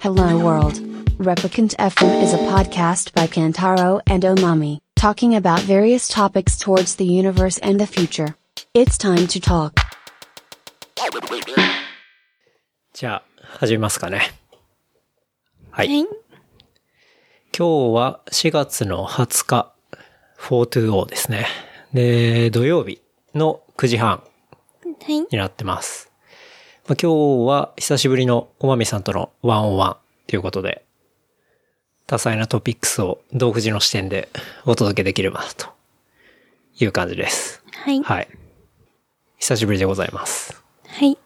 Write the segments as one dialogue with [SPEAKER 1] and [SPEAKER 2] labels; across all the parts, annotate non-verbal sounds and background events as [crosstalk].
[SPEAKER 1] Hello World. Replicant FM is a podcast by Kantaro and Omami, talking about various topics towards the universe and the future. It's time to talk.
[SPEAKER 2] じゃあ、始めますかね。はい。
[SPEAKER 3] はい
[SPEAKER 2] 今日は4月の20日、420ですね。で、土曜日の9時半
[SPEAKER 3] はい。
[SPEAKER 2] になってます。まあ、今日は久しぶりのおまみさんとのワンオンワンということで、多彩なトピックスを独自の視点でお届けできればなという感じです。
[SPEAKER 3] はい。
[SPEAKER 2] はい。久しぶりでございます。
[SPEAKER 3] はい。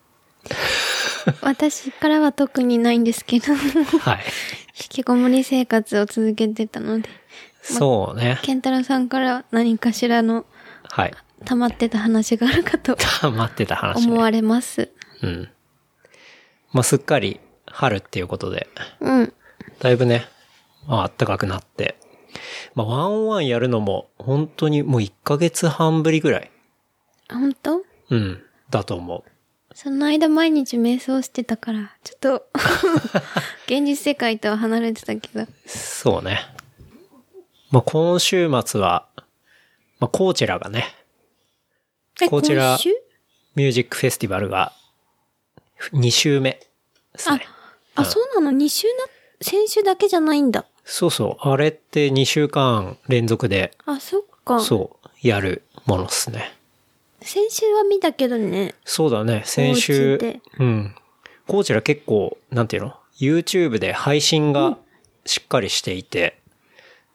[SPEAKER 3] 私からは特にないんですけど、 [laughs] 引
[SPEAKER 2] はい。
[SPEAKER 3] きこもり生活を続けてたので、
[SPEAKER 2] そうね。
[SPEAKER 3] ケンタロウさんから何かしらの
[SPEAKER 2] はい。 [laughs]
[SPEAKER 3] 溜まってた話があるかと
[SPEAKER 2] 待ってた話
[SPEAKER 3] 思
[SPEAKER 2] ね。
[SPEAKER 3] われます。
[SPEAKER 2] うん。まあ、すっかり春っていうことで、
[SPEAKER 3] うん。
[SPEAKER 2] だいぶね、まあ、暖かくなって。まあ、ワンオンワンやるのも、本当にもう1ヶ月半ぶりぐらい。
[SPEAKER 3] あ、本当
[SPEAKER 2] うん。だと思
[SPEAKER 3] その間毎日瞑想してたから、ちょっと、 [laughs] 現実世界とは離れてたけど。
[SPEAKER 2] う。そうね。まあ、今週末は、まあ、コーチェラがね、
[SPEAKER 3] え
[SPEAKER 2] こちら
[SPEAKER 3] 今週
[SPEAKER 2] ミュージックフェスティバルが、2週目ですね。
[SPEAKER 3] あ、そうなの ?2 週な、先週だけじゃないんだ。
[SPEAKER 2] そうそう。あれって2週間連続で、
[SPEAKER 3] あ、そっか。
[SPEAKER 2] そう、やるものっすね。
[SPEAKER 3] 先週は見たけどね。
[SPEAKER 2] そうだね、先週
[SPEAKER 3] で。
[SPEAKER 2] うん。コーチら結構、なんていうの ?YouTube で配信がしっかりしていて、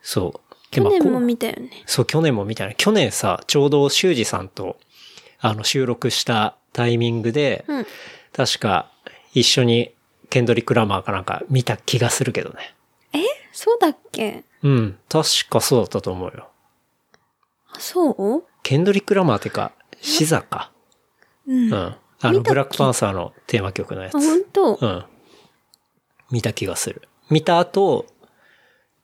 [SPEAKER 2] そう。で
[SPEAKER 3] 去
[SPEAKER 2] まあ
[SPEAKER 3] 年も
[SPEAKER 2] こう
[SPEAKER 3] 見たよね。
[SPEAKER 2] そう、去年も見たいな。去年さ、ちょうど修二さんと、あの、収録したタイミングで、
[SPEAKER 3] うん。
[SPEAKER 2] 確か一緒にケンドリック・ラマーかなんか見た気がするけどね。
[SPEAKER 3] そうだっけ
[SPEAKER 2] うん、確かそうだったと思うよ。
[SPEAKER 3] あ、そう
[SPEAKER 2] ケンドリック・ラマーってか、シザか。
[SPEAKER 3] うん。
[SPEAKER 2] う
[SPEAKER 3] あ、
[SPEAKER 2] ん。あの、
[SPEAKER 3] 見た
[SPEAKER 2] ブラックパンサーのテーマ曲のやつ。
[SPEAKER 3] 本当
[SPEAKER 2] うん。見た気がする。見た後、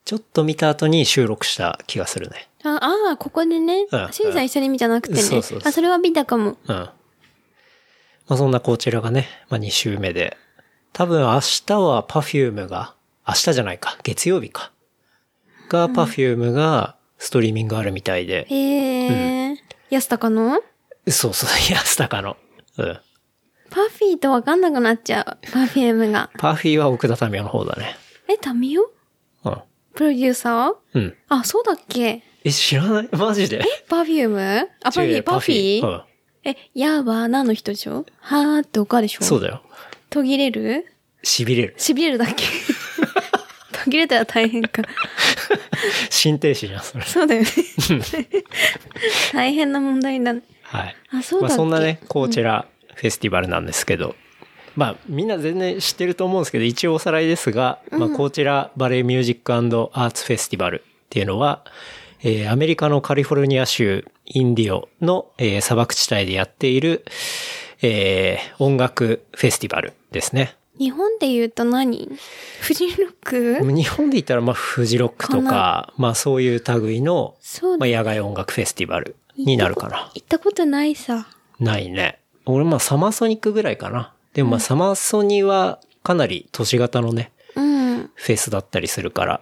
[SPEAKER 2] ちょっと見た後に収録した気がするね。
[SPEAKER 3] ああー、ここでね
[SPEAKER 2] う。ん
[SPEAKER 3] シンさん一緒に見じゃなくてね。
[SPEAKER 2] そうそうそう
[SPEAKER 3] あ、それは見たかも。
[SPEAKER 2] うん。まあ、そんなこちらがね、まあ、2週目で。多分明日は Perfume が、明日じゃないか、月曜日か。が Perfume がストリーミングあるみたいで。
[SPEAKER 3] へえ、安高の
[SPEAKER 2] そうそう、安高の。うん。
[SPEAKER 3] パフィーとわかんなくなっちゃう。パフュームが。
[SPEAKER 2] Perfume は奥田民生の方だね。
[SPEAKER 3] え、タミオ
[SPEAKER 2] うん。
[SPEAKER 3] プロデューサー
[SPEAKER 2] うん。
[SPEAKER 3] あ、そうだっけ
[SPEAKER 2] え、知らないマジで
[SPEAKER 3] パフュームあ、パフィー、パフィー、
[SPEAKER 2] うん。
[SPEAKER 3] え、やは何の人でしょはーっておかでしょ
[SPEAKER 2] そう
[SPEAKER 3] う。
[SPEAKER 2] だよ。
[SPEAKER 3] 途切れる
[SPEAKER 2] 痺れる。 [laughs]
[SPEAKER 3] 痺れるだっけ途切れたら大変か。
[SPEAKER 2] 心停止じゃん、それ。
[SPEAKER 3] そうだよね。 [laughs] 大変な問題だね。
[SPEAKER 2] はい。
[SPEAKER 3] あ、そう
[SPEAKER 2] ま
[SPEAKER 3] だっ
[SPEAKER 2] あ
[SPEAKER 3] け、
[SPEAKER 2] そんなね、こちらフェスティバルなんですけど、まあみんな全然知ってると思うんですけど、一応おさらいですが、まあこちらバレエミュージックアーツフェスティバルっていうのは、えーアメリカのカリフォルニア州インディオの、えー砂漠地帯でやっている、えー音楽フェスティバルですね。
[SPEAKER 3] 日本で言うと何フジロック
[SPEAKER 2] 日本で言ったら、まあ、フジロックと
[SPEAKER 3] か
[SPEAKER 2] か、まあ、そういう類の、
[SPEAKER 3] そう
[SPEAKER 2] まあ、
[SPEAKER 3] だ。行
[SPEAKER 2] 野外音楽フェスティバルになるかな。
[SPEAKER 3] ったことないさ。
[SPEAKER 2] ないね。俺まあサマソニックぐらいかな。でもまあサマソニはかなり都市型のね、
[SPEAKER 3] うん。
[SPEAKER 2] フェスだったりするから。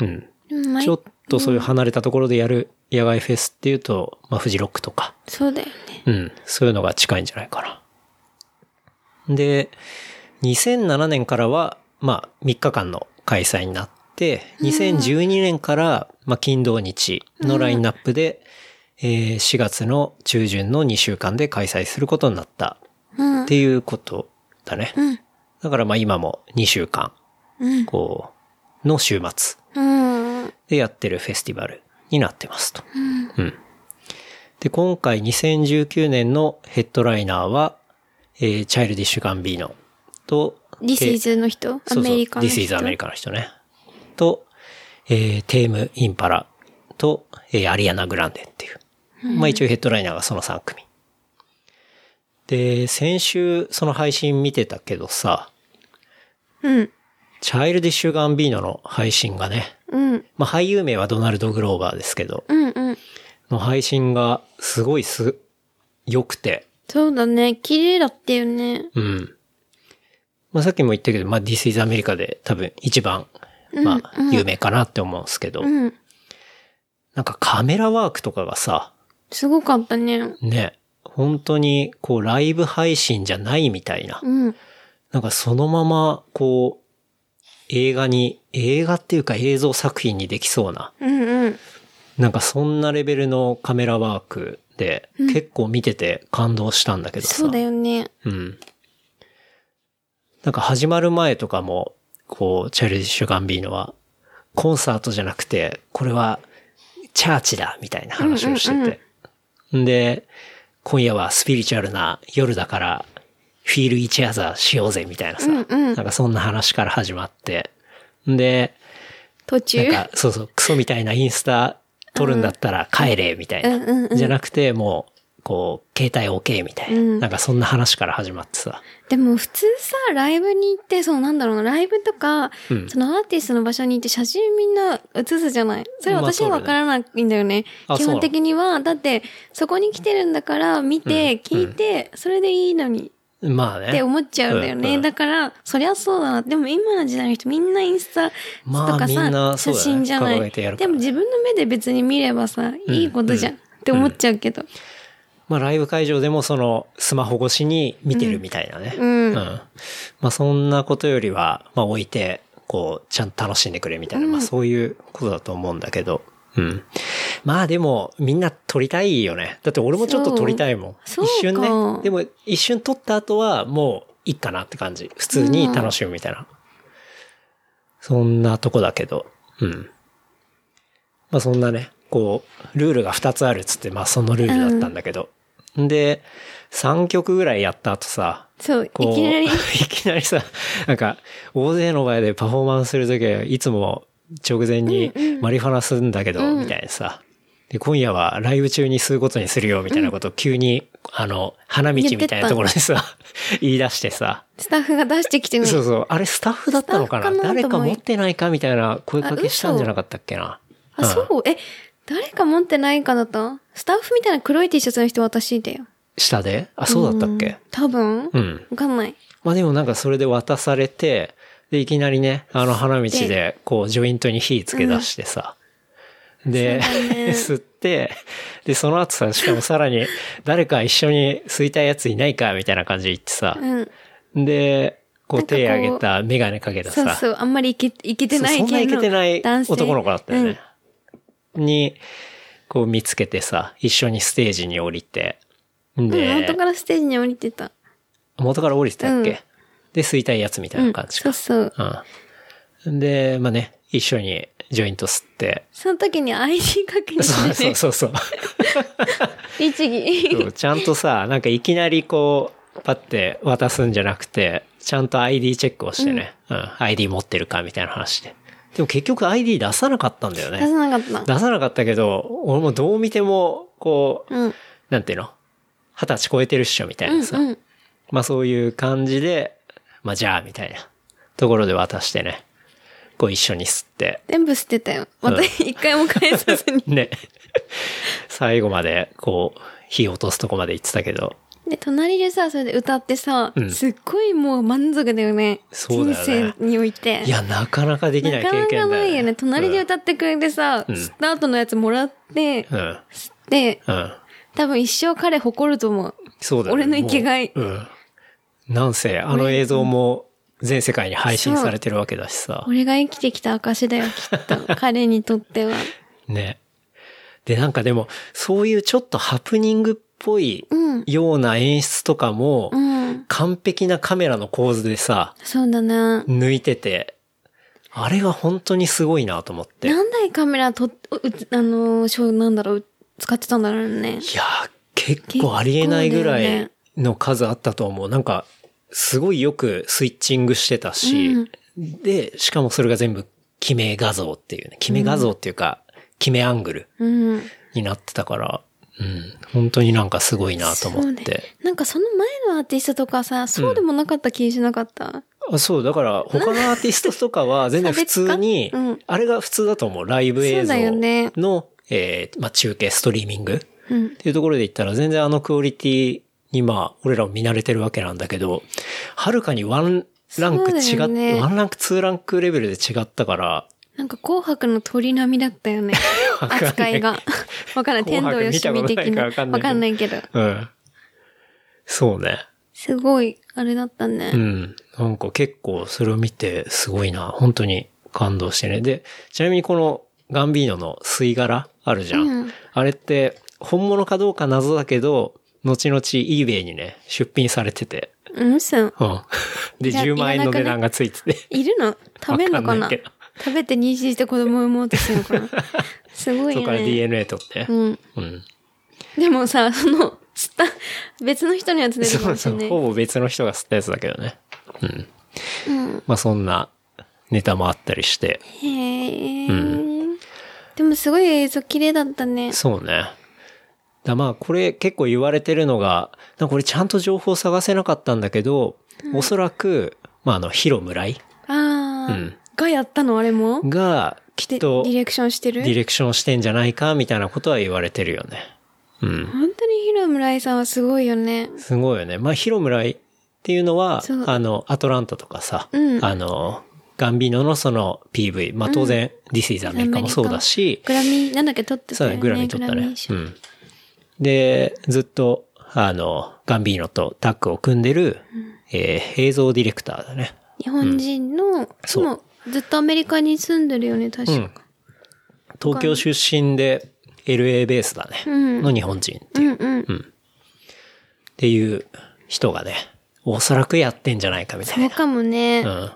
[SPEAKER 2] うん。
[SPEAKER 3] うんまあ
[SPEAKER 2] ちょっとそういう離れたところでやる野外フェスっていうと、まあフジロックとか、
[SPEAKER 3] そうだよね。
[SPEAKER 2] うん。そういうのが近いんじゃないかな。で、2007年からは、まあ3日間の開催になって、2012年から、まあ金土日のラインナップで、えー4月の中旬の2週間で開催することになった
[SPEAKER 3] うん
[SPEAKER 2] っ。ていうことだね。
[SPEAKER 3] うん。
[SPEAKER 2] だからまあ今も2週間、
[SPEAKER 3] うん。
[SPEAKER 2] こう、の週末
[SPEAKER 3] うん。
[SPEAKER 2] でやってるフェスティバルになってますと。うん。で、今回2019年のヘッドライナーは、えー、チャイルディッシュ・ガンビーノと、
[SPEAKER 3] This is の人ア
[SPEAKER 2] そうそう
[SPEAKER 3] メリカの人。
[SPEAKER 2] This is アメリカの人ね。と、えーテーム・インパラと、えーアリアナ・グランデっていう。まあ一応ヘッドライナーがその3組。で、先週その配信見てたけどさ、
[SPEAKER 3] うん。
[SPEAKER 2] チャイルディッシュ・ガンビーノの配信がね、
[SPEAKER 3] うん。
[SPEAKER 2] まあ俳優名はドナルド・グローバーですけど、
[SPEAKER 3] うん。うん。
[SPEAKER 2] の配信がすごいす、良くて、
[SPEAKER 3] そうだね。綺麗だったよね。
[SPEAKER 2] うん。まあ、さっきも言ったけど、まあ、This is America で多分一番、まあ、有名かなって思うんですけど、
[SPEAKER 3] うん。
[SPEAKER 2] なんかカメラワークとかがさ、
[SPEAKER 3] すごかったね。
[SPEAKER 2] ね、本当にこうライブ配信じゃないみたいな、
[SPEAKER 3] うん。
[SPEAKER 2] なんかそのままこう映画に、映画っていうか映像作品にできそうな、
[SPEAKER 3] うんうん。
[SPEAKER 2] なんかそんなレベルのカメラワークで、結構見てて感動したんだけどさ。
[SPEAKER 3] そうだよね。
[SPEAKER 2] うん。なんか始まる前とかも、こう、チャイルディッシュ・ガンビーノは、コンサートじゃなくて、これは、チャーチだみたいな話をしてて。
[SPEAKER 3] うんうん
[SPEAKER 2] んで、今夜はスピリチュアルな夜だから、フィール・イチ・アザーしようぜみたいなさ、
[SPEAKER 3] うんうん
[SPEAKER 2] なんかそんな話から始まって。んで、
[SPEAKER 3] 途中。
[SPEAKER 2] なんか、そうそう、クソみたいなインスタ撮るんだったら帰れ、みたいな、
[SPEAKER 3] うんうんうん
[SPEAKER 2] じゃなくて、もう、こう、携帯 OK みたいな、
[SPEAKER 3] うん
[SPEAKER 2] なんかそんな話から始まってさ。
[SPEAKER 3] でも普通さ、ライブに行って、そうなんだろうな、ライブとか、
[SPEAKER 2] うん
[SPEAKER 3] そのアーティストの場所に行って写真みんな写すじゃないそれ
[SPEAKER 2] まあ
[SPEAKER 3] 私はわからないんだよね。
[SPEAKER 2] そうだねあ
[SPEAKER 3] 基本的には、だって、そこに来てるんだから、見て、
[SPEAKER 2] うん
[SPEAKER 3] 聞いて、それでいいのに
[SPEAKER 2] まあね。
[SPEAKER 3] って思っちゃうんだよ
[SPEAKER 2] うんう
[SPEAKER 3] ね。
[SPEAKER 2] ん
[SPEAKER 3] だから、そりゃそうだな。でも今の時代の人みんなインスタ
[SPEAKER 2] まあ
[SPEAKER 3] とか
[SPEAKER 2] みん
[SPEAKER 3] さ、
[SPEAKER 2] なそ
[SPEAKER 3] 写
[SPEAKER 2] うだね
[SPEAKER 3] 真じゃな
[SPEAKER 2] 掲げ
[SPEAKER 3] い。
[SPEAKER 2] てやるか
[SPEAKER 3] で
[SPEAKER 2] ら
[SPEAKER 3] も自分の目で別に見ればさ、いいことじゃんって思っちゃうけど。
[SPEAKER 2] まあライブ会場でもそのスマホ越しに見てるみたいなね。
[SPEAKER 3] うんうん
[SPEAKER 2] まあそんなことよりは、まあ置いて、こう、ちゃんと楽しんでくれみたいな、まあそういうことだと思うんだけど。うん。まあでも、みんな撮りたいよね。だって俺もちょっと撮りたいもん。
[SPEAKER 3] そう
[SPEAKER 2] 一瞬
[SPEAKER 3] そう
[SPEAKER 2] ね
[SPEAKER 3] か。
[SPEAKER 2] でも一瞬撮った後はもういいかなって感じ。普通に楽しむみたいな。そんなとこだけど。うん。まあそんなね、こう、ルールが2つあるっつって、まあそのルールだったんだけど。で、3曲ぐらいやった後さ、
[SPEAKER 3] そう、い
[SPEAKER 2] こう、
[SPEAKER 3] きな
[SPEAKER 2] [laughs]
[SPEAKER 3] り
[SPEAKER 2] い。きなりさ、なんか、大勢の前でパフォーマンスするときはいつも直前にマリファナするんだけど、みたいなさ。で、今夜はライブ中に吸うことにするよ、みたいなことを急に、あの、花道みたいなところでさ、言い出してさ。
[SPEAKER 3] スタッフが出してきてね。
[SPEAKER 2] そうそう。あれスタッフだったのかな
[SPEAKER 3] スタッフかな
[SPEAKER 2] 誰
[SPEAKER 3] と
[SPEAKER 2] か
[SPEAKER 3] 思い
[SPEAKER 2] 持ってないかみたいな声かけしたんじゃなかったっけな。
[SPEAKER 3] あ、そうえ、誰か持ってないかだったスタッフみたいな黒い T シャツの人私だよ。
[SPEAKER 2] 下であ、そうだったっ
[SPEAKER 3] ん
[SPEAKER 2] け
[SPEAKER 3] 多分
[SPEAKER 2] うん。
[SPEAKER 3] わかんない。
[SPEAKER 2] まあでもなんかそれで渡されて、で、いきなりね、あの花道で、こう、ジョイントに火つけ出してさ。で、
[SPEAKER 3] そうだね
[SPEAKER 2] [laughs] 吸って、で、その後さ、しかもさらに、誰か一緒に吸いたいやついないかみたいな感じで言ってさ
[SPEAKER 3] う。ん。
[SPEAKER 2] で、こう
[SPEAKER 3] なんかこう
[SPEAKER 2] 手挙げた、メガネかけた
[SPEAKER 3] そう
[SPEAKER 2] さ、
[SPEAKER 3] そう、あんまりいけ、いけてない
[SPEAKER 2] そうそんない
[SPEAKER 3] 系
[SPEAKER 2] け
[SPEAKER 3] の
[SPEAKER 2] てない
[SPEAKER 3] 男性
[SPEAKER 2] 男の子だったよね。に、こう見つけてさ、一緒にステージに降りて。
[SPEAKER 3] うん。うん、
[SPEAKER 2] で
[SPEAKER 3] 元、からステージに降りてた。
[SPEAKER 2] 元から降りてたっけ、
[SPEAKER 3] うん
[SPEAKER 2] で、吸いたいやつみたい
[SPEAKER 3] うん
[SPEAKER 2] な感。じ
[SPEAKER 3] そ
[SPEAKER 2] か
[SPEAKER 3] う。そう。
[SPEAKER 2] うん。で、まあね、一緒にジョイント吸って。
[SPEAKER 3] その時に ID 確認
[SPEAKER 2] そう
[SPEAKER 3] して
[SPEAKER 2] そ
[SPEAKER 3] ね
[SPEAKER 2] う。そう
[SPEAKER 3] [laughs]
[SPEAKER 2] そう。
[SPEAKER 3] 律
[SPEAKER 2] そ
[SPEAKER 3] 儀。
[SPEAKER 2] うちゃんとさ、なんかいきなりこう、パッて渡すんじゃなくて、ちゃんと ID チェックをしてね、うん、ID 持ってるかみたいな話で。でも結局 ID 出さなかったんだよ
[SPEAKER 3] 出
[SPEAKER 2] ね。
[SPEAKER 3] さなかった。
[SPEAKER 2] 出さなかったけど、俺もどう見ても、こう、
[SPEAKER 3] うん。
[SPEAKER 2] なんていうの二十歳超えてるっしょみたいうなんさ。
[SPEAKER 3] んうん。
[SPEAKER 2] まあそういう感じで、まあじゃあみたいなところで渡してね、こう一緒に吸って、
[SPEAKER 3] 全部捨てたよ。ま
[SPEAKER 2] う
[SPEAKER 3] た
[SPEAKER 2] ん
[SPEAKER 3] 一回も返さずに。 [laughs]
[SPEAKER 2] ね。最後まで、こう、火落とすとこまで行ってたけど。
[SPEAKER 3] で、隣でさ、それで歌ってさ
[SPEAKER 2] う、ん
[SPEAKER 3] すっごいもう満足だよね。
[SPEAKER 2] そうだよね
[SPEAKER 3] 人生において。
[SPEAKER 2] いや、なかなかできない経
[SPEAKER 3] なか
[SPEAKER 2] 験
[SPEAKER 3] なか
[SPEAKER 2] だよね。
[SPEAKER 3] ないよね。隣で歌ってくれてさ、
[SPEAKER 2] うん
[SPEAKER 3] スタートのやつもらって、
[SPEAKER 2] うん。うん。
[SPEAKER 3] で、
[SPEAKER 2] うん。
[SPEAKER 3] 多分一生彼誇ると思う。
[SPEAKER 2] そうだよね。
[SPEAKER 3] 俺の生きがい
[SPEAKER 2] もううん。なんせ、あの映像も全世界に配信されてるわけだしさ。
[SPEAKER 3] 俺が生きてきた証だよ、きっ
[SPEAKER 2] [laughs]
[SPEAKER 3] と。彼にとっては。
[SPEAKER 2] ね。で、なんかでも、そういうちょっとハプニングっぽい
[SPEAKER 3] うん。
[SPEAKER 2] ような演出とかも、
[SPEAKER 3] うん。
[SPEAKER 2] 完璧なカメラの構図でさ、
[SPEAKER 3] そうだな。
[SPEAKER 2] 抜いてて、あれが本当にすごいなと思って。い
[SPEAKER 3] 何台カメラと、うあのー、しょうなんだろう、使ってたんだろうね。
[SPEAKER 2] やー、結構ありえないぐらいの数あったと思う。なんか、すごいよくスイッチングしてたし、
[SPEAKER 3] うん
[SPEAKER 2] で、しかもそれが全部、決め画像っていうね。決め画像っていうか、決めアングル
[SPEAKER 3] うん。
[SPEAKER 2] になってたから、うん、本当になんかすごいなと思っ
[SPEAKER 3] そう
[SPEAKER 2] て。
[SPEAKER 3] なんかその前のアーティストとかさ、そうでもなかった気しなかった。
[SPEAKER 2] あそう、だから他のアーティストとかは全然普通に、
[SPEAKER 3] 差別化うん
[SPEAKER 2] あれが普通だと思う。ライブ映像
[SPEAKER 3] そうだよね
[SPEAKER 2] の、えーまあ、中継、ストリーミングっ
[SPEAKER 3] うん。
[SPEAKER 2] ていうところで言ったら全然あのクオリティにまあ、俺らも見慣れてるわけなんだけど、はるかにワンランク違っ、
[SPEAKER 3] そうだよね
[SPEAKER 2] ワンランク、ツーランクレベルで違ったから、
[SPEAKER 3] なんか紅白の鳥並みだったよね。
[SPEAKER 2] [laughs] わかんない
[SPEAKER 3] 扱い
[SPEAKER 2] [laughs]
[SPEAKER 3] が。わかんない。天
[SPEAKER 2] 紅
[SPEAKER 3] 童
[SPEAKER 2] 白
[SPEAKER 3] よしみ的
[SPEAKER 2] 見た
[SPEAKER 3] な。
[SPEAKER 2] こと
[SPEAKER 3] わ
[SPEAKER 2] ないからわかんないけど
[SPEAKER 3] かんないけど。
[SPEAKER 2] うん。そうね。
[SPEAKER 3] すごい、あれだった
[SPEAKER 2] う
[SPEAKER 3] ね。
[SPEAKER 2] ん。なんか結構それを見てすごいな。本当に感動してね。で、ちなみにこのガンビーノの吸い殻あるじゃん。
[SPEAKER 3] うん
[SPEAKER 2] あれって本物かどうか謎だけど、後々 eBay にね、出品されてて。
[SPEAKER 3] うん、うさん。
[SPEAKER 2] うん。で、
[SPEAKER 3] じゃあ
[SPEAKER 2] 10万円の値段がついてて。
[SPEAKER 3] いるの食べん
[SPEAKER 2] わ
[SPEAKER 3] のか
[SPEAKER 2] かん
[SPEAKER 3] な
[SPEAKER 2] ないけど
[SPEAKER 3] 食べて妊娠して子供産もうとしてるの
[SPEAKER 2] [laughs]
[SPEAKER 3] かなすごい
[SPEAKER 2] そ
[SPEAKER 3] よ
[SPEAKER 2] こから
[SPEAKER 3] ね。
[SPEAKER 2] DNA 取って。
[SPEAKER 3] うん。
[SPEAKER 2] うん。
[SPEAKER 3] でもさ、その、つった、別の人にはつないでるか
[SPEAKER 2] そ
[SPEAKER 3] も
[SPEAKER 2] う
[SPEAKER 3] し
[SPEAKER 2] そ
[SPEAKER 3] れな
[SPEAKER 2] う。
[SPEAKER 3] い。
[SPEAKER 2] ほぼ別の人が吸ったやつだけどね。うん。
[SPEAKER 3] うん。
[SPEAKER 2] まあそんなネタもあったりして。
[SPEAKER 3] へえ、でもすごい映像綺麗だったね。
[SPEAKER 2] そうね。だまあこれ結構言われてるのが、なんかこれちゃんと情報探せなかったんだけど、おそらく、まああの、ヒロムライ
[SPEAKER 3] ああ、
[SPEAKER 2] うん
[SPEAKER 3] がやったのあれも
[SPEAKER 2] がきっ
[SPEAKER 3] で、デ
[SPEAKER 2] と
[SPEAKER 3] ィ
[SPEAKER 2] デ
[SPEAKER 3] レクションしてる
[SPEAKER 2] ィレクションしてんじゃないかみたいなことは言われてるよね。うん。
[SPEAKER 3] 本当にヒロムライさんはすごいよね。
[SPEAKER 2] すごいよね。まあヒロムライっていうのは
[SPEAKER 3] そう、
[SPEAKER 2] あの、アトランタとかさ、
[SPEAKER 3] うん
[SPEAKER 2] あの、ガンビーノのその PV、まあ当然、This is America もそうだし、
[SPEAKER 3] グラミー、なんだっけ、撮って
[SPEAKER 2] そ
[SPEAKER 3] た
[SPEAKER 2] う
[SPEAKER 3] よ
[SPEAKER 2] だね、グ
[SPEAKER 3] ね。
[SPEAKER 2] ラミー取った
[SPEAKER 3] グラ
[SPEAKER 2] ね
[SPEAKER 3] ミー。賞
[SPEAKER 2] うん。で、ずっと、あの、ガンビーノとタッグを組んでる、えー映像ディレクターだね。
[SPEAKER 3] 日本人の、
[SPEAKER 2] そう
[SPEAKER 3] もうずっとアメリカに住んでるよね、確
[SPEAKER 2] うん
[SPEAKER 3] か。。
[SPEAKER 2] 東京出身で、LA ベースだね。
[SPEAKER 3] うん
[SPEAKER 2] の日本人っ
[SPEAKER 3] うん、うん、
[SPEAKER 2] ていう人がね、おそらくやってんじゃないかみたい
[SPEAKER 3] そう
[SPEAKER 2] な。
[SPEAKER 3] かもね。
[SPEAKER 2] うん。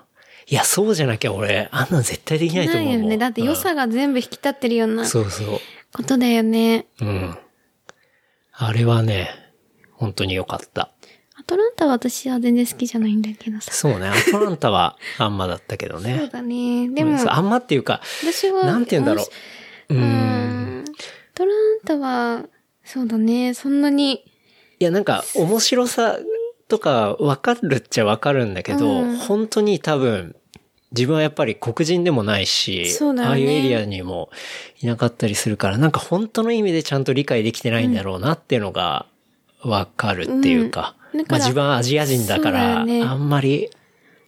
[SPEAKER 2] いや、そうじゃなきゃ俺、あんなん絶対できないと
[SPEAKER 3] な
[SPEAKER 2] 思う
[SPEAKER 3] い
[SPEAKER 2] もん。
[SPEAKER 3] よね。だって良さが全部引き立ってるよう
[SPEAKER 2] うん
[SPEAKER 3] な
[SPEAKER 2] そうそ
[SPEAKER 3] ことだよね。
[SPEAKER 2] う。うん。あれはね、本当に良かった。
[SPEAKER 3] アトランタは私は全然好きじゃないんだけどさ。
[SPEAKER 2] そうね、アトランタはあんまだったけどね。
[SPEAKER 3] そうだね。でも
[SPEAKER 2] うん、そうあんまっていうか、
[SPEAKER 3] 私は、
[SPEAKER 2] なんて言うんだろう。う
[SPEAKER 3] うー
[SPEAKER 2] ん。
[SPEAKER 3] ん。アトランタは、そうだね。そんなに、
[SPEAKER 2] いや、なんか、面白さとか、わかるっちゃわかるんだけど、
[SPEAKER 3] うん
[SPEAKER 2] 本当に多分、自分はやっぱり黒人でもないし、
[SPEAKER 3] そうだよ
[SPEAKER 2] ああ
[SPEAKER 3] ね
[SPEAKER 2] いうエリアにもいなかったりするから、なんか本当の意味でちゃんと理解できてないんだろうなっていうのが、わかるっていうか。
[SPEAKER 3] うんだ
[SPEAKER 2] ま
[SPEAKER 3] か
[SPEAKER 2] あ
[SPEAKER 3] ら
[SPEAKER 2] 自分はアジア人だから、
[SPEAKER 3] そうだよね
[SPEAKER 2] あんまり、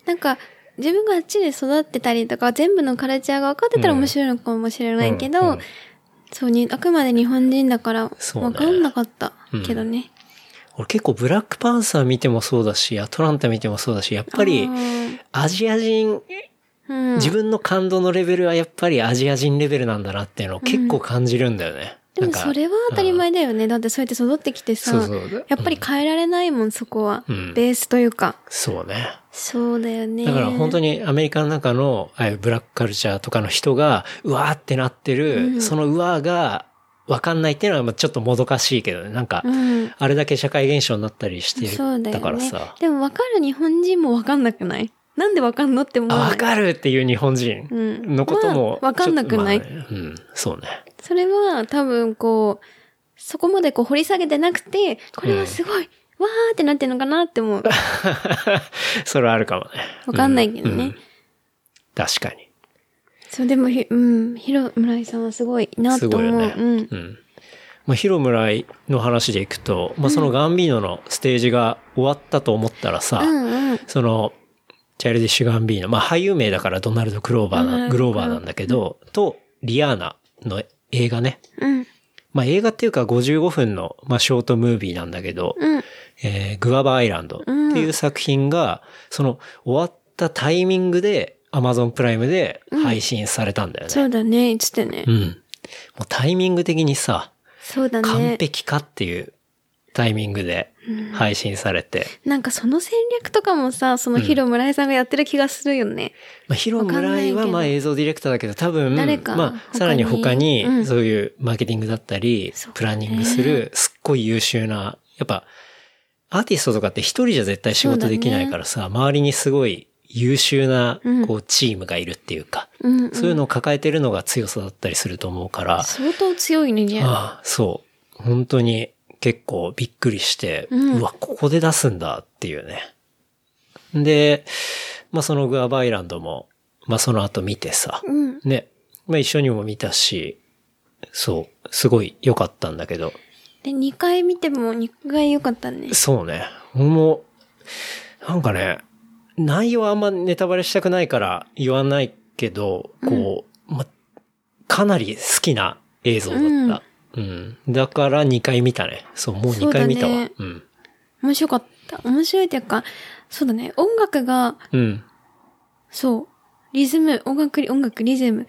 [SPEAKER 3] なんか、自分があっちで育ってたりとか、全部のカルチャーが分かってたら面白いのかもしれないけど、
[SPEAKER 2] うんうん
[SPEAKER 3] そうに、あくまで日本人だから、
[SPEAKER 2] そうね
[SPEAKER 3] 分かんなかったけどね。
[SPEAKER 2] 俺結構ブラックパンサー見てもそうだし、アトランタ見てもそうだし、やっぱり
[SPEAKER 3] あー
[SPEAKER 2] アジア人
[SPEAKER 3] うん、
[SPEAKER 2] 自分の感動のレベルはやっぱりアジア人レベルなんだなっていうのを結構感じるんだよね。
[SPEAKER 3] で
[SPEAKER 2] なん
[SPEAKER 3] も
[SPEAKER 2] か
[SPEAKER 3] それは当たり前だよね。だってそうやって育ってきてさ、
[SPEAKER 2] そうそう
[SPEAKER 3] やっぱり変えられないもん、そこは。
[SPEAKER 2] うん
[SPEAKER 3] ベースというか。
[SPEAKER 2] そうね。
[SPEAKER 3] そうだよね。
[SPEAKER 2] だから本当
[SPEAKER 3] に。
[SPEAKER 2] にアメリカの中のああいうブラックカルチャーとかの人が、うわーってなってる、
[SPEAKER 3] うん
[SPEAKER 2] そのうわーがわかんないっていうのはまあちょっともどかしいけどね。なんか
[SPEAKER 3] う、ん。
[SPEAKER 2] あれだけ社会現象になったりして
[SPEAKER 3] そう
[SPEAKER 2] る。
[SPEAKER 3] だ
[SPEAKER 2] だか
[SPEAKER 3] よ
[SPEAKER 2] ら
[SPEAKER 3] ね
[SPEAKER 2] さ。。
[SPEAKER 3] でも分かる日本人も分かんなくないなんで分かんのって思う
[SPEAKER 2] あ、
[SPEAKER 3] よね。
[SPEAKER 2] わかるっていう日本人
[SPEAKER 3] うん
[SPEAKER 2] のことも。
[SPEAKER 3] まあわかんなくない
[SPEAKER 2] ちょっとまあねうん、そうね。 [laughs]
[SPEAKER 3] それは多分こう、そこまでこう掘り下げてなくて、これはすごい、わーってなってるのかなって思う。
[SPEAKER 2] それはあるかもね。
[SPEAKER 3] わかんないけどね。
[SPEAKER 2] うんうん確かに。
[SPEAKER 3] そう、でもひ、うん、ひろむらいさんはすごいなと
[SPEAKER 2] す
[SPEAKER 3] 思
[SPEAKER 2] ご
[SPEAKER 3] う。
[SPEAKER 2] いよね。
[SPEAKER 3] うん。
[SPEAKER 2] うん。まあ、ヒロムライの話でいくと、まあ、そのガンビーノのステージが終わったと思ったらさ、
[SPEAKER 3] うんうん。
[SPEAKER 2] その、チャイルディッシュガンビーノ、まあ、俳優名だからドナルド・クローバー
[SPEAKER 3] ドナ
[SPEAKER 2] な、
[SPEAKER 3] ル
[SPEAKER 2] グ
[SPEAKER 3] ド
[SPEAKER 2] ローバーなんだけど、と、リアーナの映画ね。
[SPEAKER 3] うん。
[SPEAKER 2] まあ、映画っていうか55分の、まあ、ショートムービーなんだけど、
[SPEAKER 3] うん。
[SPEAKER 2] えーグアバアイランドっていう作品が、その終わったタイミングで Amazon プライムで配信されたんだよ
[SPEAKER 3] そ
[SPEAKER 2] ね。
[SPEAKER 3] うだね、言ってたね
[SPEAKER 2] う。ん。もうタイミング的にさ、
[SPEAKER 3] そうだ
[SPEAKER 2] 完
[SPEAKER 3] ね。
[SPEAKER 2] 璧かっていうタイミングで配信されて、
[SPEAKER 3] なんかその戦略とかもさ、そのひろむらいさんがやってる気がするよね。
[SPEAKER 2] まあ、ヒロムライ
[SPEAKER 3] わ
[SPEAKER 2] は
[SPEAKER 3] かんないけど
[SPEAKER 2] まあ映像ディレクターだけど、多分、
[SPEAKER 3] 誰か
[SPEAKER 2] まあ、
[SPEAKER 3] 他に
[SPEAKER 2] さらに他
[SPEAKER 3] う
[SPEAKER 2] に、
[SPEAKER 3] ん
[SPEAKER 2] そういうマーケティングだったり
[SPEAKER 3] そう、
[SPEAKER 2] プランニングする、すっごい優秀な、やっぱ、アーティストとかって一人じゃ絶対仕
[SPEAKER 3] そう
[SPEAKER 2] 事
[SPEAKER 3] だね
[SPEAKER 2] できないからさ、周りにすごい優秀な
[SPEAKER 3] うん、
[SPEAKER 2] こう、チームがいるっていうか、
[SPEAKER 3] うん、うん。
[SPEAKER 2] そういうのを抱えてるのが強さだったりすると思うから、
[SPEAKER 3] 相当強いね、じゃあ。
[SPEAKER 2] ああ、そう。本当に結構びっくりして、う
[SPEAKER 3] うん
[SPEAKER 2] わ、ここで出すんだっていうね。で、まあそのグアバイランドも、まあその後見てさ、
[SPEAKER 3] うん。
[SPEAKER 2] ね、まあ一緒にも見たし、そう、すごい良かったんだけど、
[SPEAKER 3] で、2回見ても2回良かったね。
[SPEAKER 2] そうね、俺も、なんかね、内容はあんまネタバレしたくないから言わないけど、こう、ま、かなり好きな映像だった。うん。だから2回見たね。そう、もう2回見たわ。
[SPEAKER 3] そううだね
[SPEAKER 2] ん。
[SPEAKER 3] 面白かった。面白いっていうか、そうだね。音楽が、
[SPEAKER 2] うん。
[SPEAKER 3] そう。リズム、音楽、音楽、リズム。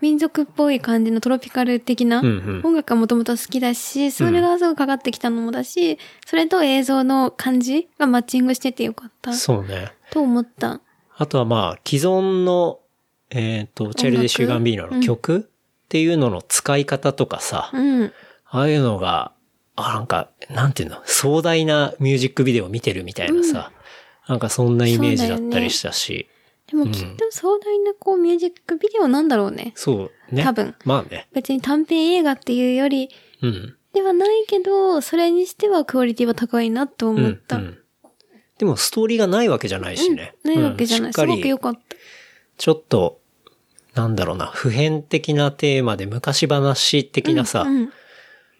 [SPEAKER 3] 民族っぽい感じのトロピカル的な
[SPEAKER 2] うんうん
[SPEAKER 3] 音楽がもともと好きだし、それがすごくかかってきたのもだし、それと映像の感じがマッチングしててよかった
[SPEAKER 2] そうね。
[SPEAKER 3] と思った。
[SPEAKER 2] あとはまあ、既存の、えっ、と、チェルデ・シュガンビーノの曲っていうのの使い方とかさ、
[SPEAKER 3] うん。
[SPEAKER 2] ああいうのが、あ、なんか、なんていうの、壮大なミュージックビデオを見てるみたいなさ、なんかそんなイメージだったりしたし、
[SPEAKER 3] でもきっと壮大なこうミュージックビデオなんだろうね。
[SPEAKER 2] そうね。
[SPEAKER 3] 多分
[SPEAKER 2] まあね。
[SPEAKER 3] 別に短編映画っていうより
[SPEAKER 2] うん。
[SPEAKER 3] ではないけど、それにしてはクオリティは高いなと
[SPEAKER 2] うん
[SPEAKER 3] 思った。
[SPEAKER 2] う
[SPEAKER 3] うん
[SPEAKER 2] んでもストーリーがないわけじゃないしね。
[SPEAKER 3] ないわけじゃない。
[SPEAKER 2] うんし
[SPEAKER 3] す
[SPEAKER 2] っか
[SPEAKER 3] ごく
[SPEAKER 2] り
[SPEAKER 3] 良、かった。
[SPEAKER 2] ちょっと、なんだろうな、普遍的なテーマで昔話的なさ、
[SPEAKER 3] うん。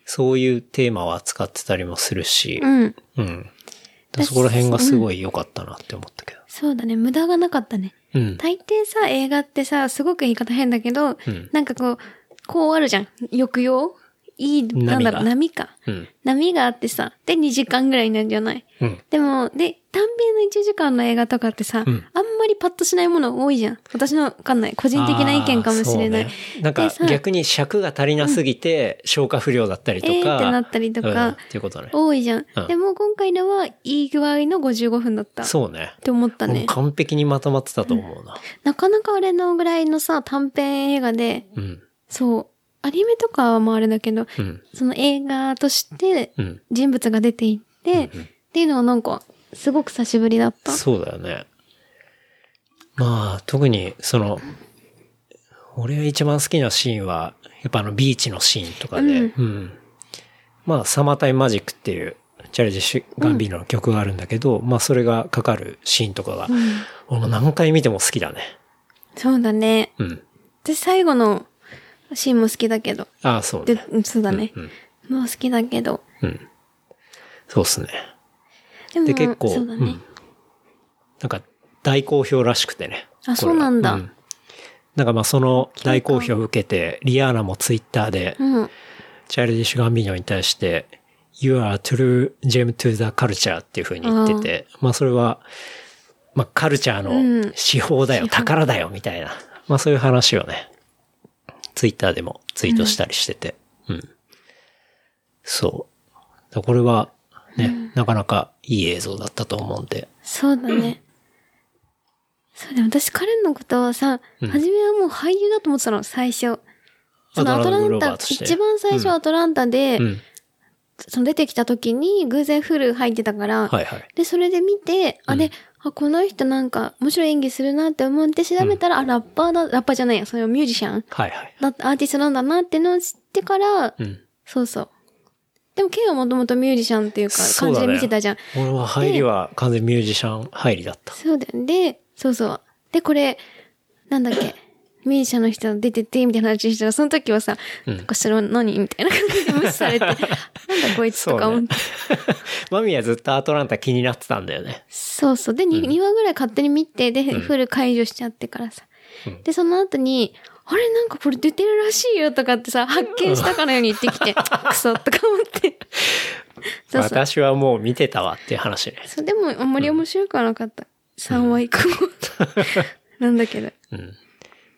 [SPEAKER 2] そういうテーマを扱ってたりもするし、
[SPEAKER 3] うん。
[SPEAKER 2] うん。でそこら辺がすごい良かったなって思ったけど。
[SPEAKER 3] そうだね。無駄がなかったね。
[SPEAKER 2] うん。
[SPEAKER 3] 大抵さ、映画ってさ、すごく言い方変だけ
[SPEAKER 2] う
[SPEAKER 3] ど、
[SPEAKER 2] ん
[SPEAKER 3] なんかこう、こうあるじゃん。抑揚いい、
[SPEAKER 2] 波
[SPEAKER 3] なんだろう、
[SPEAKER 2] が
[SPEAKER 3] 波か。
[SPEAKER 2] うん。
[SPEAKER 3] 波があってさ、で2時間ぐらいなんじゃない
[SPEAKER 2] うん。
[SPEAKER 3] でも、で、短編の1時間の映画とかってさ、
[SPEAKER 2] うん
[SPEAKER 3] あんまりパッとしないもの多いじゃん。私のわかんない。個人的な意見かもしれな
[SPEAKER 2] あーそ
[SPEAKER 3] い。
[SPEAKER 2] うねなんか
[SPEAKER 3] でさ
[SPEAKER 2] 逆に尺が足りなすぎて消化不良だったりとか。
[SPEAKER 3] えーってなったりとか
[SPEAKER 2] うんっていうことね。
[SPEAKER 3] 多いじゃん。
[SPEAKER 2] うん
[SPEAKER 3] でも今回のは、いい具合の55分だった。っ
[SPEAKER 2] そうね。
[SPEAKER 3] て思った
[SPEAKER 2] もう
[SPEAKER 3] ね。
[SPEAKER 2] 完璧にまとまってたと思うな。
[SPEAKER 3] なかなかあれのぐらいのさ、短編映画で、
[SPEAKER 2] うん。
[SPEAKER 3] そう、アニメとかはもうあれだけど、
[SPEAKER 2] うん。
[SPEAKER 3] その映画として
[SPEAKER 2] うん。
[SPEAKER 3] 人物が出ていって、っていうのはなんか、すごく久しぶりだった。
[SPEAKER 2] そうだよね。まあ、特に、その、俺が一番好きなシーンは、やっぱあのビーチのシーンとかで、うん。まあ、サマータイムマジックっていう、チャレンジシュガンビーノの曲があるんだけど、まあ、それがかかるシーンとかが、俺も何回見ても好きだね。
[SPEAKER 3] そうだね。
[SPEAKER 2] うん。
[SPEAKER 3] 私最後のシーンも好きだけど。
[SPEAKER 2] ああ、そう
[SPEAKER 3] で
[SPEAKER 2] ね。、
[SPEAKER 3] うんそうだね。
[SPEAKER 2] うん
[SPEAKER 3] もう好きだけど。
[SPEAKER 2] うん。そうっすね。
[SPEAKER 3] でも、
[SPEAKER 2] で、結構、
[SPEAKER 3] そうだ
[SPEAKER 2] う
[SPEAKER 3] ね
[SPEAKER 2] ん。なんか、大好評らしくてね。
[SPEAKER 3] あ
[SPEAKER 2] これは
[SPEAKER 3] そうなんだ
[SPEAKER 2] なんかまあ、その大好評を受けて、リアーナもツイッターで、
[SPEAKER 3] うん。
[SPEAKER 2] チャイルディッシュガンビーニョに対して、You are a true gem to the culture っていう風に言ってて、まあそれは、まあカルチャー
[SPEAKER 3] うん
[SPEAKER 2] の至宝だよ、
[SPEAKER 3] 至宝
[SPEAKER 2] 宝だよ、みたいな。まあそういう話をね、ツイッターでもツイートしたりしてて、うん。そう。だからこれは、ね、なかなかいい映像だったと思うんで、
[SPEAKER 3] そうだね。そうだね。私、彼のことはさ、初めはもう俳優だと思ってたの、最初。そのア
[SPEAKER 2] アト
[SPEAKER 3] ト
[SPEAKER 2] ラ
[SPEAKER 3] ラ
[SPEAKER 2] ンタ
[SPEAKER 3] ン
[SPEAKER 2] グロー
[SPEAKER 3] タ
[SPEAKER 2] バー、として
[SPEAKER 3] 一番最初アトランタで、
[SPEAKER 2] うん。
[SPEAKER 3] その出てきた時に偶然フル入ってたから、
[SPEAKER 2] はいはい。
[SPEAKER 3] で、それで見て、あれ、あ、この人なんか面白い演技するなって思って調べたら、あ、ラッパーだ、ラッパーじゃないや、そのミュージシャン
[SPEAKER 2] はいはい。
[SPEAKER 3] だアーティストなんだなってのを知ってから、
[SPEAKER 2] うん。
[SPEAKER 3] そうそう。でも、ケイはもともとミュージシャンっていうか
[SPEAKER 2] そう
[SPEAKER 3] 感
[SPEAKER 2] だ
[SPEAKER 3] じ
[SPEAKER 2] ね
[SPEAKER 3] で見てたじゃん。
[SPEAKER 2] 俺は入りは完全にミュージシャン入りだった。
[SPEAKER 3] そうだよ。で、そうそう。で、これ、なんだっけ。ミュージシャンの人出てて、みたいな話したら、その時はさ、なんかそれは何みたいな感じで無視さ
[SPEAKER 2] [laughs]
[SPEAKER 3] れて、なんだこいつとか思って。
[SPEAKER 2] マミはずっとアトランタ気になってたんだよね。
[SPEAKER 3] そうそう。で、に 2, 話ぐらい勝手に見て、で、フル解除しちゃってからさ。で、その後に、あれなんかこれ出てるらしいよとかってさ、発見したかのように言ってき
[SPEAKER 2] [laughs]
[SPEAKER 3] て、クソとか思って。そうそう。
[SPEAKER 2] 私はもう見てたわっていう話ね。
[SPEAKER 3] そうでも、あんまり面白くはなかった。3話以降。 [laughs] なんだけど。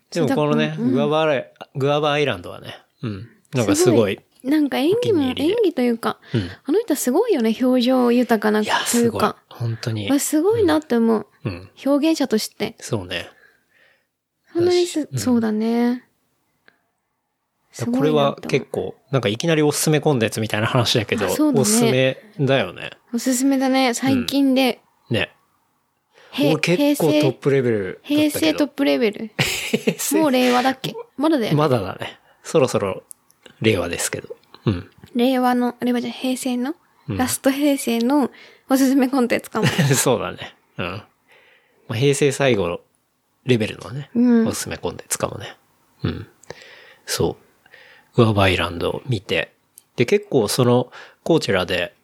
[SPEAKER 2] でもこのね、
[SPEAKER 3] うん
[SPEAKER 2] グアバアライグアバアイランドはね、うん。なんかすごい、。
[SPEAKER 3] なんか演技も、
[SPEAKER 2] お気に入りで
[SPEAKER 3] 演技というか、
[SPEAKER 2] うん
[SPEAKER 3] あの人はすごいよね、表情豊かない
[SPEAKER 2] や、
[SPEAKER 3] とい
[SPEAKER 2] す
[SPEAKER 3] う
[SPEAKER 2] ごい
[SPEAKER 3] か。。
[SPEAKER 2] 本当に
[SPEAKER 3] あ。すごいなって思う。
[SPEAKER 2] うん。
[SPEAKER 3] 表現者として。
[SPEAKER 2] そうね。
[SPEAKER 3] そんなにす、
[SPEAKER 2] うん
[SPEAKER 3] そうだね。すごいな
[SPEAKER 2] これは
[SPEAKER 3] って思う
[SPEAKER 2] 結構、なんかいきなりおすすめコンテンツみたいな話だけど、
[SPEAKER 3] あそうだね
[SPEAKER 2] おすすめだよね。
[SPEAKER 3] おすすめだね、最近で。
[SPEAKER 2] ね。
[SPEAKER 3] へ
[SPEAKER 2] 俺結構ト
[SPEAKER 3] 平
[SPEAKER 2] ッ
[SPEAKER 3] 成、
[SPEAKER 2] プレベルだ
[SPEAKER 3] 平
[SPEAKER 2] ったけ
[SPEAKER 3] 成トッ
[SPEAKER 2] ど。
[SPEAKER 3] プレベル。
[SPEAKER 2] 平成
[SPEAKER 3] もう令和だっけまだだよ、ね
[SPEAKER 2] [laughs] まだだね。そろそろ令和ですけど。うん。
[SPEAKER 3] 令和の、令和じゃない平成の、
[SPEAKER 2] うん
[SPEAKER 3] ラスト平成のおすすめコンテンツかも。
[SPEAKER 2] [laughs] そうだね。うん。まあ平成最後レベルのね、
[SPEAKER 3] うん
[SPEAKER 2] おすすめコンテンツかもね。うん。そう。グアバイランドを見て。で、結構その、コーチェラで、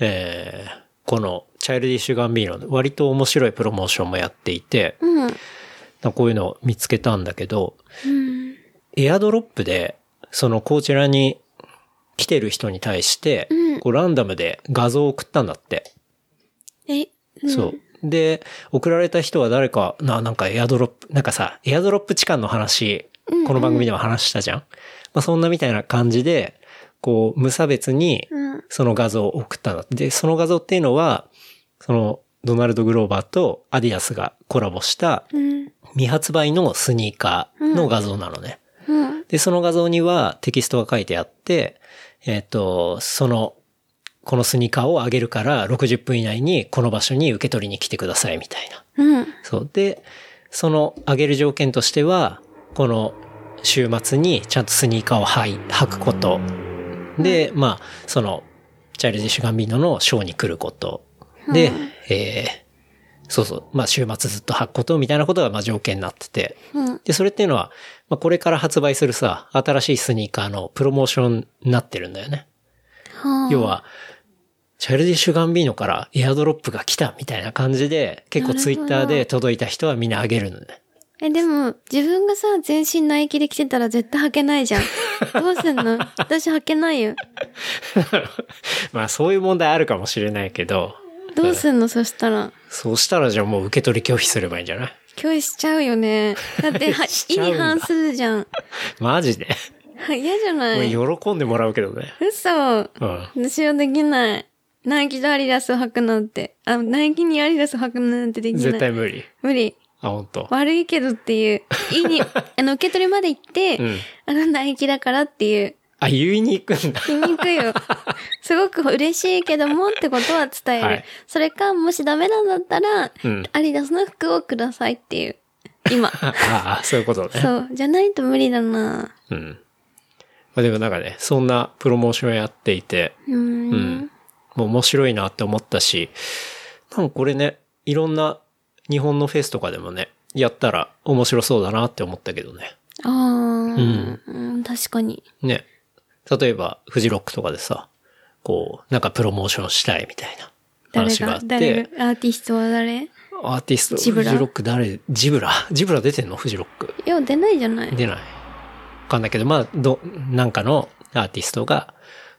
[SPEAKER 2] えー、この、チャイルディッシュ・ガンビーノの割と面白いプロモーションもやっていて、
[SPEAKER 3] うん。
[SPEAKER 2] なんかこういうのを見つけたんだけど、
[SPEAKER 3] うん。
[SPEAKER 2] エアドロップで、そのこちらに来てる人に対して、
[SPEAKER 3] うん
[SPEAKER 2] こうランダムで画像を送ったんだって。
[SPEAKER 3] え、うん
[SPEAKER 2] そう。で、送られた人は誰か、な、なんかエアドロップ、なんかさ、エアドロップ痴漢の話、この番組でも話したじゃん。まあそんなみたいな感じで、こう、無差別に、
[SPEAKER 3] うん。
[SPEAKER 2] その画像を送ったんだって。で、その画像っていうのは、その、ドナルド・グローバーとアディアスがコラボした
[SPEAKER 3] うん。
[SPEAKER 2] 未発売のスニーカーの画像なのね。
[SPEAKER 3] うん。
[SPEAKER 2] で、その画像にはテキストが書いてあって、えっ、と、その、このスニーカーをあげるから60分以内にこの場所に受け取りに来てくださいみたいな。
[SPEAKER 3] うん。
[SPEAKER 2] そう。で、そのあげる条件としては、この週末にちゃんとスニーカーを履い履くこと。で、まあ、その、チャイルディッシュガンビーノのショーに来ること。で、えーそうそう。まあ、週末ずっと履くことみたいなことが、まあ、条件になってて。
[SPEAKER 3] うん。
[SPEAKER 2] で、それっていうのは、まあ、これから発売するさ、新しいスニーカーのプロモーションになってるんだよね。
[SPEAKER 3] はあ
[SPEAKER 2] 要、は、チャイルディッシュガンビーノからエアドロップが来たみたいな感じで、結構ツイッターで届いた人はみんなあげるのね。 [laughs]
[SPEAKER 3] え、でも、自分がさ、全身ナイキで着てたら絶対履けない
[SPEAKER 2] [laughs]
[SPEAKER 3] じゃん。どうすんの私履けないよ。
[SPEAKER 2] まあそういう問題あるかもしれないけど、
[SPEAKER 3] どうすんのそしたら。
[SPEAKER 2] そうしたらじゃあもう受け取り拒否すればいいんじゃない
[SPEAKER 3] 拒否しちゃうよね。だって、
[SPEAKER 2] [laughs]
[SPEAKER 3] は
[SPEAKER 2] し
[SPEAKER 3] 意
[SPEAKER 2] ちゃうんだ
[SPEAKER 3] に反するじゃん。
[SPEAKER 2] マジで。
[SPEAKER 3] は嫌じゃない
[SPEAKER 2] もう喜んでもらうけどね。
[SPEAKER 3] 嘘。
[SPEAKER 2] うん。
[SPEAKER 3] 私はできない。ナイキとアリダスを履くなんて。あ、ナイキにアリダスを履くなんてできない。
[SPEAKER 2] 絶対無理。
[SPEAKER 3] 無理。
[SPEAKER 2] あ、本当。
[SPEAKER 3] 悪いけどっていう。意
[SPEAKER 2] [laughs]
[SPEAKER 3] に、あの、受け取りまで行って、
[SPEAKER 2] うん
[SPEAKER 3] あの、ナイキだからっていう。
[SPEAKER 2] あ、言いに行くん
[SPEAKER 3] [laughs]
[SPEAKER 2] だ。
[SPEAKER 3] 皮
[SPEAKER 2] [laughs]
[SPEAKER 3] 肉よ。すごく嬉しいけどもってことは伝える。
[SPEAKER 2] はい
[SPEAKER 3] それか、もしダメなんだったら、
[SPEAKER 2] うん
[SPEAKER 3] アリダスの服をくださいっていう。
[SPEAKER 2] [laughs]
[SPEAKER 3] 今。
[SPEAKER 2] ああ、そういうことね。
[SPEAKER 3] そう。じゃないと無理だな
[SPEAKER 2] うん。まあでもなんかね、そんなプロモーションやっていて、
[SPEAKER 3] うーん。
[SPEAKER 2] うん。もう面白いなって思ったし、なんかこれね、いろんな日本のフェスとかでもね、やったら面白そうだなって思ったけどね。
[SPEAKER 3] あー、うん。確かに。
[SPEAKER 2] ね。例えば、フジロックとかでさ、こう、なんかプロモーションしたいみたいな
[SPEAKER 3] 誰
[SPEAKER 2] 話があ
[SPEAKER 3] が
[SPEAKER 2] っ、
[SPEAKER 3] 誰
[SPEAKER 2] て、
[SPEAKER 3] が、アーティストは誰
[SPEAKER 2] アーティスト、
[SPEAKER 3] ジブラ
[SPEAKER 2] フジロック誰ジブラ [laughs] ジブラ出てんのフジロック。
[SPEAKER 3] いや、出ないじゃない。
[SPEAKER 2] 出ない。わかんないけど、まあ、ど、なんかのアーティストが、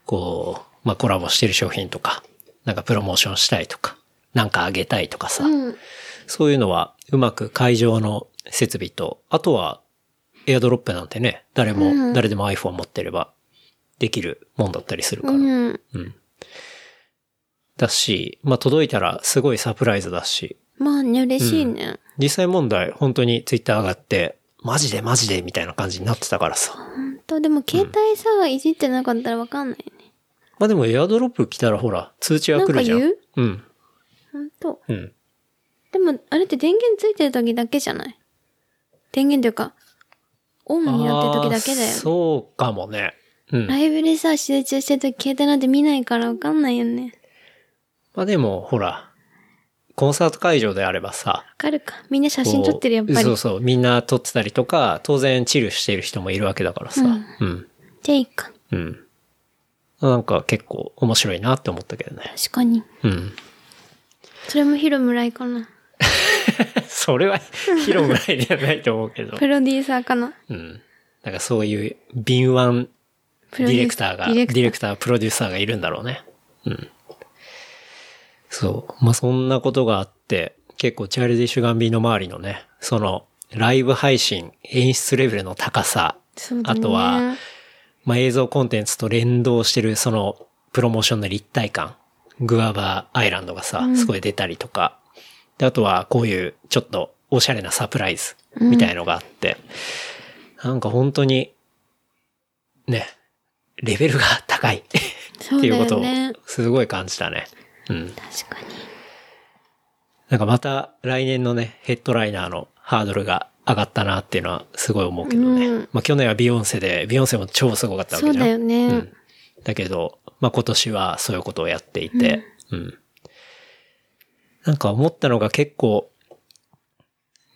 [SPEAKER 2] こう、まあコラボしてる商品とか、なんかプロモーションしたいとか、なんかあげたいとかさ、
[SPEAKER 3] うん。
[SPEAKER 2] そういうのはうまく会場の設備と、あとは、エアドロップなんてね、誰も、
[SPEAKER 3] うん
[SPEAKER 2] 誰でも iPhone 持ってれば、できるもんだったりするから。
[SPEAKER 3] うん。
[SPEAKER 2] うん。だし、まあ届いたらすごいサプライズだし、
[SPEAKER 3] まあね、嬉しいね。
[SPEAKER 2] 実際問題、本当にツイッター上がって、マジでマジでみたいな感じになってたからさ。
[SPEAKER 3] ほんと、でも携帯さ、いじってなかったらわかんないね。
[SPEAKER 2] まあでもエアドロップ来たらほら、通知が来るじゃん。
[SPEAKER 3] なんか
[SPEAKER 2] うん。
[SPEAKER 3] ほんと。
[SPEAKER 2] うん。
[SPEAKER 3] でも、あれって電源ついてる時だけじゃない電源というか、オンになってる時だけだ
[SPEAKER 2] あー
[SPEAKER 3] よ。
[SPEAKER 2] そうかもね。うん。
[SPEAKER 3] ライブでさ、集中してる時携帯なんて見ないからわかんないよね。
[SPEAKER 2] まあでも、ほら、コンサート会場であればさ、
[SPEAKER 3] わかるか。みんな写真撮ってる、やっ
[SPEAKER 2] こ
[SPEAKER 3] ぱ
[SPEAKER 2] うそう
[SPEAKER 3] り。
[SPEAKER 2] そう、みんな撮ってたりとか、当然チルしてる人もいるわけだからさ。うん。
[SPEAKER 3] じゃあいいか。
[SPEAKER 2] うん。なんか結構面白いなって思ったけどね。
[SPEAKER 3] 確かに。
[SPEAKER 2] うん。 [laughs]
[SPEAKER 3] それもヒロムライかな。
[SPEAKER 2] そ
[SPEAKER 3] [laughs]
[SPEAKER 2] れは [laughs] 広ぐらいではないと思うけど
[SPEAKER 3] プ。ロデューサーかな。
[SPEAKER 2] うん。なんかそういう敏腕
[SPEAKER 3] プ
[SPEAKER 2] デ
[SPEAKER 3] ロ
[SPEAKER 2] ィ
[SPEAKER 3] ュ
[SPEAKER 2] レ
[SPEAKER 3] ー
[SPEAKER 2] クターが、デ
[SPEAKER 3] ディレクタ
[SPEAKER 2] ィレクター、プロデューサーがいるんだろうね。うん。そう。まあ、そんなことがあって、結構チャイルディッシュガンビーの周りのね、その、ライブ配信、演出レベルの高さ、
[SPEAKER 3] そうだ
[SPEAKER 2] あ
[SPEAKER 3] ね
[SPEAKER 2] とは、まあ、映像コンテンツと連動してる、その、プロモーションの立体感、グアバアイランドがさ、すごい出たりとか、であとは、こういう、ちょっと、おしゃれなサプライズ、みたいのがあって、なんか本当に、ね、レベルが高いっ
[SPEAKER 3] そう
[SPEAKER 2] ていう
[SPEAKER 3] だ
[SPEAKER 2] こと
[SPEAKER 3] よ
[SPEAKER 2] を
[SPEAKER 3] ね。
[SPEAKER 2] すごい感じたね。うん。
[SPEAKER 3] 確かに。
[SPEAKER 2] なんかまた来年のね、ヘッドライナーのハードルが上がったなっていうのはすごい思うけどね。
[SPEAKER 3] うん
[SPEAKER 2] まあ去年はビヨンセで、ビヨンセも超すごかったわ
[SPEAKER 3] そ
[SPEAKER 2] け
[SPEAKER 3] う
[SPEAKER 2] じゃん。
[SPEAKER 3] だよね。
[SPEAKER 2] うん。だけど、まあ今年はそういうことをやっていて、うん。なんか思ったのが結構、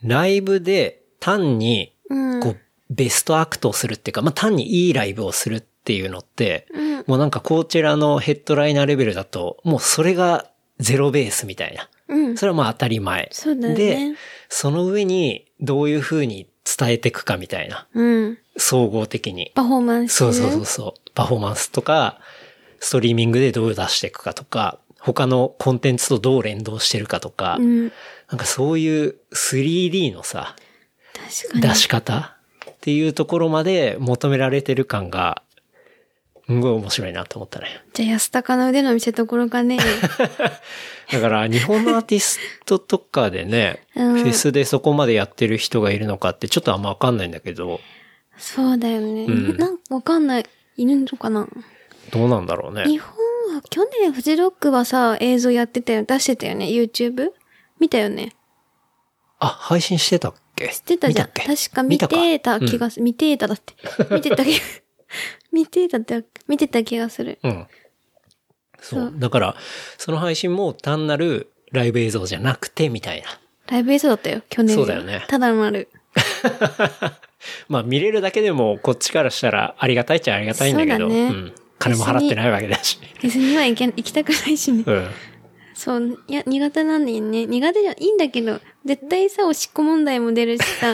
[SPEAKER 2] ライブで単に
[SPEAKER 3] うん。
[SPEAKER 2] こう、ベストアクトをするっていうか、まあ、単にいいライブをするっていうのって、
[SPEAKER 3] うん
[SPEAKER 2] もうなんかこちらのヘッドライナーレベルだと、もうそれがゼロベースみたいな。
[SPEAKER 3] うん。
[SPEAKER 2] それはまあ当たり前。
[SPEAKER 3] そうだよ
[SPEAKER 2] で
[SPEAKER 3] ね。、
[SPEAKER 2] その上にどういうふうに伝えていくかみたいな。
[SPEAKER 3] うん。
[SPEAKER 2] 総合的に。
[SPEAKER 3] パフォーマンス。
[SPEAKER 2] そうそうそう。そう。パフォーマンスとか、ストリーミングでどう出していくかとか、他のコンテンツとどう連動してるかとか、
[SPEAKER 3] うん。
[SPEAKER 2] なんかそういう 3D のさ、
[SPEAKER 3] 確か
[SPEAKER 2] 出
[SPEAKER 3] に。
[SPEAKER 2] し方っていうところまで求められてる感が、すごい面白いなと思ったね。
[SPEAKER 3] じゃあ安高の腕の見せ所
[SPEAKER 2] [laughs]
[SPEAKER 3] がね。
[SPEAKER 2] だから日本のアーティストとかでね、
[SPEAKER 3] うん
[SPEAKER 2] フェスでそこまでやってる人がいるのかってちょっとあんまわかんないんだけど、
[SPEAKER 3] そうだよね。
[SPEAKER 2] うん
[SPEAKER 3] なんかわかんない。いるのかな
[SPEAKER 2] どうなんだろうね
[SPEAKER 3] 日。本は去年フジロックはさ、映像やってたよ。出してたよね。YouTube? 見たよね。
[SPEAKER 2] あ、配信してたっけ
[SPEAKER 3] してたじゃん。
[SPEAKER 2] 見っけ
[SPEAKER 3] 確か見てた気がする。見てただ
[SPEAKER 2] [laughs]
[SPEAKER 3] って。見てた気が、見てたって、見てた気がする。
[SPEAKER 2] うん。そう。
[SPEAKER 3] そう
[SPEAKER 2] だから、その配信も単なるライブ映像じゃなくて、みたいな。
[SPEAKER 3] ライブ映像だったよ。去年
[SPEAKER 2] そ
[SPEAKER 3] は。
[SPEAKER 2] うだよね
[SPEAKER 3] ただのある。
[SPEAKER 2] まあ見れるだけでも、こっちからしたらありがたいっちゃありがたいんだけど、
[SPEAKER 3] そうだね
[SPEAKER 2] ん。金も払ってないわけだし。
[SPEAKER 3] フェスには行け、行きたくないしね。
[SPEAKER 2] うん。
[SPEAKER 3] そう、いや、苦手なんだよね。苦手じゃ、いいんだけど、絶対さ、おしっこ問題も出る
[SPEAKER 2] [laughs]
[SPEAKER 3] しさ、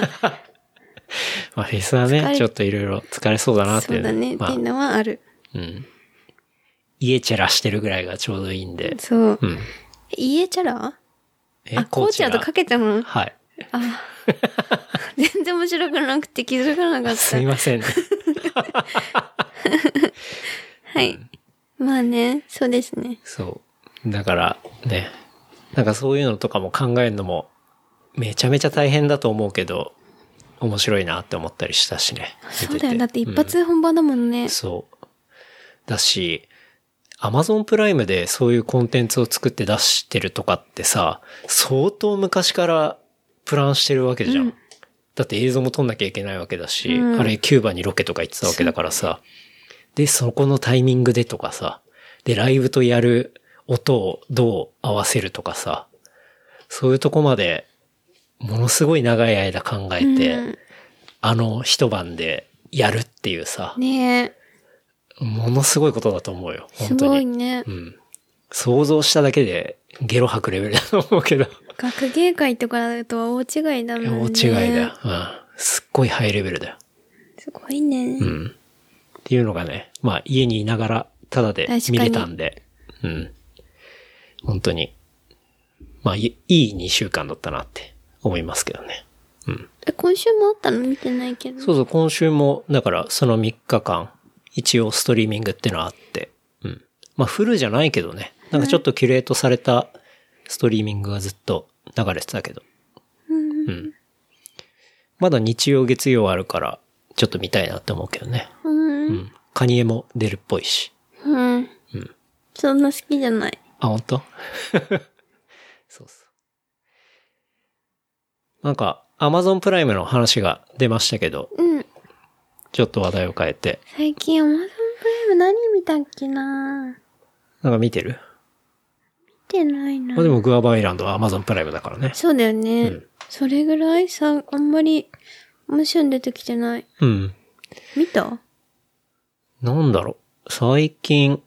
[SPEAKER 2] まあフェスは
[SPEAKER 3] 疲
[SPEAKER 2] ね、
[SPEAKER 3] れ
[SPEAKER 2] ちょっといろいろ疲れそうだなって
[SPEAKER 3] そ
[SPEAKER 2] いうう。
[SPEAKER 3] だね、
[SPEAKER 2] ま
[SPEAKER 3] っ
[SPEAKER 2] あ
[SPEAKER 3] ていう、のはある。
[SPEAKER 2] うん。家チェラしてるぐらいがちょうどいいんで。
[SPEAKER 3] そう。
[SPEAKER 2] うん。
[SPEAKER 3] 家チャラ
[SPEAKER 2] え
[SPEAKER 3] あ、コーチャーとかけた
[SPEAKER 2] [laughs]
[SPEAKER 3] の [laughs]
[SPEAKER 2] はい。
[SPEAKER 3] あ、全然面白くなくて気づかなかっ
[SPEAKER 2] す
[SPEAKER 3] た
[SPEAKER 2] い。ません。
[SPEAKER 3] はい。まあね、そうですね。
[SPEAKER 2] そう。だからね、なんかそういうのとかも考えるのもめちゃめちゃ大変だと思うけど、面白いなって思ったりしたしね。見てて
[SPEAKER 3] そうだよ。だって一
[SPEAKER 2] うん
[SPEAKER 3] 発本番だもんね。
[SPEAKER 2] そう。だし、アマゾンプライムでそういうコンテンツを作って出してるとかってさ、相当昔からプランしてるわけじゃん。だって映像も撮んなきゃいけないわけだし、
[SPEAKER 3] うん
[SPEAKER 2] あれキューバにロケとか行ってたわけだからさ、で、そこのタイミングでとかさ、で、ライブとやる音をどう合わせるとかさ、そういうとこまでものすごい長い間考えて、
[SPEAKER 3] うん
[SPEAKER 2] あの一晩でやるっていうさ、
[SPEAKER 3] ね
[SPEAKER 2] ものすごいことだと思うよ。
[SPEAKER 3] え、す
[SPEAKER 2] 本当
[SPEAKER 3] ご
[SPEAKER 2] に。
[SPEAKER 3] いね
[SPEAKER 2] う。ん。想像しただけでゲロ吐くレベルだと思うけど。
[SPEAKER 3] 学芸会とかだとは大違いだもんね。
[SPEAKER 2] 大違いだよ。うん。すっごいハイレベルだよ。
[SPEAKER 3] すごいね。
[SPEAKER 2] うん。っていうのがね、まあ家にいながらタダで
[SPEAKER 3] 確かに
[SPEAKER 2] 見れたんで。うん。本当に。まあいいい2週間だったなって思いますけどね。うん。
[SPEAKER 3] え、今週もあったの見てないけど。
[SPEAKER 2] そうそう、今週も、だからその3日間、一応ストリーミングってのはあって、うん。まあフルじゃないけどね、なんかちょっとキュレートされたストリーミングがずっと流れてたけど、うん。まだ日曜月曜あるから、ちょっと見たいなって思うけどね。
[SPEAKER 3] うん。
[SPEAKER 2] うん。カニエも出るっぽいし。
[SPEAKER 3] うん。そんな好きじゃない。
[SPEAKER 2] あ、本当 [laughs] そうっす。なんか、アマゾンプライムの話が出ましたけど、
[SPEAKER 3] うん。
[SPEAKER 2] ちょっと話題を変えて、
[SPEAKER 3] 最近 Amazon プライム何見たっけ
[SPEAKER 2] な
[SPEAKER 3] な
[SPEAKER 2] んか見てる
[SPEAKER 3] 見てないな
[SPEAKER 2] まあでもグアバイランドは Amazon プライムだからね。
[SPEAKER 3] そうだよね。
[SPEAKER 2] ん
[SPEAKER 3] それぐらいさ、あんまり、面白いの出てきてない。
[SPEAKER 2] うん。
[SPEAKER 3] 見た
[SPEAKER 2] なんだろう。最近、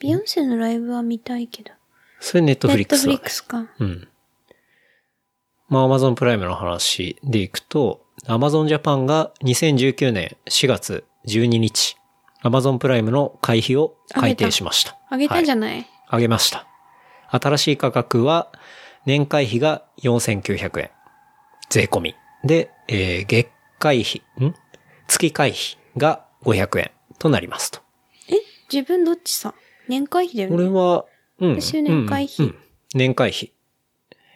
[SPEAKER 3] ビヨンセのライブは見たいけど。
[SPEAKER 2] それネットフリックス
[SPEAKER 3] ネ
[SPEAKER 2] だ
[SPEAKER 3] ッ
[SPEAKER 2] ね
[SPEAKER 3] トフリッ。クスか。
[SPEAKER 2] うん。まあ Amazon プライムの話でいくと、Amazon Japan が2019年4月12日、Amazon プライムの会費を改定しました。
[SPEAKER 3] あげたじゃ
[SPEAKER 2] はい
[SPEAKER 3] ない、
[SPEAKER 2] あげました。新しい価格は、年会費が4900円。税込み。で、えー月会費、ん月会費が500円となりますと。
[SPEAKER 3] え自分どっちさ年会費だよね。
[SPEAKER 2] これは、うん。
[SPEAKER 3] 私年会費
[SPEAKER 2] うんうん年会費。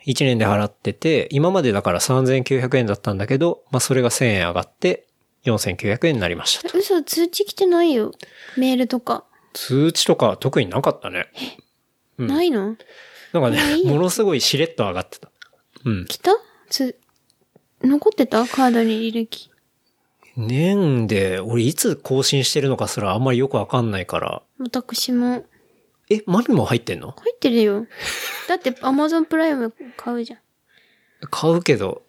[SPEAKER 2] 1年で払ってて、今までだから3900円だったんだけど、まあそれが1000円上がって4900円になりましたと。
[SPEAKER 3] 嘘、通知来てないよ。メールとか。
[SPEAKER 2] 通知とか特になかったね。うん
[SPEAKER 3] ないの
[SPEAKER 2] なんか
[SPEAKER 3] な
[SPEAKER 2] ね
[SPEAKER 3] い、
[SPEAKER 2] ものすごいしれっと上がってた。うん。
[SPEAKER 3] 来たつ、残ってたカードに履歴。
[SPEAKER 2] 年で、俺いつ更新してるのかすらあんまりよくわかんないから。
[SPEAKER 3] 私も。
[SPEAKER 2] え、マミも入ってんの
[SPEAKER 3] 入ってるよ。だって、アマゾンプライム買うじゃん。
[SPEAKER 2] 買うけど、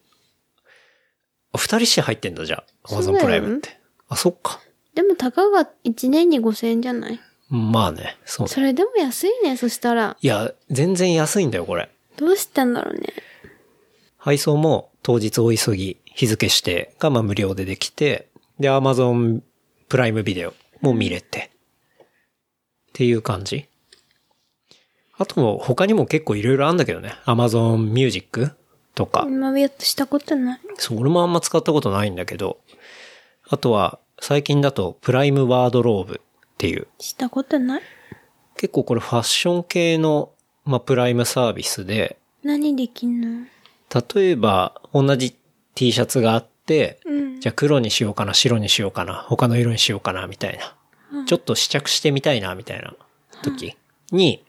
[SPEAKER 2] あ二人して入ってんだじゃあ。アマ
[SPEAKER 3] そ
[SPEAKER 2] ゾ
[SPEAKER 3] う
[SPEAKER 2] ン
[SPEAKER 3] だよ
[SPEAKER 2] プライムって。あ、そっか。
[SPEAKER 3] でも、たかが1年に5000円じゃない
[SPEAKER 2] まあね、そう。
[SPEAKER 3] それでも安いね、そしたら。
[SPEAKER 2] いや、全然安いんだよ、これ。
[SPEAKER 3] どうしたんだろうね。
[SPEAKER 2] 配送も当日お急ぎ、日付してがまあ無料でできて、で、Amazon プライムビデオも見れて。っていう感じ。あとも、他にも結構いろいろあんだけどね。Amazon Music とか。
[SPEAKER 3] 今やっとしたことない。
[SPEAKER 2] そう、俺もあんま使ったことないんだけど。あとは、最近だと、プライムワードローブっていう。
[SPEAKER 3] したことない。
[SPEAKER 2] 結構これファッション系の、まあ、プライムサービスで、
[SPEAKER 3] 何できんの
[SPEAKER 2] 例えば、同じ T シャツがあって、
[SPEAKER 3] うん。
[SPEAKER 2] じゃあ黒にしようかな、白にしようかな、他の色にしようかな、みたいな。ちょっと試着してみたいな、みたいな時に、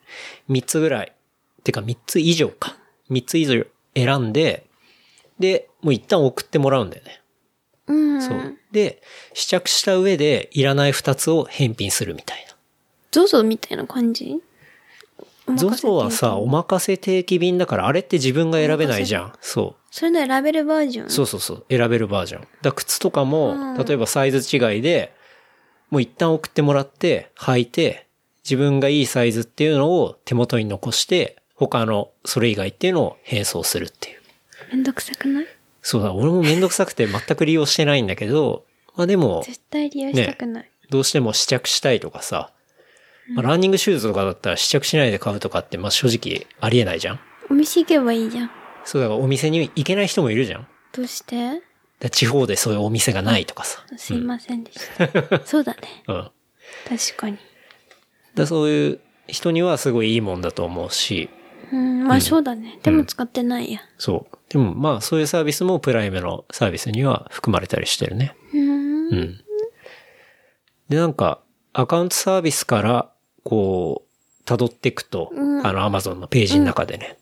[SPEAKER 2] 3つぐらい、てか3つ以上か。3つ以上選んで、で、もう一旦送ってもらうんだよね。
[SPEAKER 3] うん。
[SPEAKER 2] そう。で、試着した上で、いらない2つを返品するみたいな。
[SPEAKER 3] ゾゾみたいな感じ
[SPEAKER 2] ゾゾは、さ、
[SPEAKER 3] お任せってい
[SPEAKER 2] お任せ定
[SPEAKER 3] うか
[SPEAKER 2] 期便だから、あれって自分が選べないじゃん。そう。
[SPEAKER 3] それの選べるバージョン
[SPEAKER 2] そうそうそう。選べるバージョン。だから靴とかも、
[SPEAKER 3] うん
[SPEAKER 2] 例えばサイズ違いで、もう一旦送ってもらって、履いて、自分がいいサイズっていうのを手元に残して、他のそれ以外っていうのを並走するっていう。
[SPEAKER 3] めんどくさくない
[SPEAKER 2] そうだ、俺もめんどくさくて全く利用してないんだけど、まあでも、
[SPEAKER 3] 絶対利用したくない。
[SPEAKER 2] どうしても試着したいとかさ、まあ、ランニングシューズとかだったら試着しないで買うとかって、まあ正直ありえないじゃん。
[SPEAKER 3] お店行けばいいじゃん。
[SPEAKER 2] そうだからお店に行けない人もいるじゃん。だか
[SPEAKER 3] どうして
[SPEAKER 2] ら地方でそういうお店がないとかさ。
[SPEAKER 3] すいませんでした。 [laughs] そうだね。
[SPEAKER 2] うん。
[SPEAKER 3] 確かに。
[SPEAKER 2] だそういう人にはすごいいいもんだと思うし、
[SPEAKER 3] うん、まあそうだね。でも使ってないや。
[SPEAKER 2] そう。でもまあそういうサービスもプライムのサービスには含まれたりしてるね。
[SPEAKER 3] うん。
[SPEAKER 2] うん。で、なんか、アカウントサービスから、こう、辿っていくと、
[SPEAKER 3] うん
[SPEAKER 2] あの、アマゾンのページの中でね、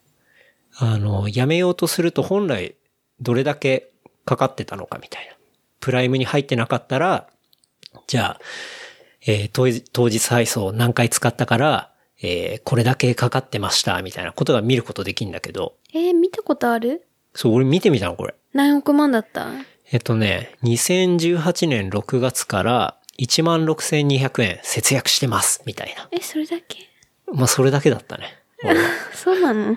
[SPEAKER 2] あの、やめようとすると本来どれだけかかってたのかみたいな。プライムに入ってなかったら、じゃあ、えー当日当日配送何回使ったから、えーこれだけかかってました、みたいなことが見ることできるんだけど、
[SPEAKER 3] えー、見たことある
[SPEAKER 2] そう、俺見てみたの、これ。
[SPEAKER 3] 何億万だった
[SPEAKER 2] えっとね、2018年6月から16,200円節約してます、みたいな。
[SPEAKER 3] え、それだけ [laughs]
[SPEAKER 2] まあ、それだけだったね。
[SPEAKER 3] そうなの
[SPEAKER 2] うん。ま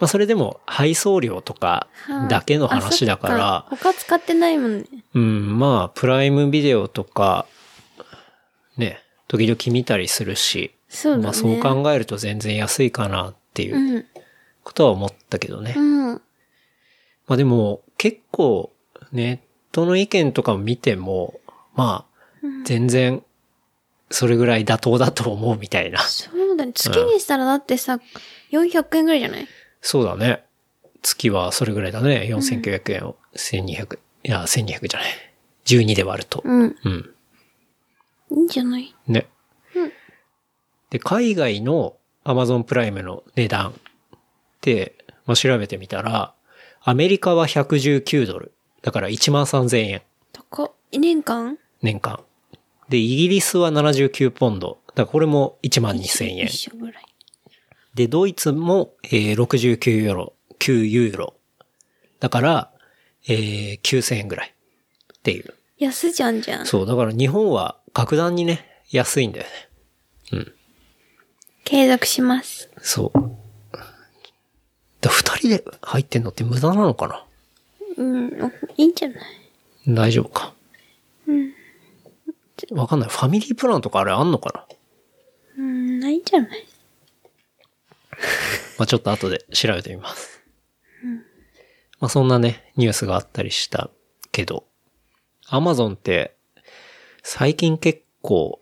[SPEAKER 2] あ、それでも配送料とかだけの話だから、
[SPEAKER 3] あそっか他使ってないもんね。
[SPEAKER 2] うん、まあ、プライムビデオとか、ね、時々見たりするし、
[SPEAKER 3] そうだね。。
[SPEAKER 2] まあ、そう考えると全然安いかなっていううんことは思ったけどね。
[SPEAKER 3] うん。
[SPEAKER 2] まあでも、結構、ネットの意見とかを見ても、まあ、全然、それぐらい妥当だと思うみたい
[SPEAKER 3] [laughs]
[SPEAKER 2] な。
[SPEAKER 3] そうだね。月にしたらだってさ、400円ぐらいじゃない
[SPEAKER 2] そうだね。月はそれぐらいだね。4900円を、1200、いや、1200じゃない。12で割ると。
[SPEAKER 3] うん。
[SPEAKER 2] うん。
[SPEAKER 3] いいんじゃない
[SPEAKER 2] ね。
[SPEAKER 3] うん
[SPEAKER 2] で、海外の Amazon プライムの値段って、まあ、調べてみたら、アメリカは119ドル。だから1万3000円。
[SPEAKER 3] 高っ。2年間
[SPEAKER 2] 年間。で、イギリスは79ポンド。だからこれも1万2000円。
[SPEAKER 3] 一緒ぐらい。
[SPEAKER 2] で、ドイツも、えー69ユーロ、9ユーロ。だから、えー9000円ぐらい。っていう。
[SPEAKER 3] 安じゃんじゃん。
[SPEAKER 2] そう、だから日本は格段にね、安いんだよね。
[SPEAKER 3] 継続します。
[SPEAKER 2] そう。だ2人で入ってんのって無駄なのかな
[SPEAKER 3] うん。おいいんじゃない
[SPEAKER 2] 大丈夫か。うん。わかんない。ファミリープランとかあれあんのかな
[SPEAKER 3] うん、ないんじゃない
[SPEAKER 2] まあちょっと後で調べてみます。まあそんなね、ニュースがあったりしたけど、アマゾンって、最近結構、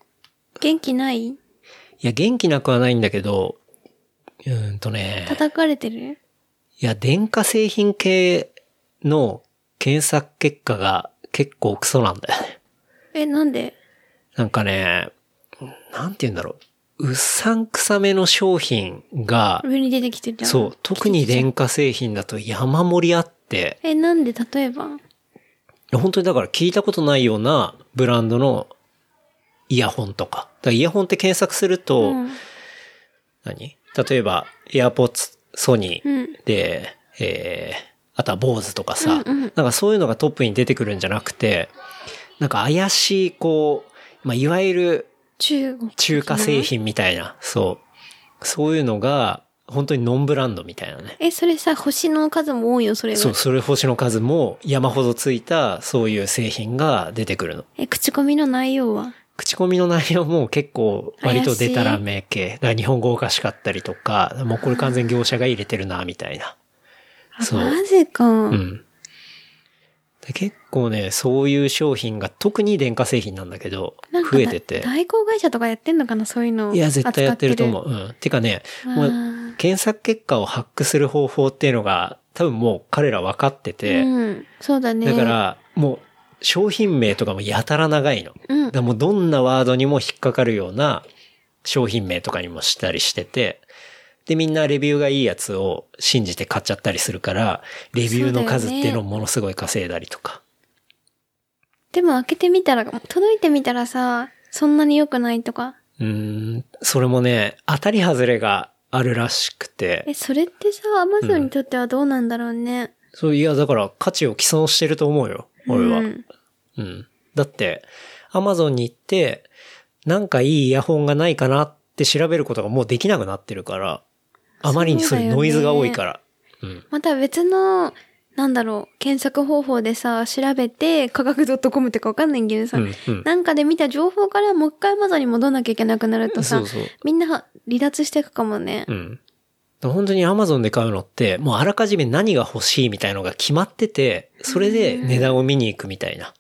[SPEAKER 3] 元気ない
[SPEAKER 2] いや、元気なくはないんだけど、うーんとね、
[SPEAKER 3] 叩かれてる
[SPEAKER 2] いや、電化製品系の検索結果が結構クソなんだよね。
[SPEAKER 3] え、なんで
[SPEAKER 2] なんかね、なんて言うんだろう。うさんくさめの商品が、
[SPEAKER 3] 上に出てきてるじゃん。
[SPEAKER 2] そう、特に電化製品だと山盛りあって、
[SPEAKER 3] え、なんで例えば
[SPEAKER 2] 本当にだから聞いたことないようなブランドのイヤホンとか。だからイヤホンって検索すると、
[SPEAKER 3] うん。
[SPEAKER 2] 何例えば、AirPods、ソニ
[SPEAKER 3] う
[SPEAKER 2] ー
[SPEAKER 3] ん。
[SPEAKER 2] で、えー、あとは BOSE とかさ、
[SPEAKER 3] うんうん
[SPEAKER 2] なんかそういうのがトップに出てくるんじゃなくて、なんか怪しい、こう、まあ、いわゆる
[SPEAKER 3] 中国。
[SPEAKER 2] 中華製。品みたいな、そう。そういうのが、本当にノンブランドみたいなね。
[SPEAKER 3] え、それさ、星の数も多いよ、それが。
[SPEAKER 2] そう、それ星の数も山ほどついた、そういう製品が出てくるの。
[SPEAKER 3] え、口コミの内容は
[SPEAKER 2] 口コミの内容も結構割とデタラメ系。だから日本語おかしかったりとか、もうこれ完全業者が入れてるな、みたいな。
[SPEAKER 3] あ、マジか。
[SPEAKER 2] うん。で結構ね、そういう商品が特に電化製品なんだけど
[SPEAKER 3] なん、か
[SPEAKER 2] 増
[SPEAKER 3] だ
[SPEAKER 2] えてて。
[SPEAKER 3] 代行会社とかやってんのかな、そういうのを。
[SPEAKER 2] いや、絶対やってると思う。うん。てかね、も
[SPEAKER 3] わ
[SPEAKER 2] う
[SPEAKER 3] ー
[SPEAKER 2] 検索結果をハックする方法っていうのが、多分もう彼ら分かってて、
[SPEAKER 3] うん。そうだね。
[SPEAKER 2] だか、ら、もう、商品名とかもやたら長いの。
[SPEAKER 3] うん
[SPEAKER 2] だからもうどんなワードにも引っかかるような商品名とかにもしたりしてて、で、みんなレビューがいいやつを信じて買っちゃったりするから、レビューの数っていうのをものすごい稼いだりとか。
[SPEAKER 3] でも開けてみたら、届いてみたらさ、そんなに良くないとか。
[SPEAKER 2] うーん、それもね、当たり外れがあるらしく
[SPEAKER 3] え、
[SPEAKER 2] て、
[SPEAKER 3] それってさ、アマゾンにとってはどうなんだろうね。
[SPEAKER 2] そういや、だから価値を毀損してると思うよ、俺は。
[SPEAKER 3] うん
[SPEAKER 2] うん。だって、アマゾンに行って、なんかいいイヤホンがないかなって調べることがもうできなくなってるから、あまりにそういうノイズが多いから。うん。
[SPEAKER 3] また別の、なんだろう、検索方法でさ、調べて、科学 .com ってかわかんないけどさ、
[SPEAKER 2] うんうん
[SPEAKER 3] なんかで見た情報からもう一回アマゾンに戻んなきゃいけなくなるとさ、
[SPEAKER 2] そうそう。
[SPEAKER 3] みんな離脱していくかもね。
[SPEAKER 2] うん。本当にアマゾンで買うのって、もうあらかじめ何が欲しいみたいのが決まってて、それで値段を見に行くみたいな。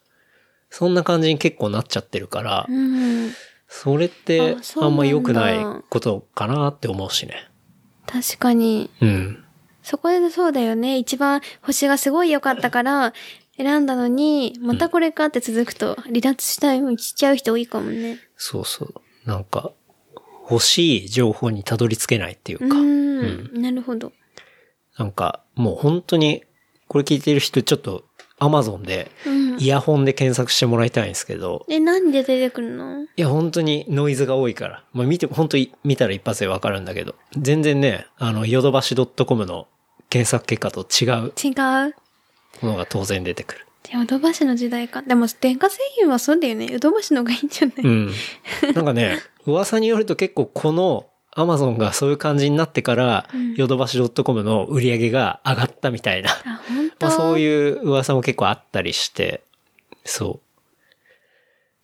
[SPEAKER 2] そんな感じに結構なっちゃってるから
[SPEAKER 3] う、ん。
[SPEAKER 2] それって
[SPEAKER 3] あそう
[SPEAKER 2] あ
[SPEAKER 3] なんだ
[SPEAKER 2] んま良くないことかなって思うしね。
[SPEAKER 3] 確かに。
[SPEAKER 2] うん。
[SPEAKER 3] そこでそうだよね。一番星がすごい良かったから、選んだのに、またこれかって続くと、離脱したい、しちゃう人多いかもね。
[SPEAKER 2] そうそう。なんか、欲しい情報にたどり着けないっていう
[SPEAKER 3] う
[SPEAKER 2] か、
[SPEAKER 3] ん。なるほど。
[SPEAKER 2] なんか、もう本当に、これ聞いてる人、ちょっと、アマゾンで、
[SPEAKER 3] うん。
[SPEAKER 2] イヤホンで検索してもらいたいんですけど、
[SPEAKER 3] え、何で出てくるの
[SPEAKER 2] いや、本当にノイズが多いから、まあ見て、本当に見たら一発でわかるんだけど、全然ね、あの、ヨドバシドットコムの検索結果と違う
[SPEAKER 3] 違う。
[SPEAKER 2] ものが当然出てくる。
[SPEAKER 3] ヨドバシの時代か。でも、電化製品はそうだよね。ヨドバシの方がいいんじゃない、
[SPEAKER 2] うん。なんか
[SPEAKER 3] [laughs]
[SPEAKER 2] ね、噂によると結構このアマゾンがそういう感じになってから、ヨドバシドットコムの売り上げが上がったみたいな、
[SPEAKER 3] あ、本当。
[SPEAKER 2] まあそう
[SPEAKER 3] う。
[SPEAKER 2] いう噂も結構あったりして、そう。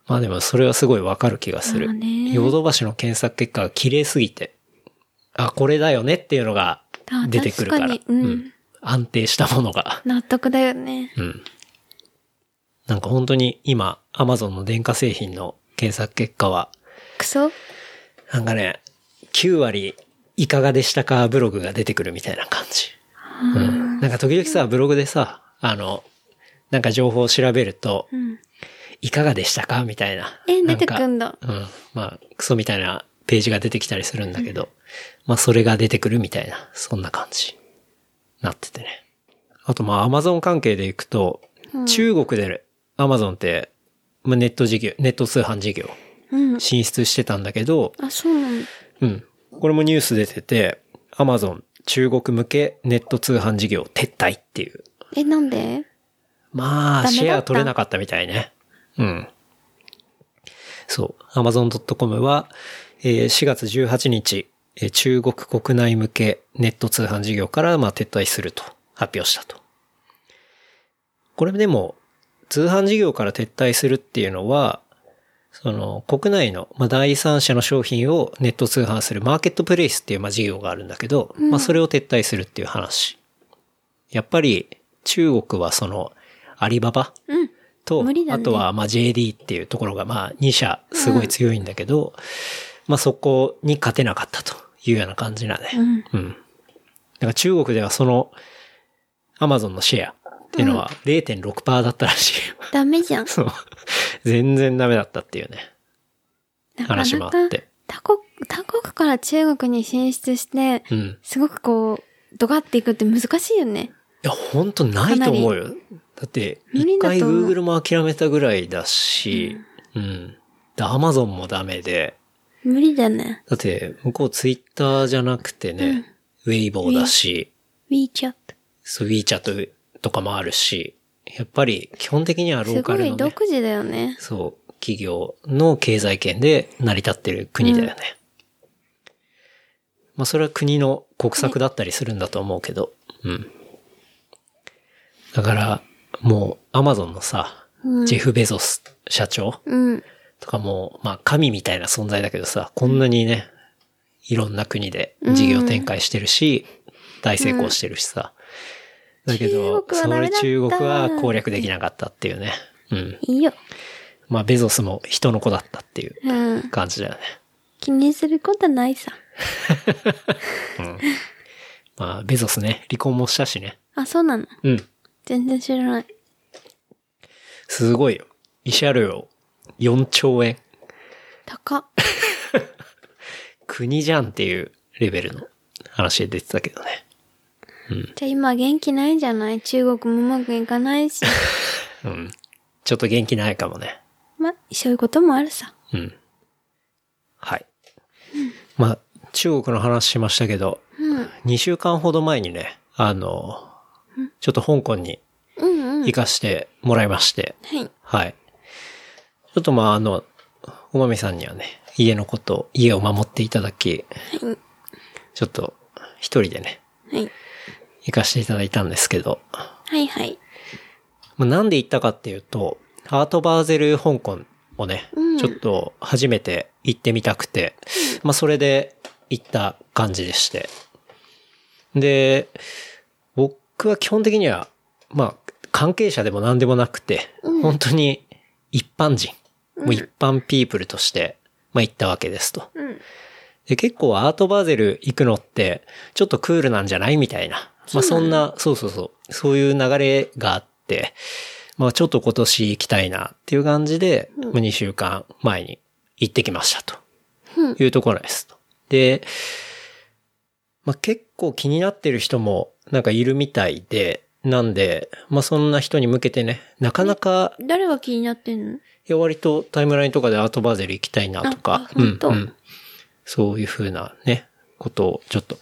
[SPEAKER 2] まあでもそれはすごいわかる気がす
[SPEAKER 3] まあ
[SPEAKER 2] る。
[SPEAKER 3] ね
[SPEAKER 2] ヨドバシの検索結果が綺麗すぎて、あ、これだよねっていうのが
[SPEAKER 3] あ
[SPEAKER 2] 出てくるから。
[SPEAKER 3] 確かにうん
[SPEAKER 2] 安定したものが。
[SPEAKER 3] 納得だよね。
[SPEAKER 2] うん。なんか本当に今、アマゾンの電化製品の検索結果は、
[SPEAKER 3] クソ
[SPEAKER 2] なんかね、9割いかがでしたかブログが出てくるみたいな感じ。うん。なんか時々さ、ブログでさ、あの、なんか情報を調べると、
[SPEAKER 3] うん。
[SPEAKER 2] いかがでしたかみたいな。
[SPEAKER 3] え、
[SPEAKER 2] な
[SPEAKER 3] 出
[SPEAKER 2] ん
[SPEAKER 3] て
[SPEAKER 2] か
[SPEAKER 3] くんだ。
[SPEAKER 2] うん。まあ、クソみたいなページが出てきたりするんだけど、まあ、それが出てくるみたいな、そんな感じ、なっててね。あと、まあ、アマゾン関係でいくと、中国でアマゾンって、まあ、ネット事業、ネット通販事業、
[SPEAKER 3] うん。
[SPEAKER 2] 進出してたんだけど、
[SPEAKER 3] あ、そうなんだ。
[SPEAKER 2] うん。これもニュース出てて、アマゾン中国向けネット通販事業撤退っていう。
[SPEAKER 3] え、なんで
[SPEAKER 2] まあ、
[SPEAKER 3] ダメだった
[SPEAKER 2] シェア取れなかったみたいね。うん。そう。amazon.com は、えー4月18日、えー中国国内向けネット通販事業から、まあ、撤退すると発表したと。これでも、通販事業から撤退するっていうのは、その、国内の、まあ、第三者の商品をネット通販するマーケットプレイスっていう、まあ、事業があるんだけど、まあ、それを撤退するっていう話。やっぱり、中国はその、アリババ
[SPEAKER 3] うん。
[SPEAKER 2] と、
[SPEAKER 3] 無理だ
[SPEAKER 2] あ
[SPEAKER 3] ね
[SPEAKER 2] とはまあ JD っていうところがまあ2社すごい強いんだけど、まあそこに勝てなかったというような感じだ
[SPEAKER 3] う
[SPEAKER 2] ね。
[SPEAKER 3] ん。
[SPEAKER 2] うん。だから中国ではその Amazon のシェアっていうのは0.6%だったらしい。
[SPEAKER 3] ダメじゃ
[SPEAKER 2] [laughs]
[SPEAKER 3] ん。
[SPEAKER 2] そう。全然ダメだったっていうね。
[SPEAKER 3] なかな
[SPEAKER 2] 話も
[SPEAKER 3] か
[SPEAKER 2] あって。
[SPEAKER 3] 他国、他国から中国に進出して、
[SPEAKER 2] うん。
[SPEAKER 3] すごくこう、ドガっていくって難しいよね。
[SPEAKER 2] いや、ほんとないと思うよ。だって、
[SPEAKER 3] 無
[SPEAKER 2] 一
[SPEAKER 3] 理だ
[SPEAKER 2] 回
[SPEAKER 3] と思う
[SPEAKER 2] Google も諦めたぐらいだし、うん。で、Amazon もダメで、
[SPEAKER 3] 無理だね。
[SPEAKER 2] だって、向こうツイッターじゃなくてね、ウェイボーだし、
[SPEAKER 3] WeChat。
[SPEAKER 2] スウィーチャットとかもあるし、やっぱり基本的にはロ
[SPEAKER 3] す
[SPEAKER 2] ーカ
[SPEAKER 3] ご
[SPEAKER 2] ル
[SPEAKER 3] い
[SPEAKER 2] のね
[SPEAKER 3] 独、自だよね。
[SPEAKER 2] そう、企業の経済圏で成り立ってる国だよね。まあそれは国の国策だったりするんだと思うけど、うん。だから、もうアマゾンのさ、ジェフ・ベゾス社長
[SPEAKER 3] うん。
[SPEAKER 2] とかもう、まあ神みたいな存在だけどさ、こんなにね、いろんな国で事業展開してるし、大成功してるしさ。だけど、
[SPEAKER 3] 中国はダメだった
[SPEAKER 2] それ中国は攻略できなかったっていうね。うん。
[SPEAKER 3] いいよ。
[SPEAKER 2] まあベゾスも人の子だったっていう
[SPEAKER 3] うん。
[SPEAKER 2] 感じだよね。
[SPEAKER 3] 気にすることないさ。
[SPEAKER 2] まあベゾスね、離婚もしたしね。
[SPEAKER 3] あ、そうなの
[SPEAKER 2] うん。
[SPEAKER 3] 全然知らない。
[SPEAKER 2] すごいよ。慰謝料4兆円。
[SPEAKER 3] 高っ。
[SPEAKER 2] 国じゃんっていうレベルの話で出てたけどね。
[SPEAKER 3] じゃあ今元気ないんじゃない中国もうまくいかないし。
[SPEAKER 2] うん。ちょっと元気ないかもね。
[SPEAKER 3] まあ、そういうこともあるさ。
[SPEAKER 2] うん。はい。まあ、中国の話しましたけど、2週間ほど前にね、あの、ちょっと香港に
[SPEAKER 3] うんうん。
[SPEAKER 2] 行かしてもらいまして、
[SPEAKER 3] はい。
[SPEAKER 2] はい。ちょっとまあ、あの、おまみさんにはね、家のこと、家を守っていただき、ちょっと一人でね、
[SPEAKER 3] はい。
[SPEAKER 2] 行かしていただいたんですけど、
[SPEAKER 3] はいはい。
[SPEAKER 2] まあなんで行ったかっていうと、ハートバーゼル香港をね、
[SPEAKER 3] うん
[SPEAKER 2] ちょっと初めて行ってみたくて、まあそれで行った感じでして。で、僕は基本的には、まあ関係者でも何でもなくて、本当に一般人、もう一般ピープルとして、まあ行ったわけですと。
[SPEAKER 3] うん。
[SPEAKER 2] で、結構アートバーゼル行くのって、ちょっとクールなんじゃないみたいな。まあそんな、そうそうそう。そういう流れがあって、まあちょっと今年行きたいなっていう感じで、まあ2週間前に行ってきましたと。いうところですと。で、まあ結構気になってる人もなんかいるみたいで、なんで、まあそんな人に向けてね、なかなか
[SPEAKER 3] 誰が気になってんの
[SPEAKER 2] いや、割とタイムラインとかでアートバーゼル行きたいなとか
[SPEAKER 3] あ、本当
[SPEAKER 2] うんうん、そういうふうなね、ことをちょっと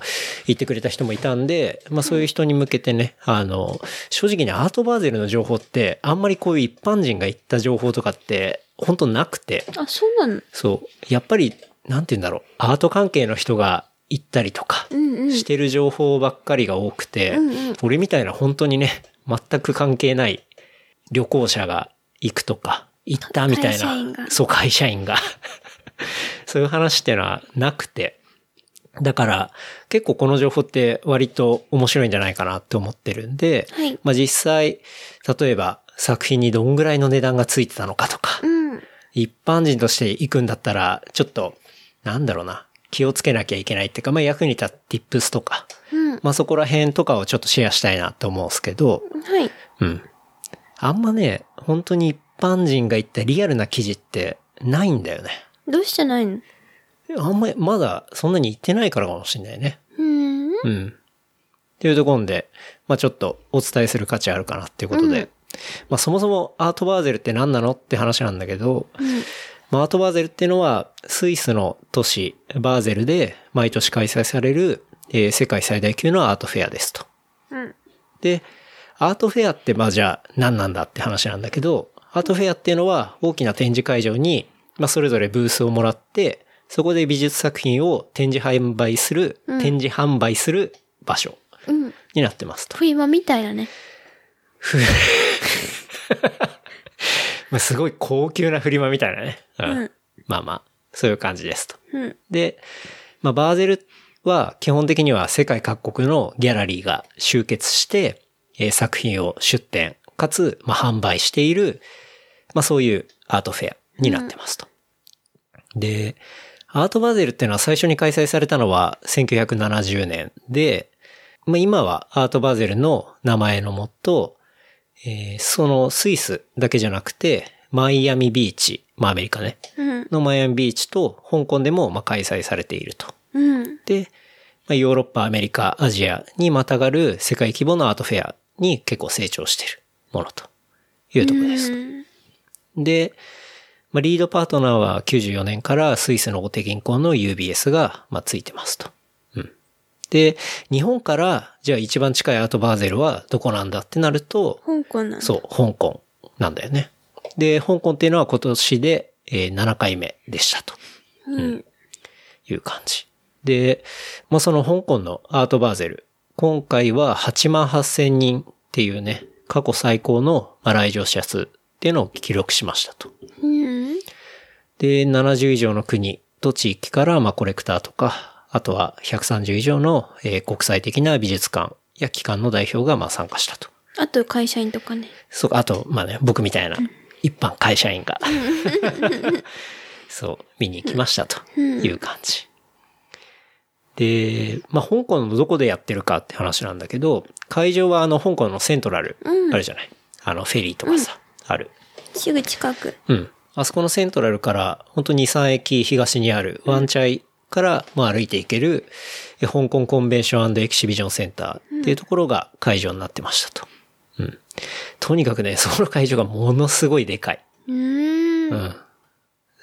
[SPEAKER 2] 言ってくれた人もいたんで、まあそういう人に向けてね、あの、正直ね、アートバーゼルの情報って、あんまりこういう一般人が言った情報とかって、本当なくて、
[SPEAKER 3] あ、そうなの
[SPEAKER 2] そう、やっぱり、なんて言うんだろう、アート関係の人が行ったりとか、
[SPEAKER 3] うんうん。
[SPEAKER 2] してる情報ばっかりが多くて、
[SPEAKER 3] うんうん
[SPEAKER 2] 俺みたいな本当にね、全く関係ない旅行者が行くとか、行ったみたい
[SPEAKER 3] 会社員
[SPEAKER 2] な、
[SPEAKER 3] が
[SPEAKER 2] そう、会社員が。 [laughs] そういう話ってのはなくて。だから、結構この情報って割と面白いんじゃないかなって思ってるんで、
[SPEAKER 3] はい
[SPEAKER 2] まあ実際、例えば作品にどんぐらいの値段がついてたのかとか、
[SPEAKER 3] うん。
[SPEAKER 2] 一般人として行くんだったら、ちょっと、なんだろうな、気をつけなきゃいけないっていうか、まあ役に立った tips とか、
[SPEAKER 3] うん。
[SPEAKER 2] まあそこら辺とかをちょっとシェアしたいなと思うんですけど、
[SPEAKER 3] はい。
[SPEAKER 2] うん。あんまね、本当に一般人が言ったリアルな記事ってないんだよね。
[SPEAKER 3] どうしてないの
[SPEAKER 2] あんまりまだそんなに言ってないからかもしれないね。
[SPEAKER 3] うーん。
[SPEAKER 2] うん。っていうところで、まあちょっとお伝えする価値あるかなっていうことで、
[SPEAKER 3] うん
[SPEAKER 2] まあそもそもアートバーゼルって何なのって話なんだけど、まあアートバーゼルっていうのはスイスの都市バーゼルで毎年開催される、えー世界最大級のアートフェアですと。
[SPEAKER 3] うん。
[SPEAKER 2] で、アートフェアってまあじゃあ何なんだって話なんだけど、アートフェアっていうのは大きな展示会場に、まあそれぞれブースをもらって、そこで美術作品を展示販売する、
[SPEAKER 3] うん
[SPEAKER 2] 展示販売する場所
[SPEAKER 3] うん。
[SPEAKER 2] になってますと。
[SPEAKER 3] 冬場みたいだね。
[SPEAKER 2] まあすごい高級なフリマみたいなね。うん
[SPEAKER 3] うん
[SPEAKER 2] まあまあ、そういう感じですと。
[SPEAKER 3] うん。
[SPEAKER 2] で、まあ、バーゼルは基本的には世界各国のギャラリーが集結して、えー作品を出展、かつ、まあ、販売している、まあ、そういうアートフェアになってますと。で、アートバーゼルっていうのは最初に開催されたのは1970年で、まあ、今はアートバーゼルの名前のもと、えーそのスイスだけじゃなくて、マイアミビーチ、まあアメリカね、
[SPEAKER 3] うん。
[SPEAKER 2] のマイアミビーチと香港でもまあ開催されていると。
[SPEAKER 3] うん。
[SPEAKER 2] で、まあ、ヨーロッパ、アメリカ、アジアにまたがる世界規模のアートフェアに結構成長しているものというところです。
[SPEAKER 3] うん
[SPEAKER 2] で、まあ、リードパートナーは94年からスイスの大手銀行の UBS が、まあ、ついてますと。うん。で、日本から、じゃあ一番近いアートバーゼルはどこなんだってなると、
[SPEAKER 3] 香港なの。
[SPEAKER 2] そう、香港なんだよね。で、香港っていうのは今年でえー7回目でしたと
[SPEAKER 3] うん。
[SPEAKER 2] いう感じ。で、まあ、その香港のアートバーゼル、今回は8万8000人っていうね、過去最高のまあ来場者数っていうのを記録しましたと。
[SPEAKER 3] うん。
[SPEAKER 2] で、70以上の国と地域から、まあ、コレクターとか、あとは130以上の、えー国際的な美術館や機関の代表が、まあ、参加したと。
[SPEAKER 3] あと会社員とかね。
[SPEAKER 2] そう、あと、まあね、僕みたいな一般会社員が、 [laughs] そう、見に行きましたという感じ。で、まあ、香港のどこでやってるかって話なんだけど、会場はあの、香港のセントラル、あるじゃないあの、フェリーとかさ、ある。
[SPEAKER 3] すぐ近く。
[SPEAKER 2] うん。あそこのセントラルから、本当に2、3駅東にあるワンチャイから、まあ歩いていける、え香港コンベンションエキシビジョンセンターっていうところが会場になってましたと。うん。とにかくね、そこの会場がものすごいでかい。
[SPEAKER 3] うー。
[SPEAKER 2] うんん。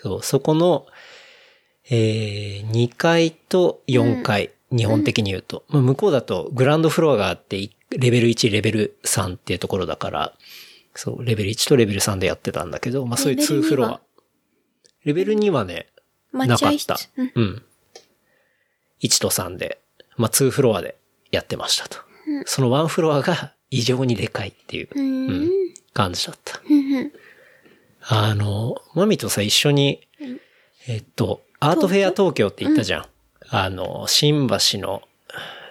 [SPEAKER 2] そう、そこの、えー、2階と4階、日本的に言うと。まあ向こうだとグランドフロアがあって、いレベル1、レベル3っていうところだから、そう、レベル1とレベル3でやってたんだけど、まあそういう
[SPEAKER 3] レベル
[SPEAKER 2] 2
[SPEAKER 3] 2
[SPEAKER 2] フロ
[SPEAKER 3] は
[SPEAKER 2] ア。レベル2はね、な
[SPEAKER 3] 待
[SPEAKER 2] かっ
[SPEAKER 3] 合室
[SPEAKER 2] た。。
[SPEAKER 3] うん。
[SPEAKER 2] うん。1と3で、まあ2フロアでやってましたと。その1フロアが異常にでかいっていう
[SPEAKER 3] うーん。
[SPEAKER 2] 感じだった。
[SPEAKER 3] うんうん
[SPEAKER 2] あの、マミとさ、一緒に、えっと、アートフェア東京って言ったじゃん。あの、新橋の、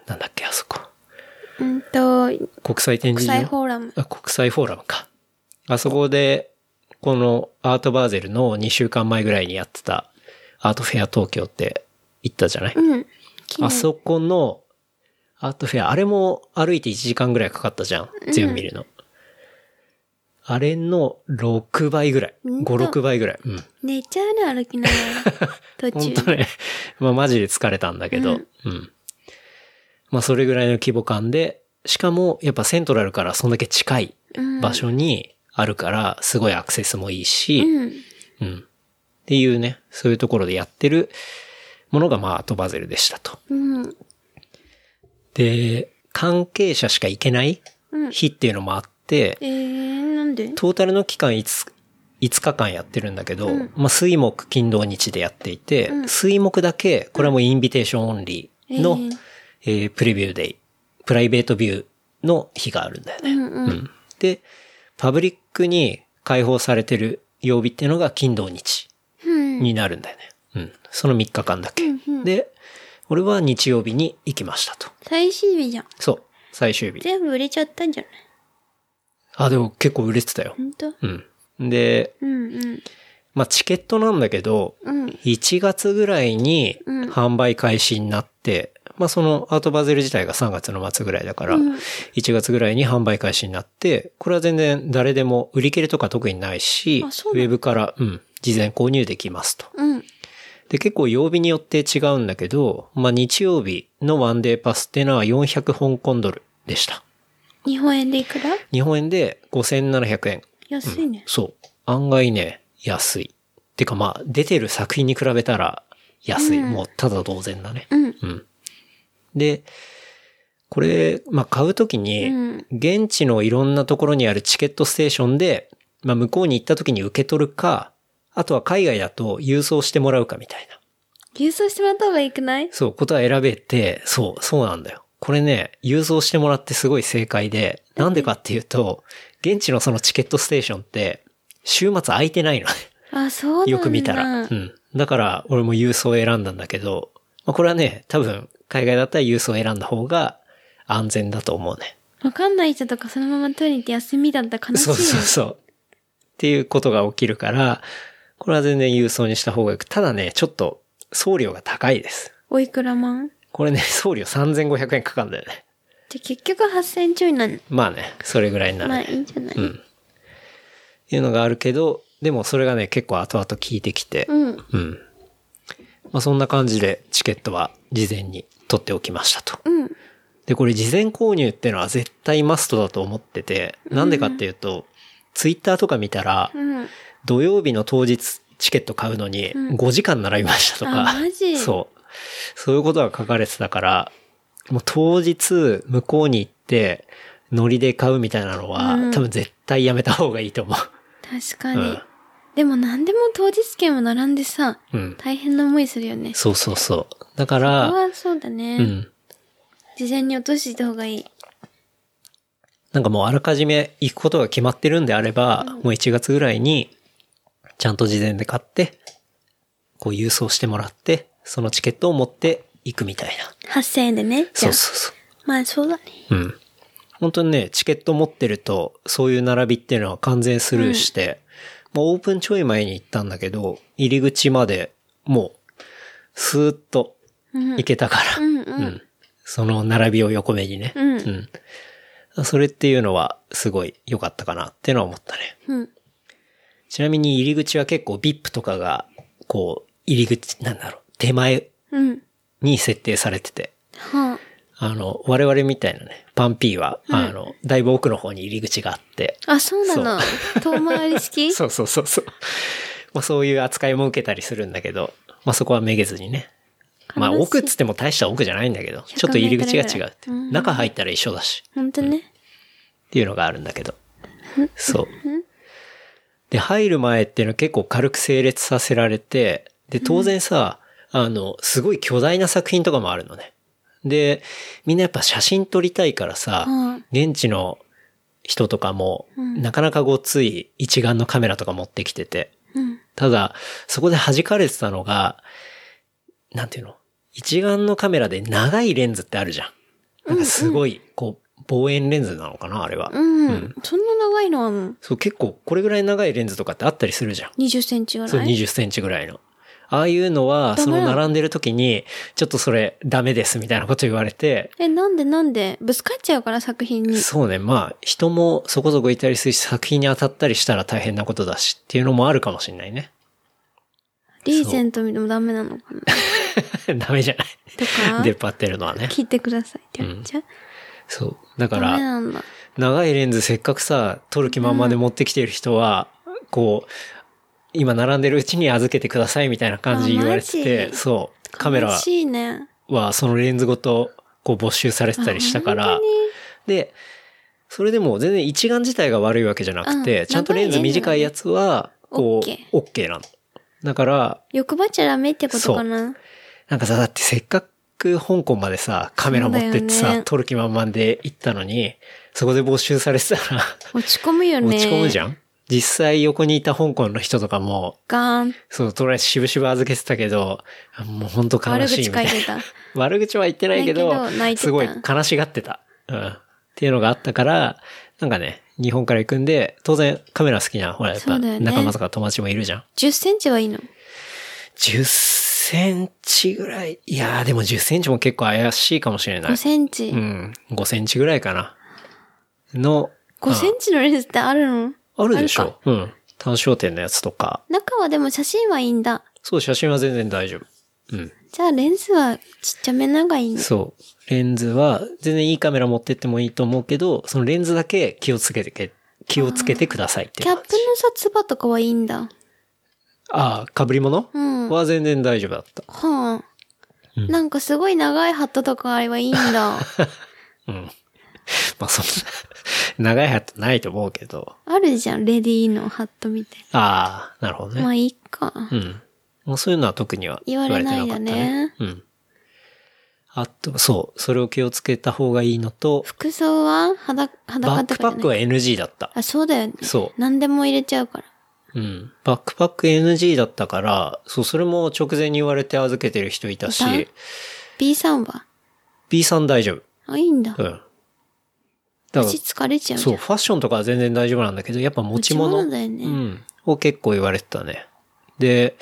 [SPEAKER 2] なんだっけ、あそこ。
[SPEAKER 3] うんと、
[SPEAKER 2] 国際展
[SPEAKER 3] 国
[SPEAKER 2] 示
[SPEAKER 3] 際
[SPEAKER 2] 場
[SPEAKER 3] フォーラム。
[SPEAKER 2] あ国際フォーラムか。あそこで、このアートバーゼルの2週間前ぐらいにやってた、アートフェア東京って行ったじゃない、
[SPEAKER 3] うん。昨日
[SPEAKER 2] あそこの、アートフェア、あれも歩いて1時間ぐらいかかったじゃん。全部見るの。あれの6倍ぐらい。
[SPEAKER 3] う
[SPEAKER 2] 5、
[SPEAKER 3] んと
[SPEAKER 2] 6倍ぐらい。うん。
[SPEAKER 3] 寝ちゃうね、歩きなが [laughs] ら。途
[SPEAKER 2] 本
[SPEAKER 3] 中。
[SPEAKER 2] 当ね、 [laughs] まあマジで疲れたんだけど、
[SPEAKER 3] う
[SPEAKER 2] うんん。まあそれぐらいの規模感で、しかもやっぱセントラルからそんだけ近い
[SPEAKER 3] うん
[SPEAKER 2] 場所にあるから、すごいアクセスもいいし、
[SPEAKER 3] うん。
[SPEAKER 2] うん、っていうね、そういうところでやってるものがまあアートバゼルでしたと。
[SPEAKER 3] うん。
[SPEAKER 2] で、関係者しか行けない
[SPEAKER 3] うん
[SPEAKER 2] 日っていうのもあって、
[SPEAKER 3] えー、なんで
[SPEAKER 2] トータルの期間 5, 5日間やってるんだけど、まあ、水木金土日でやっていて、水木だけ、これはもうインビテーションオンリーの、
[SPEAKER 3] え
[SPEAKER 2] えープレビューデイ、プライベートビューの日があるんだよね。
[SPEAKER 3] うんうん。
[SPEAKER 2] うんで、パブリックに開放されてる曜日っていうのが金土日
[SPEAKER 3] うん。
[SPEAKER 2] になるんだよね。うん。その3日間だけ。で、俺は日曜日に行きましたと。
[SPEAKER 3] 最終日じゃん。
[SPEAKER 2] そう。最終日。
[SPEAKER 3] 全部売れちゃったんじゃない
[SPEAKER 2] あ、でも結構売れてたよ
[SPEAKER 3] ほ。んと
[SPEAKER 2] うん。で、
[SPEAKER 3] うんうん。
[SPEAKER 2] まあ、チケットなんだけど、
[SPEAKER 3] うん。
[SPEAKER 2] 1月ぐらいに販売開始になって、まあそのアートバゼル自体が3月の末ぐらいだから、1月ぐらいに販売開始になって、これは全然誰でも売り切れとか特にないし、ウ
[SPEAKER 3] あそうなんだ
[SPEAKER 2] ェブから、うん、事前購入できますと。
[SPEAKER 3] うん。
[SPEAKER 2] で、結構曜日によって違うんだけど、まあ日曜日のワンデーパスっていうのは400香港ドルでした。
[SPEAKER 3] 日本円でいくら
[SPEAKER 2] 日本円で5700円。
[SPEAKER 3] 安いね。
[SPEAKER 2] そう。案外ね、安い。てかまあ、出てる作品に比べたら安い。もう、ただ同然だね。
[SPEAKER 3] うん。
[SPEAKER 2] うん。で、これ、まあ買うときに
[SPEAKER 3] ん、
[SPEAKER 2] 現地のいろんなところにあるチケットステーションで、まあ向こうに行ったときに受け取るか、あとは海外だと郵送してもらうかみたいな。
[SPEAKER 3] 郵送してもらった方がいいくない
[SPEAKER 2] そう、ことは選べて、そう、そうなんだよ。これね、郵送してもらってすごい正解で、なんでかっていうと、現地のそのチケットステーションって、週末空いてないのね。
[SPEAKER 3] あ、そうなんだ。
[SPEAKER 2] よく見たら。
[SPEAKER 3] う。
[SPEAKER 2] うんん。だから、俺も郵送を選んだんだけど、まあ、これはね、多分、海外だったら郵送を選んだ方が安全だと思うね。
[SPEAKER 3] わかんない人とかそのまま取りに行って休みだったら悲しい
[SPEAKER 2] そう
[SPEAKER 3] よね。
[SPEAKER 2] そうそう。っていうことが起きるから、これは全然郵送にした方がよく。ただね、ちょっと送料が高いです。
[SPEAKER 3] おいくらまん
[SPEAKER 2] これね、送料3500円かかるんだよね。
[SPEAKER 3] じゃ、結局8000円ちょいなの。
[SPEAKER 2] まあね、それぐらいになる、
[SPEAKER 3] まあ、
[SPEAKER 2] ね。
[SPEAKER 3] いいんじゃない
[SPEAKER 2] うん。っていうのがあるけど、でもそれがね、結構後々効いてきて、
[SPEAKER 3] うん。
[SPEAKER 2] うん。まあそんな感じでチケットは事前に取っておきましたと。
[SPEAKER 3] うん。
[SPEAKER 2] で、これ事前購入ってのは絶対マストだと思ってて、なんでかっていうと、ツイッターとか見たら、
[SPEAKER 3] うん。
[SPEAKER 2] 土曜日の当日チケット買うのに5時間並びましたとか、
[SPEAKER 3] あマ
[SPEAKER 2] [laughs]
[SPEAKER 3] ジ
[SPEAKER 2] そう。そういうことが書かれてたから、もう当日向こうに行って、ノリで買うみたいなのは、
[SPEAKER 3] うん
[SPEAKER 2] 多分絶対やめた方がいいと思う。
[SPEAKER 3] 確か
[SPEAKER 2] う
[SPEAKER 3] に。
[SPEAKER 2] ん
[SPEAKER 3] でも何でも当日券を並んでさ、
[SPEAKER 2] うん。
[SPEAKER 3] 大変な思いするよね。
[SPEAKER 2] そうそうそう。だか
[SPEAKER 3] ここ
[SPEAKER 2] ら、
[SPEAKER 3] はそうだね、
[SPEAKER 2] うん。
[SPEAKER 3] 事前に落としていた方がいい。
[SPEAKER 2] なんかもうあらかじめ行くことが決まってるんであれば、もう1月ぐらいに、ちゃんと事前で買って、こう郵送してもらって、そのチケットを持って行くみたいな。
[SPEAKER 3] 8000円でね。じ
[SPEAKER 2] そ
[SPEAKER 3] ゃ
[SPEAKER 2] う
[SPEAKER 3] あ
[SPEAKER 2] そうそう。
[SPEAKER 3] まあそうだね。
[SPEAKER 2] うん。本当にね、チケット持ってると、そういう並びっていうのは完全スルーして、もうオープンちょい前に行ったんだけど、入り口までもう、スーッと
[SPEAKER 3] うん。
[SPEAKER 2] 行けたから、
[SPEAKER 3] うん
[SPEAKER 2] う
[SPEAKER 3] うん
[SPEAKER 2] ん。その並びを横目にね。
[SPEAKER 3] うん
[SPEAKER 2] うん。それっていうのは、すごい良かったかなってのは思ったね。
[SPEAKER 3] うん。
[SPEAKER 2] ちなみに入り口は結構 VIP とかが、こう、入り口、なんだろう、手前
[SPEAKER 3] うん。
[SPEAKER 2] に設定されてて、
[SPEAKER 3] はあ。
[SPEAKER 2] あの、我々みたいなね、パンピーは、あの、だいぶ奥の方に入り口があって、
[SPEAKER 3] あ、そうなの。遠回り式
[SPEAKER 2] [laughs] そうそうそうそう。まあそういう扱いも受けたりするんだけど、まあそこはめげずにね。まあ
[SPEAKER 3] 悲しい
[SPEAKER 2] 奥っつっても大した奥じゃないんだけど、ちょっと入り口が違うって。中入ったら一緒だし。
[SPEAKER 3] ほんとね。
[SPEAKER 2] っていうのがあるんだけど。そう。で、入る前っていうのは結構軽く整列させられて、で、当然さ、あの、すごい巨大な作品とかもあるのね。で、みんなやっぱ写真撮りたいからさ、
[SPEAKER 3] うん
[SPEAKER 2] 現地の人とかも、
[SPEAKER 3] うん
[SPEAKER 2] なかなかごっつい一眼のカメラとか持ってきてて、
[SPEAKER 3] うん。
[SPEAKER 2] ただ、そこで弾かれてたのが、なんていうの一眼のカメラで長いレンズってあるじゃん。なんかすごい、こう、望遠レンズなのかなあれは。
[SPEAKER 3] うん。
[SPEAKER 2] うん
[SPEAKER 3] そんな長いのあんの
[SPEAKER 2] そう、結構これぐらい長いレンズとかってあったりするじゃん。
[SPEAKER 3] ?20 センチぐらい
[SPEAKER 2] そう、20センチぐらいの。ああいうのは、
[SPEAKER 3] ダ
[SPEAKER 2] そ
[SPEAKER 3] メな
[SPEAKER 2] の
[SPEAKER 3] の
[SPEAKER 2] 並んでる時に、ちょっとそれダメですみたいなこと言われて、
[SPEAKER 3] え、なんでなんでぶつかっちゃうから作品に。
[SPEAKER 2] そうね、まあ、人もそこそこいたりするし、作品に当たったりしたら大変なことだしっていうのもあるかもしれないね。 [laughs]
[SPEAKER 3] リーゼントでもダメなのかな
[SPEAKER 2] ダメじゃ
[SPEAKER 3] と
[SPEAKER 2] な
[SPEAKER 3] か
[SPEAKER 2] い。、出っ張ってるのはね。
[SPEAKER 3] 聞いてくださいって言われちゃう。
[SPEAKER 2] そう。だか
[SPEAKER 3] ダメ
[SPEAKER 2] ら、
[SPEAKER 3] なんだ。
[SPEAKER 2] 長いレンズせっかくさ、撮る気満々で持ってきてる人は、こう、今並んでるうちに預けてくださいみたいな感じ言われて
[SPEAKER 3] あマ
[SPEAKER 2] て、
[SPEAKER 3] ジ
[SPEAKER 2] そう。カメ
[SPEAKER 3] 悲
[SPEAKER 2] ラ
[SPEAKER 3] しいね。
[SPEAKER 2] はそのレンズごと、こう没収されてたりしたから、で、それでも全然一眼自体が悪いわけじゃなくて、
[SPEAKER 3] うん
[SPEAKER 2] ちゃんとレンズ短いやつは、こう、
[SPEAKER 3] 長いレンズはね
[SPEAKER 2] OK なの。だから、
[SPEAKER 3] 欲張っちゃダメってことかな。
[SPEAKER 2] なんかさ、だってせっかく香港までさ、カメラ持ってって
[SPEAKER 3] そうだよ
[SPEAKER 2] さ、
[SPEAKER 3] ね
[SPEAKER 2] 撮る気満々で行ったのに、そこで没収されてたら、
[SPEAKER 3] 落ち込むよね。
[SPEAKER 2] 落ち込むじ
[SPEAKER 3] ん。
[SPEAKER 2] ゃん実際横にいた香港の人とかも、
[SPEAKER 3] ガーン。
[SPEAKER 2] そう、とりあえず渋々預けてたけど、もう本当悲
[SPEAKER 3] 悪
[SPEAKER 2] しい
[SPEAKER 3] 口
[SPEAKER 2] み
[SPEAKER 3] 書
[SPEAKER 2] た
[SPEAKER 3] い
[SPEAKER 2] いな。
[SPEAKER 3] てた。
[SPEAKER 2] 悪口は言ってないけど
[SPEAKER 3] だけど泣いて、た
[SPEAKER 2] すごい悲しがってた。うん。っていうのがあったから、なんかね、日本から行くんで、当然カメラ好きな、ほらやっ
[SPEAKER 3] そ
[SPEAKER 2] ぱ
[SPEAKER 3] うだよね
[SPEAKER 2] 仲間とか友達もいるじゃん。
[SPEAKER 3] 10センチはいいの。
[SPEAKER 2] 10センチぐらい。いやーでも10センチも結構怪しいかもしれない
[SPEAKER 3] 5。センチ。
[SPEAKER 2] うん。5センチぐらいかな。の、
[SPEAKER 3] 5センチのレンズってあるの
[SPEAKER 2] あるでし
[SPEAKER 3] ある
[SPEAKER 2] ょ。うん。単焦点のやつとか。
[SPEAKER 3] 中はでも写真はいいんだ。
[SPEAKER 2] そう、写真は全然大丈夫。うん。
[SPEAKER 3] じゃあレンズはちっちゃめのがいいの。
[SPEAKER 2] そう。レンズは、全然いいカメラ持ってってもいいと思うけど、そのレンズだけ気をつけてけ、気をつけてくださいってい
[SPEAKER 3] キ
[SPEAKER 2] う
[SPEAKER 3] ャッ
[SPEAKER 2] 感
[SPEAKER 3] プ
[SPEAKER 2] じ。
[SPEAKER 3] のさ、つばとかはいいんだ。
[SPEAKER 2] ああ、被り物、
[SPEAKER 3] うん。は
[SPEAKER 2] は全然大丈夫だった。
[SPEAKER 3] あ。
[SPEAKER 2] うん
[SPEAKER 3] なんかすごい長いハットとかあればいいん
[SPEAKER 2] [laughs]
[SPEAKER 3] だ。
[SPEAKER 2] うん。まあ、そんな、 [laughs] 長いハットないと思うけど。
[SPEAKER 3] あるじゃん、レディーのハットみたい
[SPEAKER 2] ああ、なるほど
[SPEAKER 3] な。
[SPEAKER 2] ね。
[SPEAKER 3] まあいいか。
[SPEAKER 2] うん。もうそういうのは特には
[SPEAKER 3] 言われない
[SPEAKER 2] 言わ
[SPEAKER 3] よね
[SPEAKER 2] れてなかったうん。あと、そう。それを気をつけた方がいいのと、
[SPEAKER 3] 服装は裸、
[SPEAKER 2] バ
[SPEAKER 3] 裸
[SPEAKER 2] ッ
[SPEAKER 3] と
[SPEAKER 2] クパ
[SPEAKER 3] かじゃ
[SPEAKER 2] ッ
[SPEAKER 3] ない
[SPEAKER 2] クは NG だった。
[SPEAKER 3] あ、そうだよね。
[SPEAKER 2] そ
[SPEAKER 3] 何でも入れちゃうから。
[SPEAKER 2] う。うん。バックパック NG だったから、そう、それも直前に言われて預けてる人いたし、
[SPEAKER 3] い B さんは
[SPEAKER 2] B さん大丈
[SPEAKER 3] あ、いいんだ
[SPEAKER 2] 夫。。うん。だか
[SPEAKER 3] 足疲れちゃ
[SPEAKER 2] ら、
[SPEAKER 3] う
[SPEAKER 2] そ
[SPEAKER 3] じゃん
[SPEAKER 2] う、。ファッションとかは全然大丈夫なんだけど、やっぱ持ち物
[SPEAKER 3] 持ち物だよね
[SPEAKER 2] うん。を結構言われてたね。で、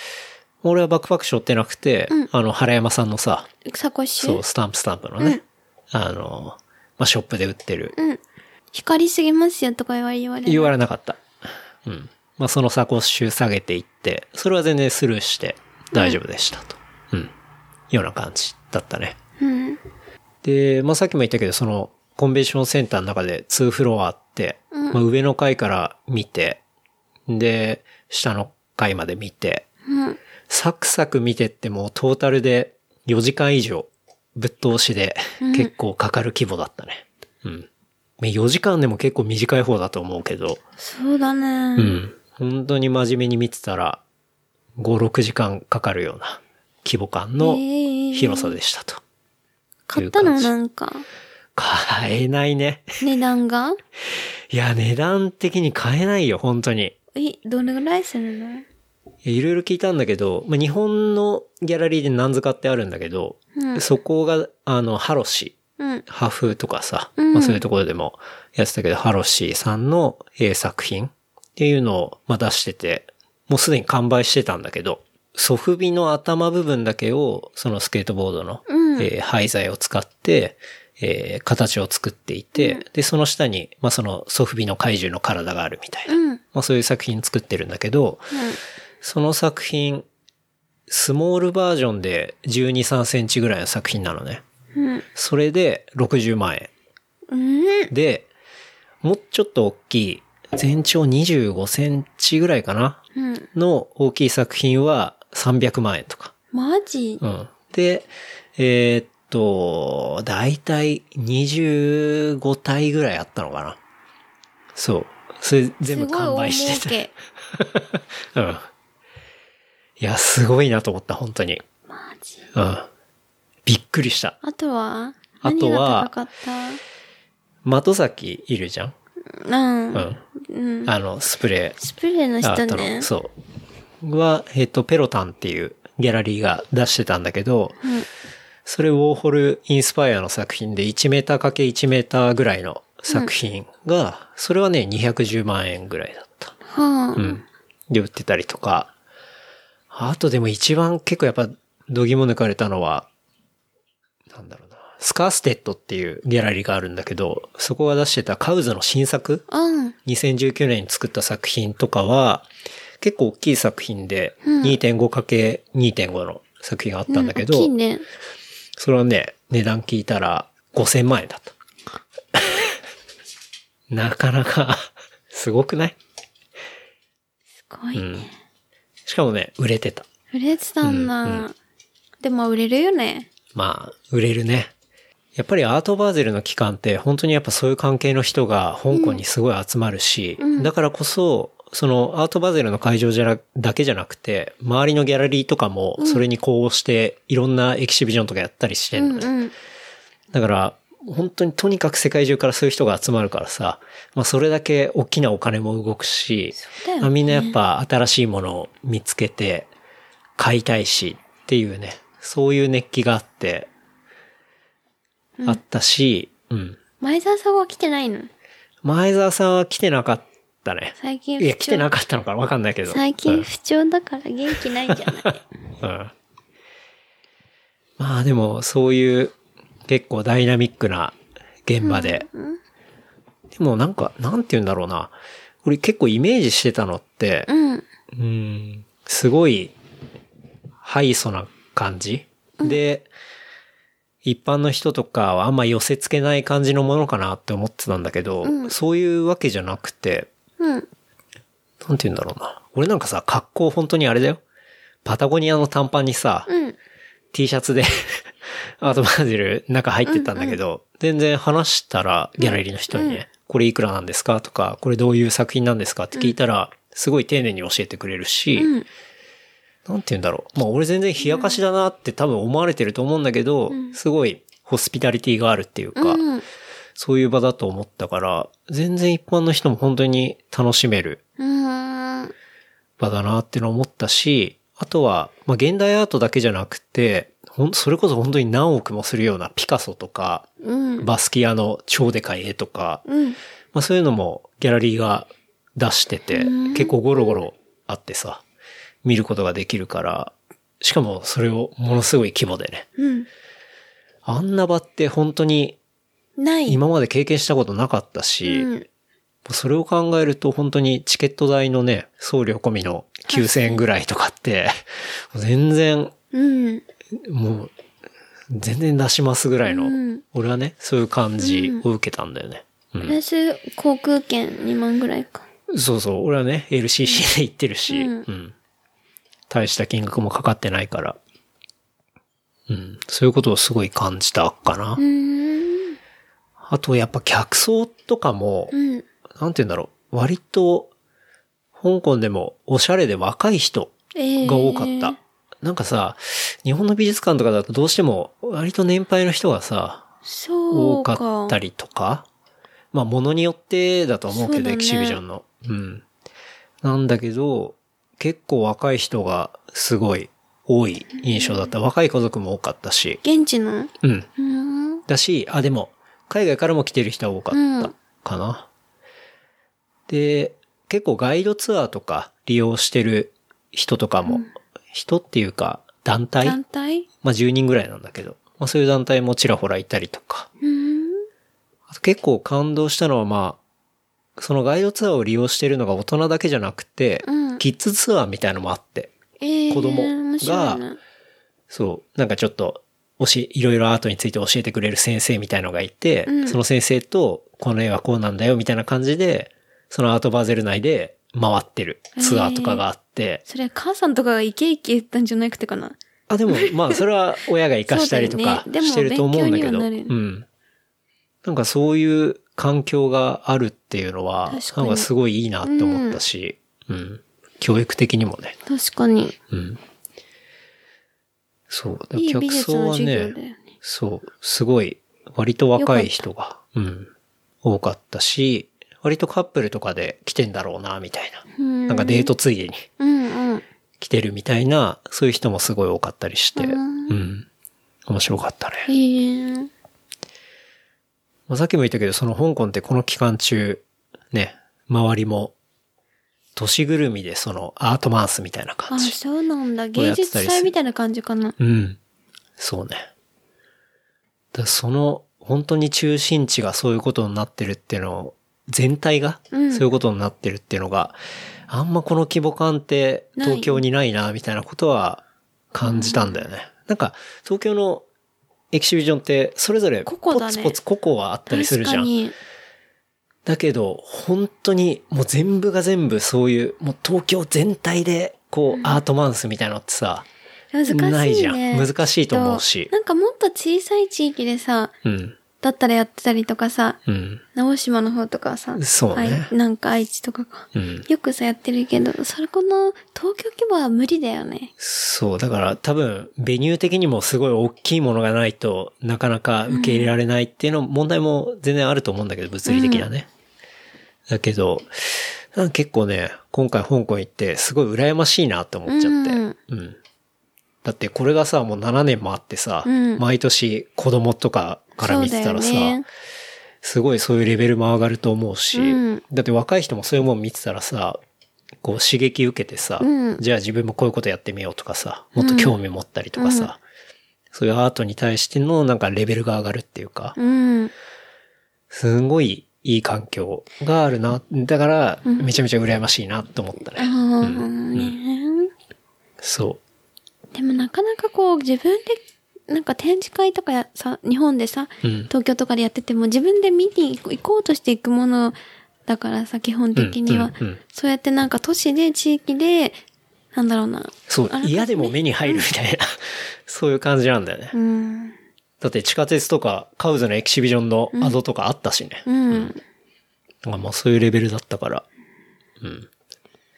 [SPEAKER 2] 俺はバックパック背負ってなくて、あの、原山さんのさ、
[SPEAKER 3] サコッシ
[SPEAKER 2] そう、
[SPEAKER 3] ュ
[SPEAKER 2] スタンプスタンプのね。あの、まあ、ショップで売ってる。
[SPEAKER 3] うん。光りすぎますよとか言われ言われない。
[SPEAKER 2] 言われなかった。うん。まあ、そのサコッシュ下げていって、それは全然スルーして大丈夫でしたと。うん。ような感じだったね。
[SPEAKER 3] うん。
[SPEAKER 2] で、まあ、さっきも言ったけど、その、コンベンションセンターの中で2フロアあって、まあ、上の階から見て、で、下の階まで見て、
[SPEAKER 3] うん。
[SPEAKER 2] サクサク見てってもうトータルで4時間以上ぶっ通しで結構かかる規模だったね。うん。まあ4時間でも結構短い方だと思うけど、
[SPEAKER 3] そうだ
[SPEAKER 2] う
[SPEAKER 3] ね。
[SPEAKER 2] ん。本当に真面目に見てたら、5、6時間かかるような規模感の広さでしたと。
[SPEAKER 3] 買ったのなんか、
[SPEAKER 2] 買えないね。
[SPEAKER 3] 値段が
[SPEAKER 2] いや、値段的に買えないよ、本当に。
[SPEAKER 3] え、どれぐらいするの
[SPEAKER 2] いろいろ聞いたんだけど、まあ、日本のギャラリーで何塚ってあるんだけど、
[SPEAKER 3] うん
[SPEAKER 2] そこが、あの、ハロシ、
[SPEAKER 3] うん。
[SPEAKER 2] ハフとかさ、
[SPEAKER 3] うん
[SPEAKER 2] まあ、そういうところでもやってたけど、ハロシさんの、えー作品っていうのを、まあ、出してて、もうすでに完売してたんだけど、ソフビの頭部分だけを、そのスケートボードの、
[SPEAKER 3] うん
[SPEAKER 2] えー廃材を使って、えー形を作っていて、で、その下に、まあ、そのソフビの怪獣の体があるみたいな、
[SPEAKER 3] うん。
[SPEAKER 2] まあ、そういう作品作ってるんだけど、その作品、スモールバージョンで12、3センチぐらいの作品なのね。
[SPEAKER 3] うん。
[SPEAKER 2] それで60万円。
[SPEAKER 3] うん。
[SPEAKER 2] で、もうちょっと大きい、全長25センチぐらいかな
[SPEAKER 3] うん。
[SPEAKER 2] の大きい作品は300万円とか。
[SPEAKER 3] マジ
[SPEAKER 2] うん。で、えーっと、だいたい25体ぐらいあったのかな。そう。それ全部完売して
[SPEAKER 3] す
[SPEAKER 2] た
[SPEAKER 3] ごい。大儲
[SPEAKER 2] う
[SPEAKER 3] け。
[SPEAKER 2] ん。いや、すごいなと思った、本当に。
[SPEAKER 3] マジ
[SPEAKER 2] うん。びっくりした。
[SPEAKER 3] あとは
[SPEAKER 2] あとは
[SPEAKER 3] 何が高かった
[SPEAKER 2] 的崎いるじゃん
[SPEAKER 3] うん。
[SPEAKER 2] うん。
[SPEAKER 3] うん。
[SPEAKER 2] あの、スプレー。
[SPEAKER 3] スプレーの
[SPEAKER 2] あ
[SPEAKER 3] 人
[SPEAKER 2] った
[SPEAKER 3] ね
[SPEAKER 2] の。。そう。は、えっと、ペロタンっていうギャラリーが出してたんだけど、
[SPEAKER 3] うん
[SPEAKER 2] それウォーホルインスパイアの作品で1メーター ×1 メーターぐらいの作品が、それはね、210万円ぐらいだった。
[SPEAKER 3] はあ。
[SPEAKER 2] うん。で、売ってたりとか。あとでも一番結構やっぱ、度肝抜かれたのは、なんだろうな。スカーステッドっていうギャラリーがあるんだけど、そこが出してたカウズの新作
[SPEAKER 3] うん。
[SPEAKER 2] 2019年に作った作品とかは、結構大きい作品で、
[SPEAKER 3] うん
[SPEAKER 2] 2.5×2.5 の作品があったんだけど、
[SPEAKER 3] 大きいね。
[SPEAKER 2] それはね、値段聞いたら5000万円だった。 [laughs] なかなか、すごくない
[SPEAKER 3] すごい
[SPEAKER 2] うん
[SPEAKER 3] ね。
[SPEAKER 2] しかもね、売れてた。
[SPEAKER 3] 売れてたん
[SPEAKER 2] うんう
[SPEAKER 3] だ。でも売れるよね。
[SPEAKER 2] まあ、売れるね。やっぱりアートバーゼルの期間って本当にやっぱそういう関係の人が香港にすごい集まるし、
[SPEAKER 3] うん
[SPEAKER 2] だからこそ、そのアートバーゼルの会場じゃなだけじゃなくて、周りのギャラリーとかもそれにこうしていろんなエキシビジョンとかやったりして
[SPEAKER 3] うん
[SPEAKER 2] のね。
[SPEAKER 3] んうん。
[SPEAKER 2] だから、本当にとにかく世界中からそういう人が集まるからさ、まあそれだけ大きなお金も動くし、
[SPEAKER 3] そうだよ
[SPEAKER 2] まあ
[SPEAKER 3] ね。
[SPEAKER 2] みんなやっぱ新しいものを見つけて買いたいしっていうね、そういう熱気があって、あったし、うん。
[SPEAKER 3] 前澤さんは来てないの
[SPEAKER 2] 前澤さんは来てなかったね。
[SPEAKER 3] 最近
[SPEAKER 2] いや、来てな
[SPEAKER 3] か
[SPEAKER 2] かったのかなわかんないけど。
[SPEAKER 3] 最
[SPEAKER 2] う
[SPEAKER 3] 近
[SPEAKER 2] ん
[SPEAKER 3] 不調だから元気ないんじゃ
[SPEAKER 2] [laughs]
[SPEAKER 3] ない
[SPEAKER 2] うんまあでも、そういう結構ダイナミックな現場で。でもなんか、なんて言うんだろうな。俺結構イメージしてたのって、
[SPEAKER 3] うん。
[SPEAKER 2] うん、すごい、ハイソな感じ、で、一般の人とかはあんま寄せ付けない感じのものかなって思ってたんだけど、
[SPEAKER 3] うん
[SPEAKER 2] そういうわけじゃなくて、
[SPEAKER 3] うん。
[SPEAKER 2] なんて言うんだろうな。俺なんかさ、格好本当にあれだよ。パタゴニアの短パンにさ、
[SPEAKER 3] うん。
[SPEAKER 2] T シャツで、 [laughs] アートバージル中入ってったんだけど、全然話したらギャラリーの人にね、これいくらなんですかとか、これどういう作品なんですかって聞いたら、すごい丁寧に教えてくれるし、
[SPEAKER 3] うん。
[SPEAKER 2] なんて言うんだろう。まあ俺全然冷やかしだなって多分思われてると思うんだけど、すごいホスピタリティがあるっていうか、
[SPEAKER 3] うん。
[SPEAKER 2] そういう場だと思ったから、全然一般の人も本当に楽しめる
[SPEAKER 3] うん。
[SPEAKER 2] 場だなってのを思ったし、あとは、まあ、現代アートだけじゃなくて、ほん、それこそ本当に何億もするようなピカソとか、
[SPEAKER 3] うん。
[SPEAKER 2] バスキアの超でかい絵とか、
[SPEAKER 3] うん。
[SPEAKER 2] まあ、そういうのもギャラリーが出してて、結構ゴロゴロあってさ、見ることができるから、しかもそれをものすごい規模でね。
[SPEAKER 3] うん。
[SPEAKER 2] あんな場って本当に
[SPEAKER 3] ない。
[SPEAKER 2] 今まで経験したことなかったし、
[SPEAKER 3] うん。
[SPEAKER 2] それを考えると本当にチケット代のね、送料込みの9000円ぐらいとかって、全然、
[SPEAKER 3] うん。
[SPEAKER 2] もう、全然出しますぐらいの、
[SPEAKER 3] うん
[SPEAKER 2] 俺はね、そういう感じを受けたんだよね。うん
[SPEAKER 3] プラス航空券2万ぐらいか。
[SPEAKER 2] そうそう、俺はね、LCC で行ってるし、
[SPEAKER 3] うん
[SPEAKER 2] うん大した金額もかかってないから、うん、そういうことをすごい感じたかな。
[SPEAKER 3] うん。
[SPEAKER 2] あとやっぱ客層とかも、
[SPEAKER 3] うん。
[SPEAKER 2] なんて言うんだろう、割と、香港でもおしゃれで若い人
[SPEAKER 3] ええ
[SPEAKER 2] が多かった。なんかさ、日本の美術館とかだとどうしても割と年配の人がさ、
[SPEAKER 3] そ
[SPEAKER 2] 多
[SPEAKER 3] うか。
[SPEAKER 2] かった
[SPEAKER 3] り。
[SPEAKER 2] りとか、まあ、ものによってだと思うけ
[SPEAKER 3] そう
[SPEAKER 2] ど、
[SPEAKER 3] だね
[SPEAKER 2] エキシビジョンの。うん。なんだけど、結構若い人がすごい多い印象だった。若い家族も多かったし、
[SPEAKER 3] 現地の
[SPEAKER 2] うん。
[SPEAKER 3] うーん。
[SPEAKER 2] だし、あ、でも、海外からも来てる人は多か
[SPEAKER 3] う
[SPEAKER 2] った
[SPEAKER 3] ん
[SPEAKER 2] かな。で、結構ガイドツアーとか利用してる人とかも、人っていうか団体
[SPEAKER 3] 団体
[SPEAKER 2] まあ10人ぐらいなんだけど、まあそういう団体もちらほらいたりとか。
[SPEAKER 3] うーん。
[SPEAKER 2] あと結構感動したのはまあ、そのガイドツアーを利用してるのが大人だけじゃなくて、
[SPEAKER 3] うん
[SPEAKER 2] キッズツアーみたいのもあって、
[SPEAKER 3] ええ
[SPEAKER 2] 子供が
[SPEAKER 3] 面白いね
[SPEAKER 2] そう、なんかちょっと、おし、いろいろアートについて教えてくれる先生みたいのがいて、
[SPEAKER 3] うん
[SPEAKER 2] その先生と、この絵はこうなんだよみたいな感じで、そのアートバーゼル内で回ってるツアーとかがあって、
[SPEAKER 3] それ母さんとかがイケイケ言ったんじゃなくてかな。
[SPEAKER 2] あ、
[SPEAKER 3] [laughs]
[SPEAKER 2] でも、まあ、それは親が活かしたりとか
[SPEAKER 3] そうだよね
[SPEAKER 2] してると思うんだけ
[SPEAKER 3] で
[SPEAKER 2] ど、
[SPEAKER 3] も
[SPEAKER 2] う
[SPEAKER 3] 勉強にはなる
[SPEAKER 2] ん。なんかそういう環境があるっていうのは
[SPEAKER 3] 確、か
[SPEAKER 2] な
[SPEAKER 3] に
[SPEAKER 2] んかすごいいいなって思ったし、うん。教育的にもね。
[SPEAKER 3] 確かに。
[SPEAKER 2] うん。そう。だから
[SPEAKER 3] いい美
[SPEAKER 2] 客
[SPEAKER 3] 術
[SPEAKER 2] 層
[SPEAKER 3] の
[SPEAKER 2] は
[SPEAKER 3] 授業だ
[SPEAKER 2] ね
[SPEAKER 3] よ、ね。
[SPEAKER 2] そう、すごい、割と若い人が、うん、多かったし、割とカップルとかで来てんだろうな、みたいな。
[SPEAKER 3] うん
[SPEAKER 2] なんかデートついでに
[SPEAKER 3] うんうん。
[SPEAKER 2] 来てるみたいな、そういう人もすごい多かったりして、
[SPEAKER 3] う
[SPEAKER 2] うんん。面白かったね。
[SPEAKER 3] ええ
[SPEAKER 2] まあ、さっきも言ったけど、その香港ってこの期間中、ね、周りも、年ぐるみでそのアートマンスみたいな感
[SPEAKER 3] あ、
[SPEAKER 2] じ。
[SPEAKER 3] そうなんだ。
[SPEAKER 2] こうや
[SPEAKER 3] 芸
[SPEAKER 2] ってた
[SPEAKER 3] 術
[SPEAKER 2] りする
[SPEAKER 3] 祭みたいな感じかな。
[SPEAKER 2] うん。そうね。だその、本当に中心地がそういうことになってるっていうのを、全体がそう
[SPEAKER 3] うん
[SPEAKER 2] いうことになってるっていうのが、あんまこの規模感って
[SPEAKER 3] ない
[SPEAKER 2] 東京にないな、みたいなことは感じたんだよね。なんか、東京のエキシビジョンって、それぞれ
[SPEAKER 3] 個
[SPEAKER 2] ポ
[SPEAKER 3] 々だね
[SPEAKER 2] ツポツ個々はあったりする
[SPEAKER 3] 確
[SPEAKER 2] じ
[SPEAKER 3] か
[SPEAKER 2] ゃん。
[SPEAKER 3] に。
[SPEAKER 2] だけど、本当にもう全部が全部そういう、もう東京全体で、こう、アートマンスみたいなのってさ、
[SPEAKER 3] 難しい、ね。
[SPEAKER 2] ないじゃん。難しいと思う
[SPEAKER 3] きっ
[SPEAKER 2] し
[SPEAKER 3] と。なんかもっと小さい地域でさ、
[SPEAKER 2] うん。
[SPEAKER 3] だったらやってたりとかさ、
[SPEAKER 2] うん。
[SPEAKER 3] 直島の方とかはさ、
[SPEAKER 2] そうね
[SPEAKER 3] あいなんか愛知とかか。
[SPEAKER 2] うん。
[SPEAKER 3] よくさ、やってるけど、それこの東京規模は無理だよね。
[SPEAKER 2] そう、だから多分、ベニュー的にもすごい大きいものがないとなかなか受け入れられないっていうの、問題も全然あると思うんだけど、物理的なね。だけど、なんか結構ね、今回香港行ってすごい羨ましいなって思っちゃって。
[SPEAKER 3] うん
[SPEAKER 2] うんだってこれがさ、もう7年もあってさ、
[SPEAKER 3] うん
[SPEAKER 2] 毎年子供とかから見てたらさ、
[SPEAKER 3] そうだよね
[SPEAKER 2] すごいそういうレベルも上がると思うし、
[SPEAKER 3] うん
[SPEAKER 2] だって若い人もそういうもん見てたらさ、こう刺激受けてさ、
[SPEAKER 3] うん
[SPEAKER 2] じゃあ自分もこういうことやってみようとかさ、もっと興味持ったりとかさ、そういうアートに対してのなんかレベルが上がるっていうか、
[SPEAKER 3] うん。
[SPEAKER 2] すんごいいい環境があるな、だからめちゃめちゃ羨ましいなと思ったね。
[SPEAKER 3] ああ、ね。
[SPEAKER 2] そ
[SPEAKER 3] でもなかなかこう自分でなんか展示会とかやさ日本でさ、
[SPEAKER 2] うん
[SPEAKER 3] 東京とかでやってても自分で見に行こうとしていくものだからさ基本的には、
[SPEAKER 2] うんうんうん
[SPEAKER 3] そうやってなんか都市で地域でなんだろうな
[SPEAKER 2] う。そう
[SPEAKER 3] あらか、じめ
[SPEAKER 2] 嫌でも目に入るみたいな、 [laughs] そういう感じなんだよね。
[SPEAKER 3] うん
[SPEAKER 2] だって地下鉄とかカウズのエキシビジョンのアドとかあったしね。
[SPEAKER 3] うん、
[SPEAKER 2] まあもうそういうレベルだったから。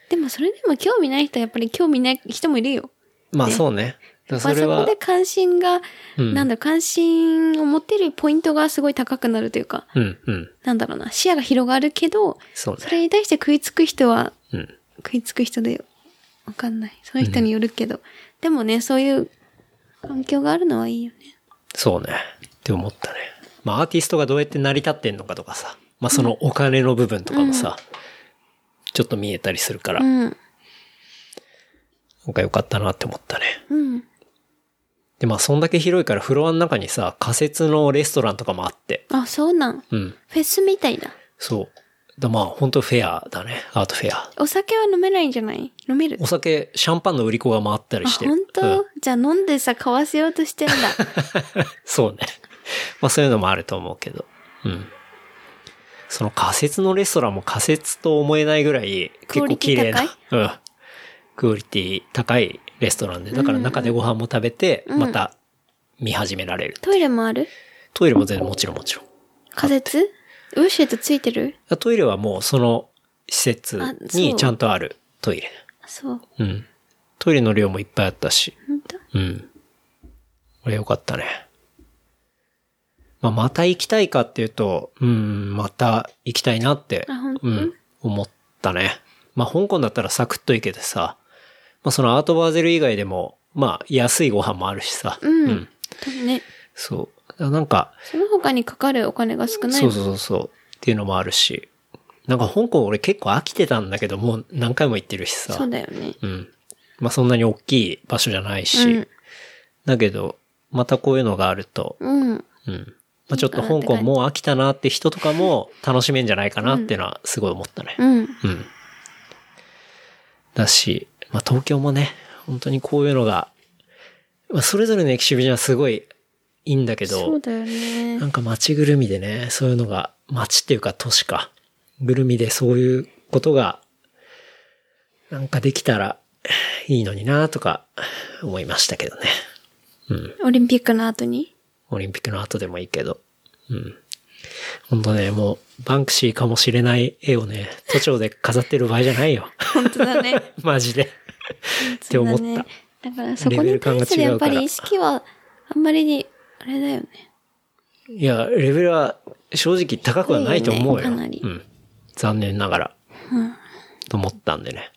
[SPEAKER 3] でもそれでも興味ない人はやっぱり興味ない人もいるよ
[SPEAKER 2] まあそうね。だ
[SPEAKER 3] ま
[SPEAKER 2] か
[SPEAKER 3] あ
[SPEAKER 2] らそれ
[SPEAKER 3] そこ
[SPEAKER 2] は
[SPEAKER 3] で、関心が、
[SPEAKER 2] うん
[SPEAKER 3] なんだろう関心を持てるポイントがすごい高くなるというか
[SPEAKER 2] うんうん。
[SPEAKER 3] なんだろうな視野が広がるけど
[SPEAKER 2] そう
[SPEAKER 3] そ
[SPEAKER 2] ね。
[SPEAKER 3] れに対して食いつく人は
[SPEAKER 2] うん。
[SPEAKER 3] 食いつく人で、わかんない。その人によるけど。でもね、そういう環境があるのはいいよね。
[SPEAKER 2] そうね。って思ったね。まあアーティストがどうやって成り立ってんのかとかさ。まあそのお金の部分とかもさ、ちょっと見えたりするから、
[SPEAKER 3] うん。
[SPEAKER 2] なんか良かったなって思ったね。
[SPEAKER 3] うん。
[SPEAKER 2] でまあそんだけ広いからフロアの中にさ、仮設のレストランとかもあって。
[SPEAKER 3] あ、そうなん。フ
[SPEAKER 2] うん。
[SPEAKER 3] ェスみたいだ。
[SPEAKER 2] そう。だまあ本当フェアだね。アートフェア。
[SPEAKER 3] お酒は飲めないんじゃない飲める
[SPEAKER 2] お酒、シャンパンの売り子が回ったり
[SPEAKER 3] あ、
[SPEAKER 2] してる。
[SPEAKER 3] 本
[SPEAKER 2] うん
[SPEAKER 3] 当、じゃあ飲んでさ、買わせようと
[SPEAKER 2] [laughs]
[SPEAKER 3] してんだ。
[SPEAKER 2] そうね。 [laughs] まあそういうのもあると思うけど。うん。その仮設のレストランも仮設と思えないぐらい結
[SPEAKER 3] クオ
[SPEAKER 2] 構
[SPEAKER 3] リティ
[SPEAKER 2] 綺麗な、
[SPEAKER 3] 高
[SPEAKER 2] うん。クオリティ高いレストランで、だから中でご飯も食べて、
[SPEAKER 3] ん
[SPEAKER 2] また見始められる。
[SPEAKER 3] トイレもある
[SPEAKER 2] トイレも全然もちろんもちろん。
[SPEAKER 3] 仮設ウォシュレットついてる
[SPEAKER 2] トイレはもうその施設
[SPEAKER 3] あそ
[SPEAKER 2] に
[SPEAKER 3] う
[SPEAKER 2] ちゃんとあるトイレ。
[SPEAKER 3] そう。
[SPEAKER 2] うん。トイレの量もいっぱいあったし。
[SPEAKER 3] 本当
[SPEAKER 2] うん。これ良かったね。まあ、また行きたいかっていうと、うん、また行きたいなって
[SPEAKER 3] あ本、当
[SPEAKER 2] うん、思ったね。まあ、香港だったらサクッと行けてさ、まあ、そのアートバーゼル以外でも、まあ、安いご飯もあるしさ、
[SPEAKER 3] うん多分ね、
[SPEAKER 2] そう。なんか、
[SPEAKER 3] その他にかかるお金が少ない
[SPEAKER 2] そうそうそうそう。っていうのもあるし、なんか香港俺結構飽きてたんだけど、もう何回も行ってるしさ。
[SPEAKER 3] そうだよね。
[SPEAKER 2] うん。まあそんなに大きい場所じゃないし、
[SPEAKER 3] うん
[SPEAKER 2] だけど、またこういうのがあると、
[SPEAKER 3] うん。
[SPEAKER 2] うん。まあちょっと香港もう飽きたなって人とかも楽しめんじゃないかなっていうのはすごい思ったね。
[SPEAKER 3] うん。
[SPEAKER 2] うん。だし、まあ東京もね、本当にこういうのが、まあそれぞれのエキシビジョンはすごいいいんだけど、
[SPEAKER 3] そうだよね
[SPEAKER 2] な。んか街ぐるみでね、そういうのが、街っていうか都市か、ぐるみでそういうことが、なんかできたらいいのになとか思いましたけどね。
[SPEAKER 3] オリンピックの後に
[SPEAKER 2] オリンピックの後でもいいけど。うん。ほんとね、もう、バンクシーかもしれない絵をね、都庁で飾ってる場合じゃないよ。 [laughs]
[SPEAKER 3] 本当だね。
[SPEAKER 2] マジ
[SPEAKER 3] [laughs]
[SPEAKER 2] で。って思った。
[SPEAKER 3] そうだね。だからそこ
[SPEAKER 2] レベ
[SPEAKER 3] に
[SPEAKER 2] ル感が
[SPEAKER 3] 対する
[SPEAKER 2] 違
[SPEAKER 3] や
[SPEAKER 2] う
[SPEAKER 3] っ
[SPEAKER 2] か
[SPEAKER 3] ぱ
[SPEAKER 2] ら
[SPEAKER 3] り意識はあんまりに、あれだよね。
[SPEAKER 2] いや、レベルは正直高くはないと思うよ。
[SPEAKER 3] 低いよねかなり
[SPEAKER 2] うん。残念ながら。と思ったんでね。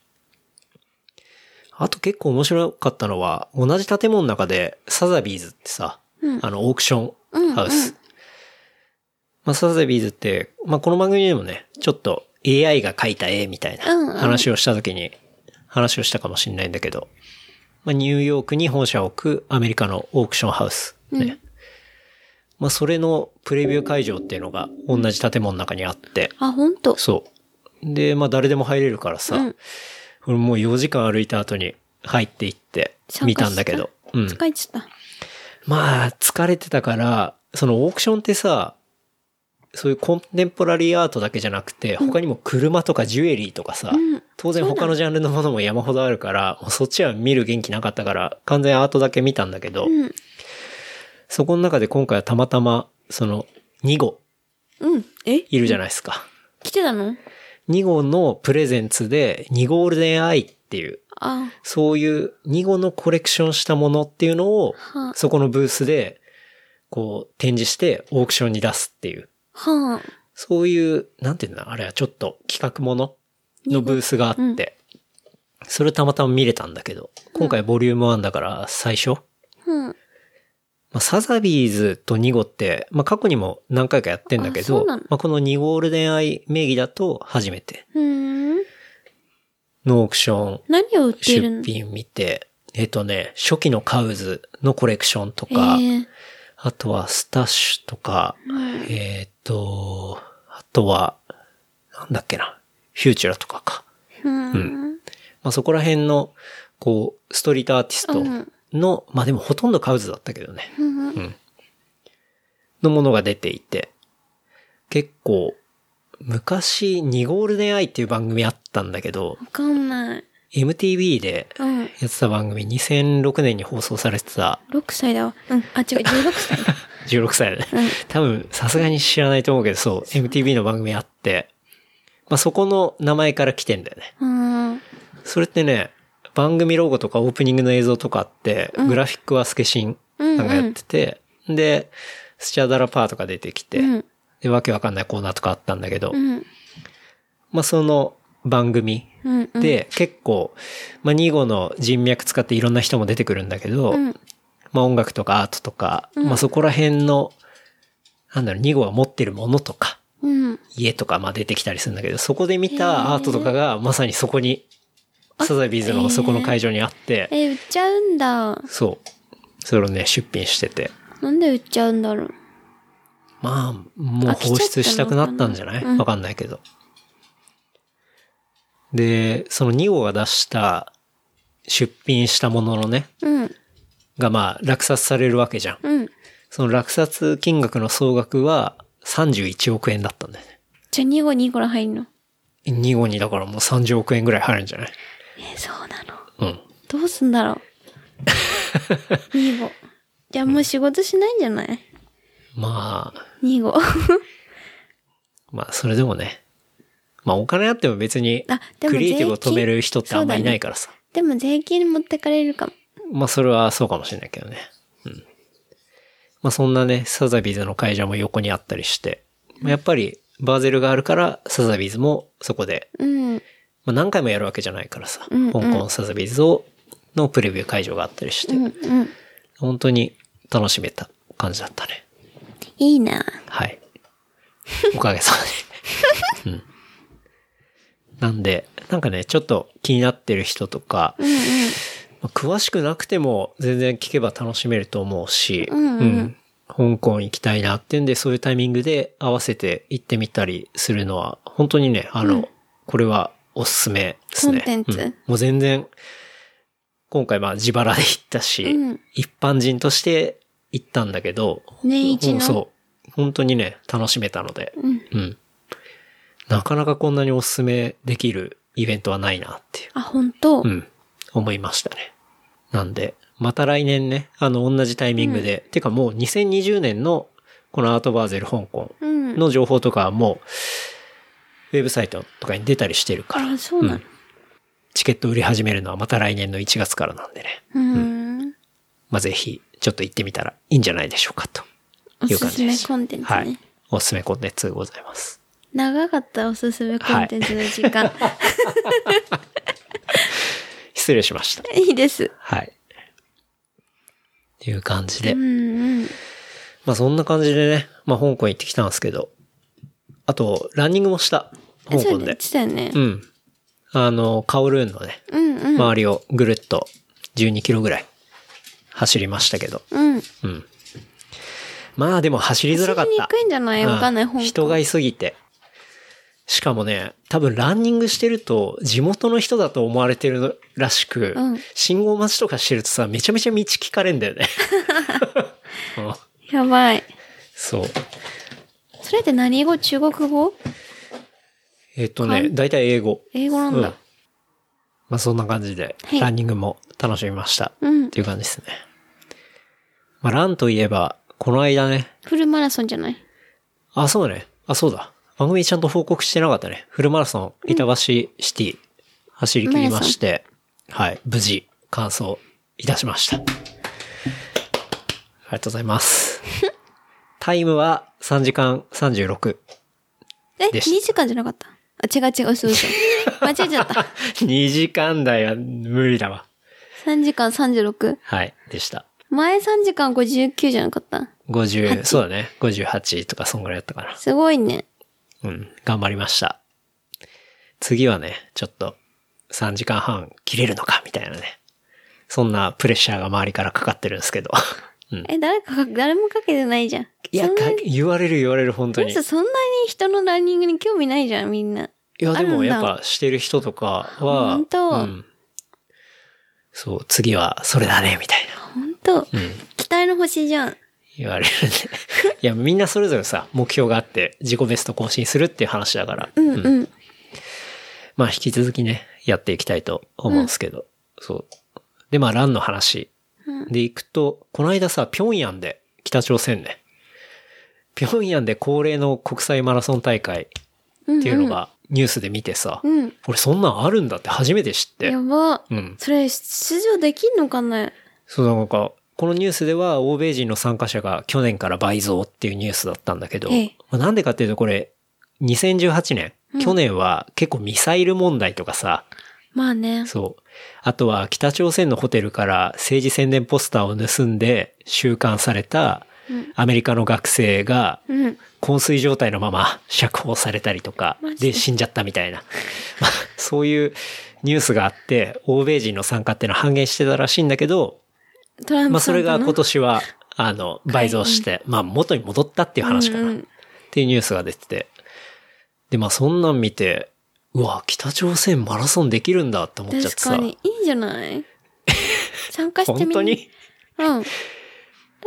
[SPEAKER 2] あと結構面白かったのは、同じ建物の中で、サザビーズってさ、あの、オークションハウス。まあ、サザビーズって、まあ、この番組でもね、ちょっと AI が描いた絵みたい
[SPEAKER 3] うんう
[SPEAKER 2] なん話をした時に、話をしたかもしれないんだけど、まあ、ニューヨークに本社を置くアメリカのオークションハウス。ね。まあ、それのプレビュー会場っていうのが同じ建物の中にあって、
[SPEAKER 3] あ、本当
[SPEAKER 2] そう。で、まあ誰でも入れるからさ、俺もう4時間歩いた後に入っていって見たんだけど、うん。
[SPEAKER 3] 疲れちゃった。
[SPEAKER 2] まあ疲れてたから、そのオークションってさ、そういうコンテンポラリーアートだけじゃなくて、他にも車とかジュエリーとかさ、当然他のジャンルのものも山ほどあるから、もうそっちは見る元気なかったから、完全アートだけ見たんだけど、
[SPEAKER 3] うん。
[SPEAKER 2] そこの中で今回はたまたま、その2号
[SPEAKER 3] うん。え
[SPEAKER 2] いるじゃないですか。
[SPEAKER 3] 来てたの
[SPEAKER 2] 2号のプレゼンツで2ゴールデンアイっていう、
[SPEAKER 3] あ、
[SPEAKER 2] そういう2号のコレクションしたものっていうのを
[SPEAKER 3] は、あ
[SPEAKER 2] そこのブースで、こう展示してオークションに出すっていう、
[SPEAKER 3] はあ。
[SPEAKER 2] そういう、なんていうんだ、あれはちょっと企画もののブースがあって、それたまたま見れたんだけど、今回ボリューム1だから最初、
[SPEAKER 3] うん。
[SPEAKER 2] まあ、サザビーズと2号って、まあ、過去にも何回かやってんだけ
[SPEAKER 3] あそ
[SPEAKER 2] ど、
[SPEAKER 3] うな
[SPEAKER 2] ま
[SPEAKER 3] の
[SPEAKER 2] あ、この2ゴールデンアイ名義だと初めて
[SPEAKER 3] うん。
[SPEAKER 2] のオークション
[SPEAKER 3] 何を売っている
[SPEAKER 2] 出
[SPEAKER 3] の
[SPEAKER 2] 品見て、えっ、とね、初期のカウズのコレクションとか、
[SPEAKER 3] ええ
[SPEAKER 2] あとはスタッシュとか、えっ、と、あとは、なんだっけな、フューチュラとかか。
[SPEAKER 3] うん。
[SPEAKER 2] まあ、そこら辺の、こう、ストリートアーティストの、まあでもほとんどカウズだったけどね、
[SPEAKER 3] うん。
[SPEAKER 2] のものが出ていて、結構、昔、2ゴールデンアイっていう番組あったんだけど
[SPEAKER 3] わ、かんない。
[SPEAKER 2] MTV で
[SPEAKER 3] うん。
[SPEAKER 2] やってた番組、2006年に放送されてた、
[SPEAKER 3] 6歳だわ。うん。あ、違う、16歳
[SPEAKER 2] [laughs]
[SPEAKER 3] だ。
[SPEAKER 2] 16歳で。多分、さすがに知らないと思うけど、そう、MTV の番組あって、まあ、そこの名前から来てんだよね。
[SPEAKER 3] うん。
[SPEAKER 2] それってね、番組ロゴとかオープニングの映像とかあって、グラフィックはスケシンなんかやってて、で、スチャダラパーとか出てきて、
[SPEAKER 3] うん。
[SPEAKER 2] で、わけわかんないコーナーとかあったんだけど、
[SPEAKER 3] うん。
[SPEAKER 2] まあ、その番組
[SPEAKER 3] うん。
[SPEAKER 2] で、結構、まあ、2号の人脈使っていろんな人も出てくるんだけど、
[SPEAKER 3] うん。
[SPEAKER 2] まあ音楽とかアートとか、まあそこら辺の、なんだろう、2号が持ってるものとか、
[SPEAKER 3] うん。
[SPEAKER 2] 家とかまあ出てきたりするんだけど、そこで見たアートとかがまさにそこに、サザビーズのそこの会場にあって、
[SPEAKER 3] え、売っちゃうんだ。
[SPEAKER 2] そう。それをね、出品してて。
[SPEAKER 3] なんで売っちゃうんだろう。
[SPEAKER 2] まあ、もう放出したくなったんじゃな
[SPEAKER 3] 飽きちゃっ
[SPEAKER 2] い
[SPEAKER 3] たのかなうん
[SPEAKER 2] わかんないけど。で、その2号が出した、出品したもののね、
[SPEAKER 3] うん。
[SPEAKER 2] がまあ落札されるわけじゃん。
[SPEAKER 3] うん。
[SPEAKER 2] その落札金額の総額は31億円だったんだよね。
[SPEAKER 3] じゃあ2号2個ら入んの
[SPEAKER 2] 2号にだからもう30億円ぐらい入るんじゃない
[SPEAKER 3] え、そうなの。
[SPEAKER 2] うん。
[SPEAKER 3] どうすん
[SPEAKER 2] [laughs]
[SPEAKER 3] だろう。2号。じゃあもう仕事しないんじゃない
[SPEAKER 2] まあ、 [laughs]
[SPEAKER 3] ?2 号。
[SPEAKER 2] まあそれでもね。まあお金あっても別に
[SPEAKER 3] あでも
[SPEAKER 2] クリエイティブを
[SPEAKER 3] 税金
[SPEAKER 2] 止める人ってあんまいないからさ。
[SPEAKER 3] でも税金持ってかれるかも。
[SPEAKER 2] まあそれはそうかもしれないけどね。うん。まあそんなね、サザビーズの会場も横にあったりして、まあ、やっぱりバーゼルがあるからサザビーズもそこで、
[SPEAKER 3] うん。
[SPEAKER 2] まあ何回もやるわけじゃないからさ、
[SPEAKER 3] うんうん
[SPEAKER 2] 香港サザビーズを、のプレビュー会場があったりして、
[SPEAKER 3] うんうん。
[SPEAKER 2] 本当に楽しめた感じだったね。
[SPEAKER 3] いいな。
[SPEAKER 2] はい。おかげさ
[SPEAKER 3] [laughs]
[SPEAKER 2] まで。うん。なんで、なんかね、ちょっと気になってる人とか、まあ詳しくなくても全然聞けば楽しめると思うし、
[SPEAKER 3] うんうん
[SPEAKER 2] 香港行きたいなってんで、そういうタイミングで合わせて行ってみたりするのは、本当にね、あの、これはおすすめですね。
[SPEAKER 3] コンテンツ
[SPEAKER 2] うんもう全然、今回まあ自腹で行ったし、
[SPEAKER 3] うん
[SPEAKER 2] 一般人として行ったんだけど、
[SPEAKER 3] 年一の
[SPEAKER 2] そう。本当にね、楽しめたので、
[SPEAKER 3] うん。
[SPEAKER 2] うん。なかなかこんなにおすすめできるイベントはないなっていう、
[SPEAKER 3] あ、本当、
[SPEAKER 2] うん、思いましたね。なんで、また来年ね、あの、同じタイミングで、てかもう2020年のこのアートバーゼル香港
[SPEAKER 3] うん。
[SPEAKER 2] の情報とかはもう、ウェブサイトとかに出たりしてるから、
[SPEAKER 3] あ、そうなの。
[SPEAKER 2] チケット売り始めるのはまた来年の1月からなんでね、
[SPEAKER 3] うん。
[SPEAKER 2] まあ、ぜひ、ちょっと行ってみたらいいんじゃないでしょうかと。
[SPEAKER 3] お
[SPEAKER 2] いう
[SPEAKER 3] す
[SPEAKER 2] 感
[SPEAKER 3] す
[SPEAKER 2] じで
[SPEAKER 3] め
[SPEAKER 2] す
[SPEAKER 3] コンテンツね。
[SPEAKER 2] はい。おすすめコンテンツでございます。
[SPEAKER 3] 長かったおすすめコンテンツの時間。
[SPEAKER 2] 失礼しました。
[SPEAKER 3] い、いです。
[SPEAKER 2] はい。っていう感じで。
[SPEAKER 3] うんうん。
[SPEAKER 2] まあそんな感じでね、まあ香港行ってきたんですけど。あと、ランニングもした。香
[SPEAKER 3] えそ
[SPEAKER 2] 港
[SPEAKER 3] うだ言
[SPEAKER 2] で。
[SPEAKER 3] ってたよね
[SPEAKER 2] う。ん。あの、カオルーンのね、
[SPEAKER 3] うんうん。
[SPEAKER 2] 周りをぐるっと12キロぐらい走りましたけど。
[SPEAKER 3] うん。走
[SPEAKER 2] うん。まあでも走りづらかっ
[SPEAKER 3] りに
[SPEAKER 2] た。
[SPEAKER 3] くいんじゃないわかんない、
[SPEAKER 2] うん
[SPEAKER 3] 本
[SPEAKER 2] 人がいすぎて。しかもね、多分ランニングしてると地元の人だと思われてるらしく、
[SPEAKER 3] うん
[SPEAKER 2] 信号待ちとかしてるとさ、めちゃめちゃ道聞かれんだよ
[SPEAKER 3] [laughs]
[SPEAKER 2] ね。うん
[SPEAKER 3] やばい。
[SPEAKER 2] そう。
[SPEAKER 3] それって何語中国語
[SPEAKER 2] えっ、と
[SPEAKER 3] か
[SPEAKER 2] ね、
[SPEAKER 3] ん
[SPEAKER 2] だいたい英語。
[SPEAKER 3] 英語なん
[SPEAKER 2] うん
[SPEAKER 3] だ。
[SPEAKER 2] まあそんな感じで
[SPEAKER 3] はい、
[SPEAKER 2] ランニングも楽しみました。
[SPEAKER 3] うん
[SPEAKER 2] っていう感じですね。まあランといえば、この間ね、
[SPEAKER 3] フルマラソンじゃない
[SPEAKER 2] あ、そうね。あ、そうだ。番組ちゃんと報告してなかったね。フルマラソン、板橋シティ、走り切りまして、はい、無事、完走いたしました。ありがとうござい
[SPEAKER 3] [laughs]
[SPEAKER 2] ます。タイムは3時間36。
[SPEAKER 3] え、
[SPEAKER 2] でした
[SPEAKER 3] 2時間じゃなかったあ、違う違う、嘘嘘。
[SPEAKER 2] [laughs]
[SPEAKER 3] 間違えちゃった。
[SPEAKER 2] 2時間台は無理だわ。
[SPEAKER 3] 3時間36。
[SPEAKER 2] はい、でした。
[SPEAKER 3] 前3時間59じゃなかった
[SPEAKER 2] 50、そうだね。58とか、そんぐらいだったかな。
[SPEAKER 3] すごいね。
[SPEAKER 2] うん、頑張りました。次はね、ちょっと3時間半切れるのかみたいなね。そんなプレッシャーが周りからかかってるんですけど。うん。
[SPEAKER 3] え、誰かか、誰もかけて [laughs] ないじゃん。
[SPEAKER 2] いや、
[SPEAKER 3] そ
[SPEAKER 2] か
[SPEAKER 3] んな
[SPEAKER 2] 言われる言われる本当に。い
[SPEAKER 3] 嘘そんなに人のランニングに興味ないじゃん、みんな。
[SPEAKER 2] や、で
[SPEAKER 3] あるん
[SPEAKER 2] も
[SPEAKER 3] だ
[SPEAKER 2] やっぱしてる人とかは、
[SPEAKER 3] 本当
[SPEAKER 2] うん。そう、次はそれだね、みたい
[SPEAKER 3] ほんと、
[SPEAKER 2] な。うん。
[SPEAKER 3] 期待の星じゃん。
[SPEAKER 2] 言われ
[SPEAKER 3] [laughs]
[SPEAKER 2] るね。いや、みんなそれぞれさ、目標があって自己ベスト更新するっていう話だから。
[SPEAKER 3] うんうん。
[SPEAKER 2] まあ引き続きね、やっていきたいと思うんですけど。そう。で、まあランの話。で、行くと、この間さ、平壌で、北朝鮮ね。平壌で恒例の国際マラソン大会っていうのがニュースで見てさ、
[SPEAKER 3] うん。
[SPEAKER 2] 俺そんなんあるんだって初めて知って
[SPEAKER 3] や。ば。
[SPEAKER 2] うん。
[SPEAKER 3] それ、出場できんのかな
[SPEAKER 2] そうなんか、このニュースでは欧米人の参加者が去年から倍増っていうニュースだったんだけど、
[SPEAKER 3] ええ
[SPEAKER 2] まあなんでかっていうとこれ、2018年、去年は結構ミサイル問題とかさ、
[SPEAKER 3] まあね。
[SPEAKER 2] そう。あとは北朝鮮のホテルから政治宣伝ポスターを盗んで収監された
[SPEAKER 3] うん
[SPEAKER 2] アメリカの学生が
[SPEAKER 3] うん。
[SPEAKER 2] 昏睡状態のまま釈放されたりとか
[SPEAKER 3] マジで
[SPEAKER 2] で死んじゃったみたいな。 [laughs] まあそういうニュースがあって、欧米人の参加っていうのは半減してたらしいんだけど、
[SPEAKER 3] トラン
[SPEAKER 2] まあ
[SPEAKER 3] プさ
[SPEAKER 2] そ
[SPEAKER 3] ん
[SPEAKER 2] れ
[SPEAKER 3] との、
[SPEAKER 2] が今年は、あの、倍増して、まあ元に戻ったっていう話か
[SPEAKER 3] うんう
[SPEAKER 2] な。っ
[SPEAKER 3] ん
[SPEAKER 2] ていうニュースが出てて。で、まあそんなん見て、うわ、北朝鮮マラソンできるんだって思っちゃって
[SPEAKER 3] 確
[SPEAKER 2] さ。
[SPEAKER 3] かに。いいんじゃない
[SPEAKER 2] [laughs]
[SPEAKER 3] 参加してみ
[SPEAKER 2] 本当に
[SPEAKER 3] うん。だ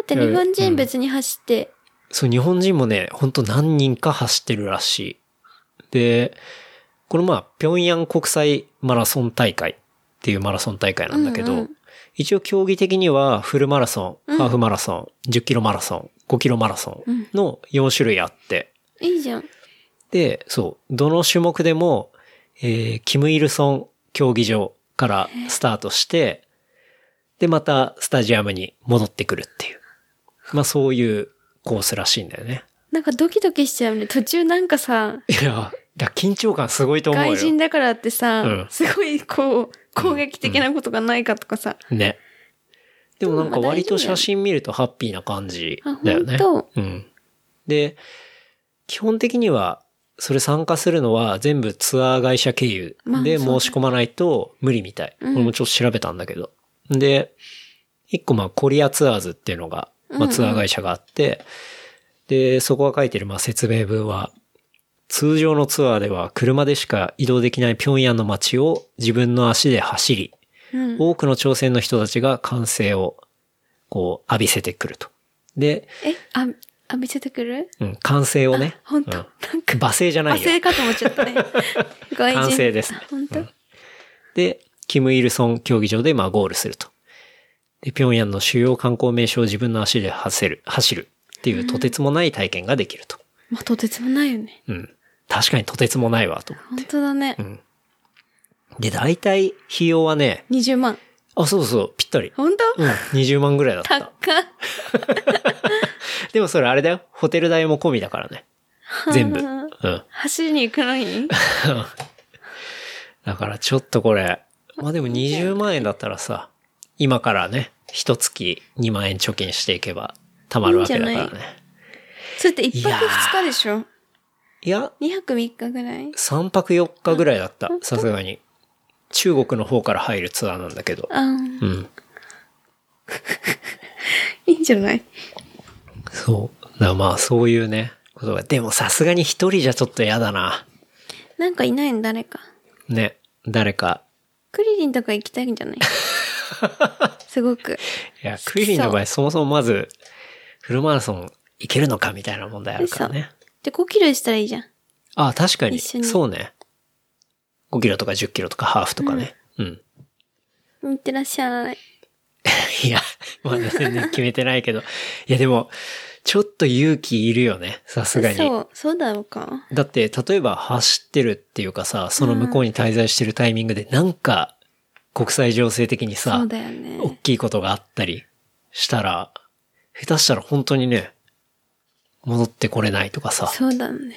[SPEAKER 3] って日本人別に走って。
[SPEAKER 2] そう、日本人もね、ほんと何人か走ってるらしい。で、このまあ、平壌国際マラソン大会っていうマラソン大会なんだけど、
[SPEAKER 3] うんうん
[SPEAKER 2] 一応競技的にはフルマラソン、
[SPEAKER 3] うん
[SPEAKER 2] ハーフマラソン、10キロマラソン、5キロマラソンの4種類あって、
[SPEAKER 3] いいじゃん。
[SPEAKER 2] で、そう、どの種目でも、えーキム・イルソン競技場からスタートして、で、またスタジアムに戻ってくるっていう。まあそういうコースらしいんだよね。
[SPEAKER 3] なんかドキドキしちゃうね。途中なんかさ、
[SPEAKER 2] いや、だから緊張感すごいと思うよ。
[SPEAKER 3] 外人だからってさ、
[SPEAKER 2] うん
[SPEAKER 3] すごいこう、攻撃的なことがないかとかさ。
[SPEAKER 2] ね。でもなんか
[SPEAKER 3] でもまあ
[SPEAKER 2] 割と写真見るとハッピーな感じだよね。
[SPEAKER 3] あ本
[SPEAKER 2] うん。で、基本的には、それ参加するのは全部ツアー会社経由
[SPEAKER 3] まあ
[SPEAKER 2] で
[SPEAKER 3] そうだ
[SPEAKER 2] 申し込まないと無理みたい。
[SPEAKER 3] うん
[SPEAKER 2] 俺もちょっと調べたんだけど。で、一個まあコリアツアーズっていうのが、
[SPEAKER 3] うん
[SPEAKER 2] ま
[SPEAKER 3] う
[SPEAKER 2] あ
[SPEAKER 3] ん
[SPEAKER 2] ツアー会社があって、で、そこが書いてるまあ説明文は、通常のツアーでは車でしか移動できない平壌の街を自分の足で走り、
[SPEAKER 3] うん。
[SPEAKER 2] 多くの朝鮮の人たちが歓声をこう浴びせてくると。で、
[SPEAKER 3] え、あ、あ、見せてくる
[SPEAKER 2] うん、歓声をね。
[SPEAKER 3] 本当、
[SPEAKER 2] うん
[SPEAKER 3] なんか、
[SPEAKER 2] 罵声じゃない
[SPEAKER 3] 罵声
[SPEAKER 2] よ。
[SPEAKER 3] かと思っちゃった
[SPEAKER 2] [laughs]
[SPEAKER 3] ね。外人。
[SPEAKER 2] 歓声です
[SPEAKER 3] あ本当、
[SPEAKER 2] で、キム・イルソン競技場でまあゴールすると。で、平壌の主要観光名所を自分の足で走る、走るっていうとてつもない体験ができると。
[SPEAKER 3] まあ、とてつもないよね。
[SPEAKER 2] うん。確かにとてつもないわと。
[SPEAKER 3] 本当だね。
[SPEAKER 2] で、大体費用はね、
[SPEAKER 3] 20万。
[SPEAKER 2] あ、そうそう、ぴったり。
[SPEAKER 3] 本当、
[SPEAKER 2] うん、20万ぐらいだっ
[SPEAKER 3] 高
[SPEAKER 2] た
[SPEAKER 3] っ。。
[SPEAKER 2] でもそれあれだよ。ホテル代も込みだからね。
[SPEAKER 3] [laughs]
[SPEAKER 2] 全部。うん。
[SPEAKER 3] 走りに行くのに
[SPEAKER 2] だからちょっとこれ、まあでも20万円だったらさ、今からね、一月2万円貯金していけば貯まるわけだから
[SPEAKER 3] いいんじゃ
[SPEAKER 2] ね。
[SPEAKER 3] それって一
[SPEAKER 2] いや
[SPEAKER 3] 泊
[SPEAKER 2] ー
[SPEAKER 3] 二日でしょ
[SPEAKER 2] いや、
[SPEAKER 3] 二泊三日ぐらい
[SPEAKER 2] 3泊4日ぐらいだった。さすがに。中国の方から入るツアーなんだけど。
[SPEAKER 3] あー
[SPEAKER 2] うん。
[SPEAKER 3] いいんじゃない
[SPEAKER 2] そう。だからまあそういうね、ことが。でもさすがに一人じゃちょっと嫌だな。
[SPEAKER 3] なんかいないの誰か。
[SPEAKER 2] ね。誰か。
[SPEAKER 3] クリリンとか行きたいんじゃ [laughs] ないすごく。
[SPEAKER 2] いや、クイリンの場合そもそもまず、フルマラソン行けるのかみたいな問題あるからね。
[SPEAKER 3] で、5キロしたらいいじゃん。
[SPEAKER 2] あ、確かに。
[SPEAKER 3] 一緒に
[SPEAKER 2] そうね。5キロとか10キロとかハーフとかね。うん。 [laughs]
[SPEAKER 3] 行ってらっしゃい。
[SPEAKER 2] いや、まだ全然決めてないけど。いや、でも、ちょっと勇気いるよね。さすがに。
[SPEAKER 3] そう、そうだろうか。
[SPEAKER 2] だって、例えば走ってるっていうかさ、その向こうに滞在してるタイミングで、なんか、国際情勢的に
[SPEAKER 3] そ
[SPEAKER 2] さ
[SPEAKER 3] う、だよ
[SPEAKER 2] 大
[SPEAKER 3] ね。
[SPEAKER 2] きいことがあったりしたら、下手したら本当にね、戻ってこれないとかさ。
[SPEAKER 3] そうだね。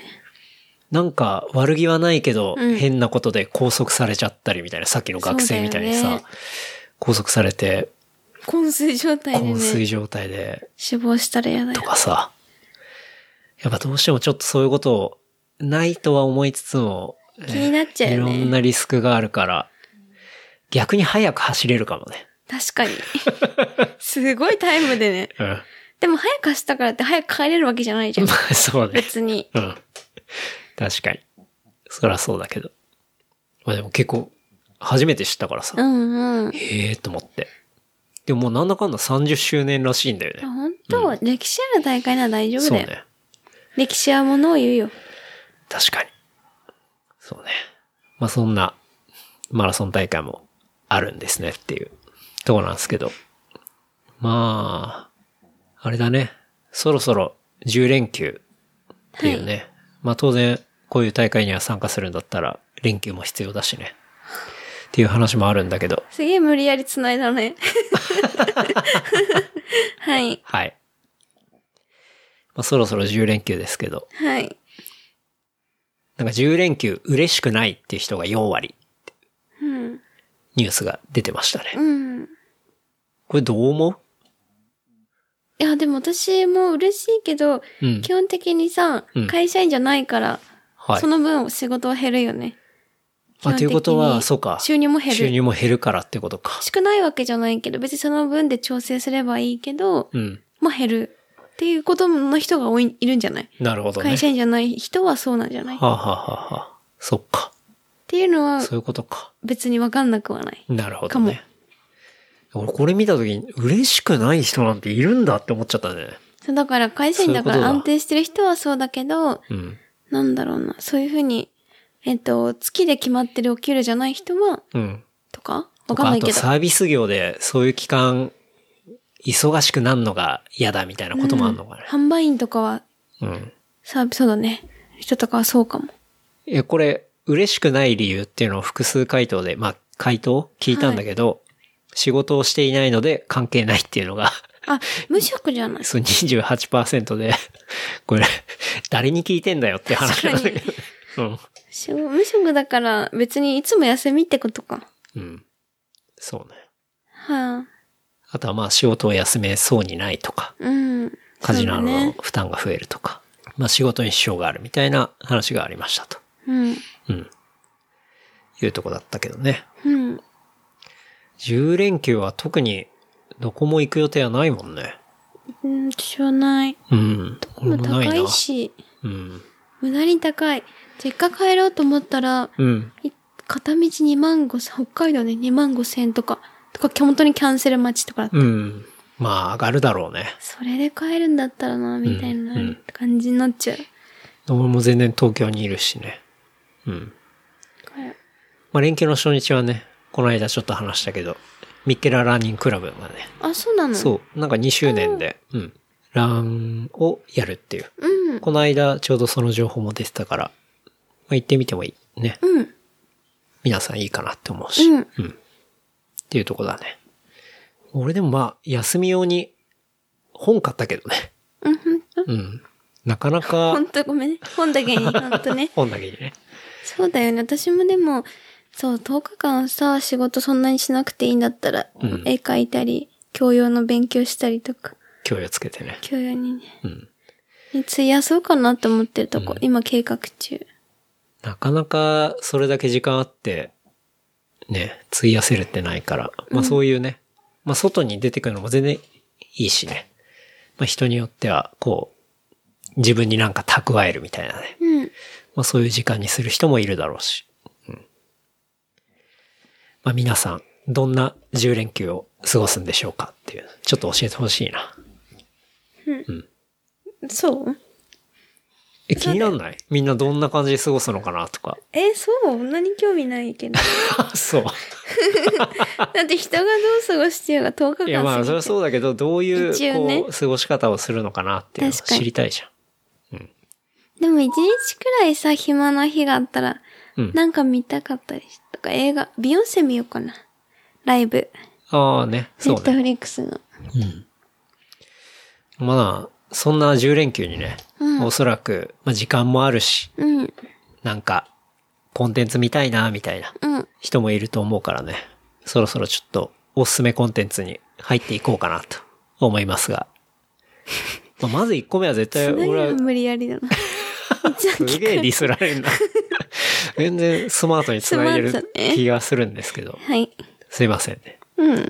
[SPEAKER 2] なんか悪気はないけど、
[SPEAKER 3] うん
[SPEAKER 2] 変なことで拘束されちゃったりみたいな、さっきの学生みたいに
[SPEAKER 3] そうだ
[SPEAKER 2] さ、
[SPEAKER 3] よね
[SPEAKER 2] 拘束されて、
[SPEAKER 3] 昏睡状態で
[SPEAKER 2] 昏睡
[SPEAKER 3] ね、
[SPEAKER 2] 状態で
[SPEAKER 3] 死亡したら嫌だよ
[SPEAKER 2] と。かさ、やっぱどうしてもちょっとそういうことを、ないとは思いつつも、ね
[SPEAKER 3] 気になっちゃうよね
[SPEAKER 2] いろんなリスクがあるから、逆に早く走れるかもね。
[SPEAKER 3] 確 [laughs] かに。すごいタイムでね。
[SPEAKER 2] うん。
[SPEAKER 3] でも早く走ったからって早く帰れるわけじゃないじゃ
[SPEAKER 2] [laughs]
[SPEAKER 3] ん
[SPEAKER 2] ま。あそうね。
[SPEAKER 3] 別に。
[SPEAKER 2] うん。確かに。そりゃそうだけど。まあでも結構、初めて知ったからさ
[SPEAKER 3] う、んうん。あ
[SPEAKER 2] へえと思って。でももうなんだかんだ30周年らしいんだよね。
[SPEAKER 3] 本当、歴史ある大会なら大丈夫
[SPEAKER 2] そう
[SPEAKER 3] だよ。
[SPEAKER 2] ね。
[SPEAKER 3] 歴史はものを言うよ。
[SPEAKER 2] 確かに。そうね。まあそんなマラソン大会もあるんですねっていうとこなんですけど。まあ、あれだね。そろそろ10連休っていうね。まあ当然こういう大会には参加するんだったら連休も必要だしね。っていう話もあるんだけど。
[SPEAKER 3] すげえ無理やり繋いだね。はい。
[SPEAKER 2] はい。まあそろそろ10連休ですけど。
[SPEAKER 3] はい。
[SPEAKER 2] なんか10連休嬉しくないっていう人が4割
[SPEAKER 3] うん。
[SPEAKER 2] ニュースが出てましたね。
[SPEAKER 3] うん。
[SPEAKER 2] これどう思
[SPEAKER 3] いや、でも私も嬉しいけど、
[SPEAKER 2] ううん
[SPEAKER 3] 基。本的にさ、
[SPEAKER 2] うん
[SPEAKER 3] 会社員じゃないから、
[SPEAKER 2] はい
[SPEAKER 3] そ。の分仕事は減るよね。
[SPEAKER 2] あ、ということ
[SPEAKER 3] 基本的
[SPEAKER 2] は、
[SPEAKER 3] に
[SPEAKER 2] そうか。
[SPEAKER 3] 収入も減
[SPEAKER 2] 収
[SPEAKER 3] る。
[SPEAKER 2] 入も減るからってことか。
[SPEAKER 3] 少ないわけじゃないけど、別にその分で調整すればいいけど、
[SPEAKER 2] うん。
[SPEAKER 3] まあ減る。っていうことの人が多い、いるんじゃない
[SPEAKER 2] なるほどね。
[SPEAKER 3] 会社員じゃない人はそうなんじゃないっ
[SPEAKER 2] はあ、はあはあはあ、そっか。
[SPEAKER 3] ていうのは
[SPEAKER 2] そういうことか。
[SPEAKER 3] 別にわかんなくはない。
[SPEAKER 2] なるほどね。俺これ見たときに、嬉しくない人なんているんだって思っちゃったね。
[SPEAKER 3] そうだから会社員だか
[SPEAKER 2] そういう
[SPEAKER 3] ら
[SPEAKER 2] ことだ
[SPEAKER 3] 安定してる人はそうだけど、
[SPEAKER 2] うん。
[SPEAKER 3] なんだろうな、そういうふうに、えっと、月で決まってるお給料じゃない人は、
[SPEAKER 2] うん。
[SPEAKER 3] とかわかんないけ
[SPEAKER 2] あと
[SPEAKER 3] ど。
[SPEAKER 2] サービス業で、そういう期間、忙しくなんのが嫌だみたいなこともあるのかね。
[SPEAKER 3] 販売員とかは、
[SPEAKER 2] うん。
[SPEAKER 3] サービス、そうだね。人とかはそうかも。
[SPEAKER 2] え、これ、嬉しくない理由っていうのを複数回答で、まあ、回答聞いたんだけど、仕事をしていないので関係ないっていう
[SPEAKER 3] [laughs]
[SPEAKER 2] のが、
[SPEAKER 3] あ、無職じゃない。
[SPEAKER 2] そう28%で、これ、誰に聞いてんだよって話なんだけど。うん。
[SPEAKER 3] しょ無職だから別にいつも休みってことか。
[SPEAKER 2] うん。そうね。
[SPEAKER 3] はあ、
[SPEAKER 2] あとはまあ仕事を休めそうにないとか、
[SPEAKER 3] うん。
[SPEAKER 2] 家事など
[SPEAKER 3] そうだ
[SPEAKER 2] の
[SPEAKER 3] ね。
[SPEAKER 2] 負担が増えるとか、まあ仕事に支障があるみたいな話がありましたと。
[SPEAKER 3] うん。
[SPEAKER 2] うん。いうとこだったけどね。
[SPEAKER 3] うん。
[SPEAKER 2] 10連休は特にどこも行く予定はないもんね。
[SPEAKER 3] うん、しょうない。
[SPEAKER 2] うん。俺もな
[SPEAKER 3] 高。
[SPEAKER 2] いない
[SPEAKER 3] し、
[SPEAKER 2] うん。
[SPEAKER 3] 無駄に高い。実家帰ろうと思ったら、
[SPEAKER 2] うん。
[SPEAKER 3] い片道2万5千、北海道ね、2万5千とか、とか、本当にキャンセル待ちとかだった
[SPEAKER 2] うん。まあ上がるだろうね。
[SPEAKER 3] それで帰るんだったらな、みたいな
[SPEAKER 2] うん
[SPEAKER 3] 感じになっちゃう。
[SPEAKER 2] 俺も全然東京にいるしね。うん。
[SPEAKER 3] これ
[SPEAKER 2] まあ連休の初日はね、この間ちょっと話したけど、ミッケラランニングクラブがね、
[SPEAKER 3] あ、そうなの
[SPEAKER 2] そう、なんか2周年で、うん、ランをやるっていう。
[SPEAKER 3] う。うん。
[SPEAKER 2] この間ちょうどその情報も出てたから、まあ、行ってみてもいいね。
[SPEAKER 3] うん。
[SPEAKER 2] 皆さんいいかなって思うし。
[SPEAKER 3] うん
[SPEAKER 2] っていうとこだね。俺でもまあ、休み用に本買ったけどね。
[SPEAKER 3] うん、ほんと
[SPEAKER 2] うん。なかな
[SPEAKER 3] ほ
[SPEAKER 2] か
[SPEAKER 3] んとごめんね。本だけに、ほん
[SPEAKER 2] [laughs]
[SPEAKER 3] とね。
[SPEAKER 2] 本だけにね。
[SPEAKER 3] そうだよね。私もでも、そう、10日間さ、仕事そんなにしなくていいんだったら、
[SPEAKER 2] うん
[SPEAKER 3] 絵描いたり、教養の勉強したりとか、
[SPEAKER 2] 教養つけてね。
[SPEAKER 3] 教養にね、
[SPEAKER 2] うん。
[SPEAKER 3] に費やそうかなと思ってるとこ、
[SPEAKER 2] うん
[SPEAKER 3] 今計画中。
[SPEAKER 2] なかなかそれだけ時間あって、ね、費やせるってないから、まあそういうね、まあ外に出てくるのも全然いいしね。まあ人によっては、こう、自分になんか蓄えるみたいなね。
[SPEAKER 3] うん。
[SPEAKER 2] まあそういう時間にする人もいるだろうし。うん。まあ皆さん、どんな10連休を過ごすんでしょうかっていう、ちょっと教えてほしいな。
[SPEAKER 3] そう
[SPEAKER 2] え、気になんないみんなどんな感じで過ごすのかなと
[SPEAKER 3] [laughs]
[SPEAKER 2] か。
[SPEAKER 3] え、そうそんなに興味ない
[SPEAKER 2] [laughs]
[SPEAKER 3] けど。
[SPEAKER 2] あそう。
[SPEAKER 3] だって人がどう過ごしてようが10日間過ぎ
[SPEAKER 2] いやまあそれは
[SPEAKER 3] う。
[SPEAKER 2] そうだけどどういう
[SPEAKER 3] 一応ね
[SPEAKER 2] こう過ごし方をするのかなっていうのを
[SPEAKER 3] 確かに
[SPEAKER 2] 知りたいじ
[SPEAKER 3] でも一日くらいさ、暇な日があったら、
[SPEAKER 2] ゃん。うん。
[SPEAKER 3] なんか見たかったりとか、映画、ビヨンセ見ようかな。ライブ。
[SPEAKER 2] ああね。
[SPEAKER 3] ネ
[SPEAKER 2] そ
[SPEAKER 3] ッ
[SPEAKER 2] う
[SPEAKER 3] ト
[SPEAKER 2] ね。
[SPEAKER 3] フリックスの。
[SPEAKER 2] まあそんな10連休にね、
[SPEAKER 3] うん
[SPEAKER 2] おそらく、まあ、時間もあるし
[SPEAKER 3] うん。
[SPEAKER 2] なんかコンテンツ見たいなみたいな
[SPEAKER 3] うん。
[SPEAKER 2] 人もいると思うからねそろそろちょっとおすすめコンテンツに入っていこうかなと思います
[SPEAKER 3] [laughs]
[SPEAKER 2] が、まあ、まず1個目は絶対
[SPEAKER 3] 何
[SPEAKER 2] 俺
[SPEAKER 3] が
[SPEAKER 2] は
[SPEAKER 3] 無理やりだな。 [laughs]
[SPEAKER 2] すげえディスられるな全然スマートに繋いで
[SPEAKER 3] スマー
[SPEAKER 2] る
[SPEAKER 3] トね
[SPEAKER 2] 気がするんですけど
[SPEAKER 3] はい。
[SPEAKER 2] すいませんね。
[SPEAKER 3] うん。
[SPEAKER 2] ま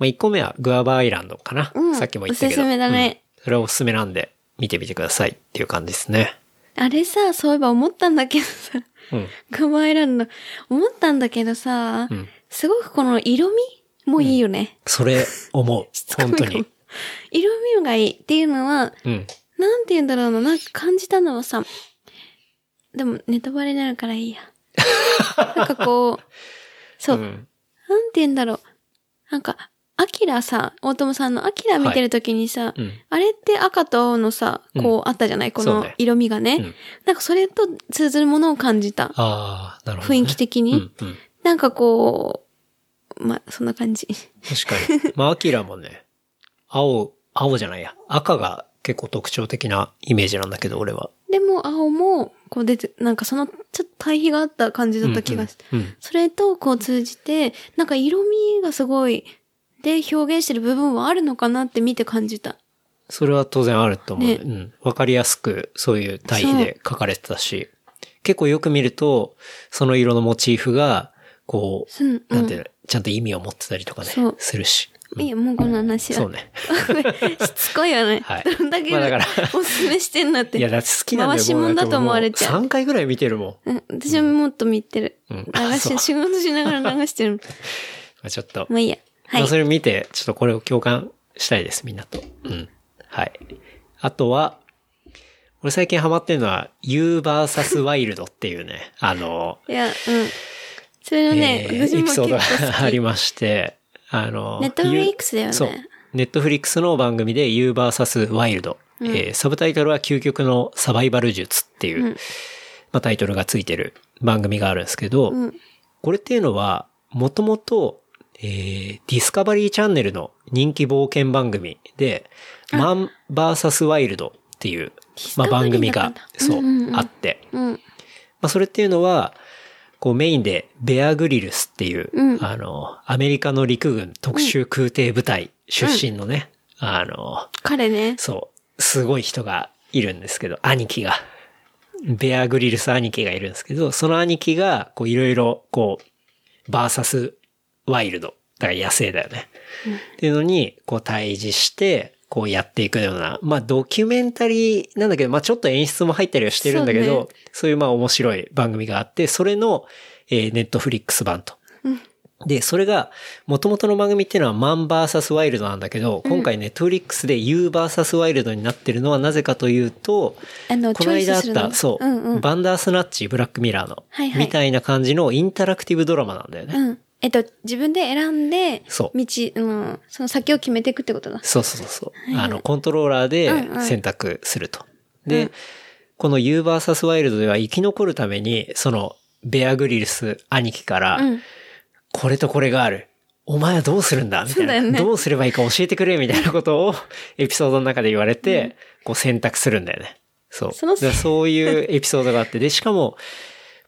[SPEAKER 2] あ、1個目はグアバアイランドかな、
[SPEAKER 3] うん
[SPEAKER 2] さっきも言ったけど。
[SPEAKER 3] おすすめだね
[SPEAKER 2] うんそれはおすすめなんで、見てみてくださいっていう感じですね。
[SPEAKER 3] あれさ、そういえば思ったんだけどさ、 [laughs]
[SPEAKER 2] うん。
[SPEAKER 3] ガバエランド、思ったんだけどさ、
[SPEAKER 2] うん。
[SPEAKER 3] すごくこの色味もいいよね。
[SPEAKER 2] それ、思う。
[SPEAKER 3] [laughs]
[SPEAKER 2] 本当に。
[SPEAKER 3] 色味がいいっていうのは、
[SPEAKER 2] うん。
[SPEAKER 3] なんて言うんだろうな、なんか感じたのはさ、でもネタバレになるか
[SPEAKER 2] [laughs]
[SPEAKER 3] らいいや。なんかこう、そう、
[SPEAKER 2] ん。
[SPEAKER 3] なんて言うんだろう。なんか、アキラさ、大友さんのアキラ見てるときにさ、
[SPEAKER 2] うん。
[SPEAKER 3] あれって赤と青のさ、こうあったじゃない、こ
[SPEAKER 2] そう
[SPEAKER 3] の
[SPEAKER 2] ね
[SPEAKER 3] 色味がね、
[SPEAKER 2] うん
[SPEAKER 3] なんかそれと通ずるものを感じた。
[SPEAKER 2] ああ、なるほど、
[SPEAKER 3] 雰囲気的に。
[SPEAKER 2] うん。うん。
[SPEAKER 3] なんかこう、まあ、そんな感じ。
[SPEAKER 2] 確かに。ま [laughs] あ、アキラもね、青、青じゃないや。赤が結構特徴的なイメージなんだけど、俺は。
[SPEAKER 3] でも青も、こう出て、なんかその、ちょっと対比があった感じだった気がして。
[SPEAKER 2] うん。うん
[SPEAKER 3] それとこう通じて、なんか色味がすごい、で表現してる部分はあるのかなって見て感じた。
[SPEAKER 2] それは当然あると思う。
[SPEAKER 3] ね
[SPEAKER 2] うん。わかりやすく、そういう対比で書かれてたし、結構よく見ると、その色のモチーフが、こう、
[SPEAKER 3] うん、う
[SPEAKER 2] なん
[SPEAKER 3] ん
[SPEAKER 2] ていう。の、ちゃんと意味を持ってたりとかね
[SPEAKER 3] そう、
[SPEAKER 2] するし。うん
[SPEAKER 3] いいよ、もうこの話は。
[SPEAKER 2] そうね。
[SPEAKER 3] [laughs] しつこいよね。
[SPEAKER 2] はい
[SPEAKER 3] どんだけ、
[SPEAKER 2] まあだから
[SPEAKER 3] おすすめしてんだって。
[SPEAKER 2] いや、だって好きなんだよ
[SPEAKER 3] 回しもんだと思われちゃう
[SPEAKER 2] 3回ぐらい見てるも
[SPEAKER 3] うん、私ももっと見てる。
[SPEAKER 2] ん。うん。
[SPEAKER 3] 流
[SPEAKER 2] そう
[SPEAKER 3] し、仕事しながら流してる。
[SPEAKER 2] まあちょっと、
[SPEAKER 3] まあいいや。は
[SPEAKER 2] まあそ
[SPEAKER 3] い。
[SPEAKER 2] れ見て、ちょっとこれを共感したいです、みんなと。うん。はい。あとは、俺最近ハマってるのは、You vs. Wild っていうね、あの、
[SPEAKER 3] いや、うん。それのね、
[SPEAKER 2] えー
[SPEAKER 3] 私
[SPEAKER 2] エピ
[SPEAKER 3] も結
[SPEAKER 2] ソード
[SPEAKER 3] 構
[SPEAKER 2] があ
[SPEAKER 3] 好
[SPEAKER 2] り
[SPEAKER 3] き。
[SPEAKER 2] まして、あの、
[SPEAKER 3] ネットフリックスだよ
[SPEAKER 2] ゆ
[SPEAKER 3] ね
[SPEAKER 2] そう。ネットフリックスの番組で You vs. Wild えーサブタイトルは究極のサバイバル術っていう、
[SPEAKER 3] うん
[SPEAKER 2] まあ、タイトルがついてる番組があるんですけど、
[SPEAKER 3] うん
[SPEAKER 2] これっていうのは、もともと、えーディスカバリーチャンネルの人気冒険番組で、マンバーサスワイルドっていう、まあ、
[SPEAKER 3] ディスカバリ
[SPEAKER 2] 番
[SPEAKER 3] ー
[SPEAKER 2] 組
[SPEAKER 3] だ
[SPEAKER 2] が
[SPEAKER 3] ったん、だ
[SPEAKER 2] そう、
[SPEAKER 3] うんうんうん
[SPEAKER 2] あって、
[SPEAKER 3] うん。
[SPEAKER 2] まあ、それっていうのは、こうメインでベアグリルスっていう、
[SPEAKER 3] うん
[SPEAKER 2] あの、アメリカの陸軍特殊空挺部隊出身のね、あの、
[SPEAKER 3] 彼ね。
[SPEAKER 2] そう、すごい人がいるんですけど、兄貴が。ベアグリルス兄貴がいるんですけど、その兄貴が、こういろいろ、こう、バーサスワイルド。だから野生だよね。っていうのに、こう対峙して、こうやっていくような、まあドキュメンタリーなんだけど、まあちょっと演出も入ったりはしてるんだけ
[SPEAKER 3] そ
[SPEAKER 2] ど、
[SPEAKER 3] う
[SPEAKER 2] そう,、
[SPEAKER 3] ね
[SPEAKER 2] いうまあ面白い番組があって、それの、えーネットフリックス版と。で、それが、元々の番組っていうのはマンバーサスワイルドなんだけど、今回ネットフリックスで U バーサスワイルドになってるのはなぜかというと、
[SPEAKER 3] あの、
[SPEAKER 2] こ
[SPEAKER 3] チ
[SPEAKER 2] の
[SPEAKER 3] ョイ
[SPEAKER 2] 間あ
[SPEAKER 3] ス
[SPEAKER 2] っ
[SPEAKER 3] するの
[SPEAKER 2] た、
[SPEAKER 3] ね
[SPEAKER 2] そう、
[SPEAKER 3] うんうん。
[SPEAKER 2] バンダースナッチ、ブラックミラーの、
[SPEAKER 3] はいはい
[SPEAKER 2] みたいな感じのインタラクティブドラマなんだよね。
[SPEAKER 3] うん。えっと、自分で選んで、
[SPEAKER 2] そう
[SPEAKER 3] 道、うん、その先を決めていくってことだ。
[SPEAKER 2] そうそうそう。あの、コントローラーで選択すると。で、この U バーサスワイルドでは生き残るために、その、ベアグリルス兄貴から、
[SPEAKER 3] うん。
[SPEAKER 2] これとこれがある。お前はどうするんだみたい
[SPEAKER 3] そうだ
[SPEAKER 2] な、
[SPEAKER 3] よね
[SPEAKER 2] どうすればいいか教えてくれみたいなことをエピソードの中で言われて、こう選択するんだよね。そう。
[SPEAKER 3] その
[SPEAKER 2] だからそういうエピソードがあって、で、しかも、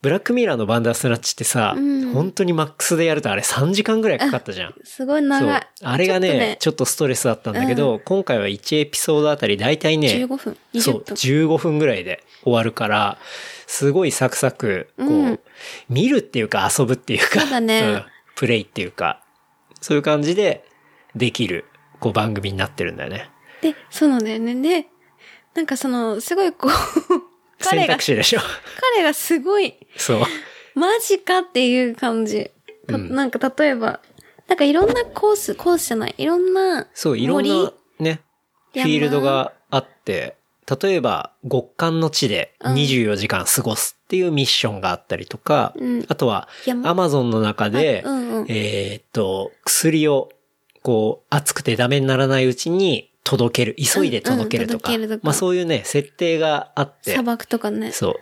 [SPEAKER 2] ブラックミラーのバンダースナッチってさ、
[SPEAKER 3] うん
[SPEAKER 2] 本当にマックスでやるとあれ3時間ぐらいかかったじゃん。
[SPEAKER 3] すごい
[SPEAKER 2] そう
[SPEAKER 3] 長い。
[SPEAKER 2] あれがねちょ
[SPEAKER 3] ちょ
[SPEAKER 2] っとストレスだったんだけど、今回は1エピソードあたり大体ね、
[SPEAKER 3] っとね、15分、
[SPEAKER 2] そ
[SPEAKER 3] 20
[SPEAKER 2] う、
[SPEAKER 3] 分。
[SPEAKER 2] 15分ぐらいで終わるから、すごいサクサク、こう、
[SPEAKER 3] うん
[SPEAKER 2] 見るっていうか遊ぶって [laughs] いうか、
[SPEAKER 3] そうだね
[SPEAKER 2] んプレイっていうか、そういう感じでできる、こう番組になってるんだよね。
[SPEAKER 3] で、そうなんだよね。で、なんかその、すごいこう、彼
[SPEAKER 2] 選
[SPEAKER 3] が
[SPEAKER 2] 択、肢で
[SPEAKER 3] [laughs]
[SPEAKER 2] しょ。
[SPEAKER 3] 彼がすごい、
[SPEAKER 2] そう。
[SPEAKER 3] マジかっていう感じ。た
[SPEAKER 2] うん
[SPEAKER 3] なんか例えば、なんかいろんなコース、コースじゃない、いろんな、
[SPEAKER 2] そう、いろんな
[SPEAKER 3] 森
[SPEAKER 2] ね、フ
[SPEAKER 3] 山
[SPEAKER 2] ィールドがあって、例えば極寒の地で
[SPEAKER 3] うん
[SPEAKER 2] 24時間過ごすっていうミッションがあったりとか、
[SPEAKER 3] うん
[SPEAKER 2] あとは
[SPEAKER 3] 山
[SPEAKER 2] アマゾンの中で、
[SPEAKER 3] あうんうん
[SPEAKER 2] えーっと、薬を、こう、熱くてダメにならないうちに届ける、急いで届けるとか、
[SPEAKER 3] うんうん届けるとか
[SPEAKER 2] まあそういうね、設定があって
[SPEAKER 3] 砂、漠とかね。
[SPEAKER 2] そう。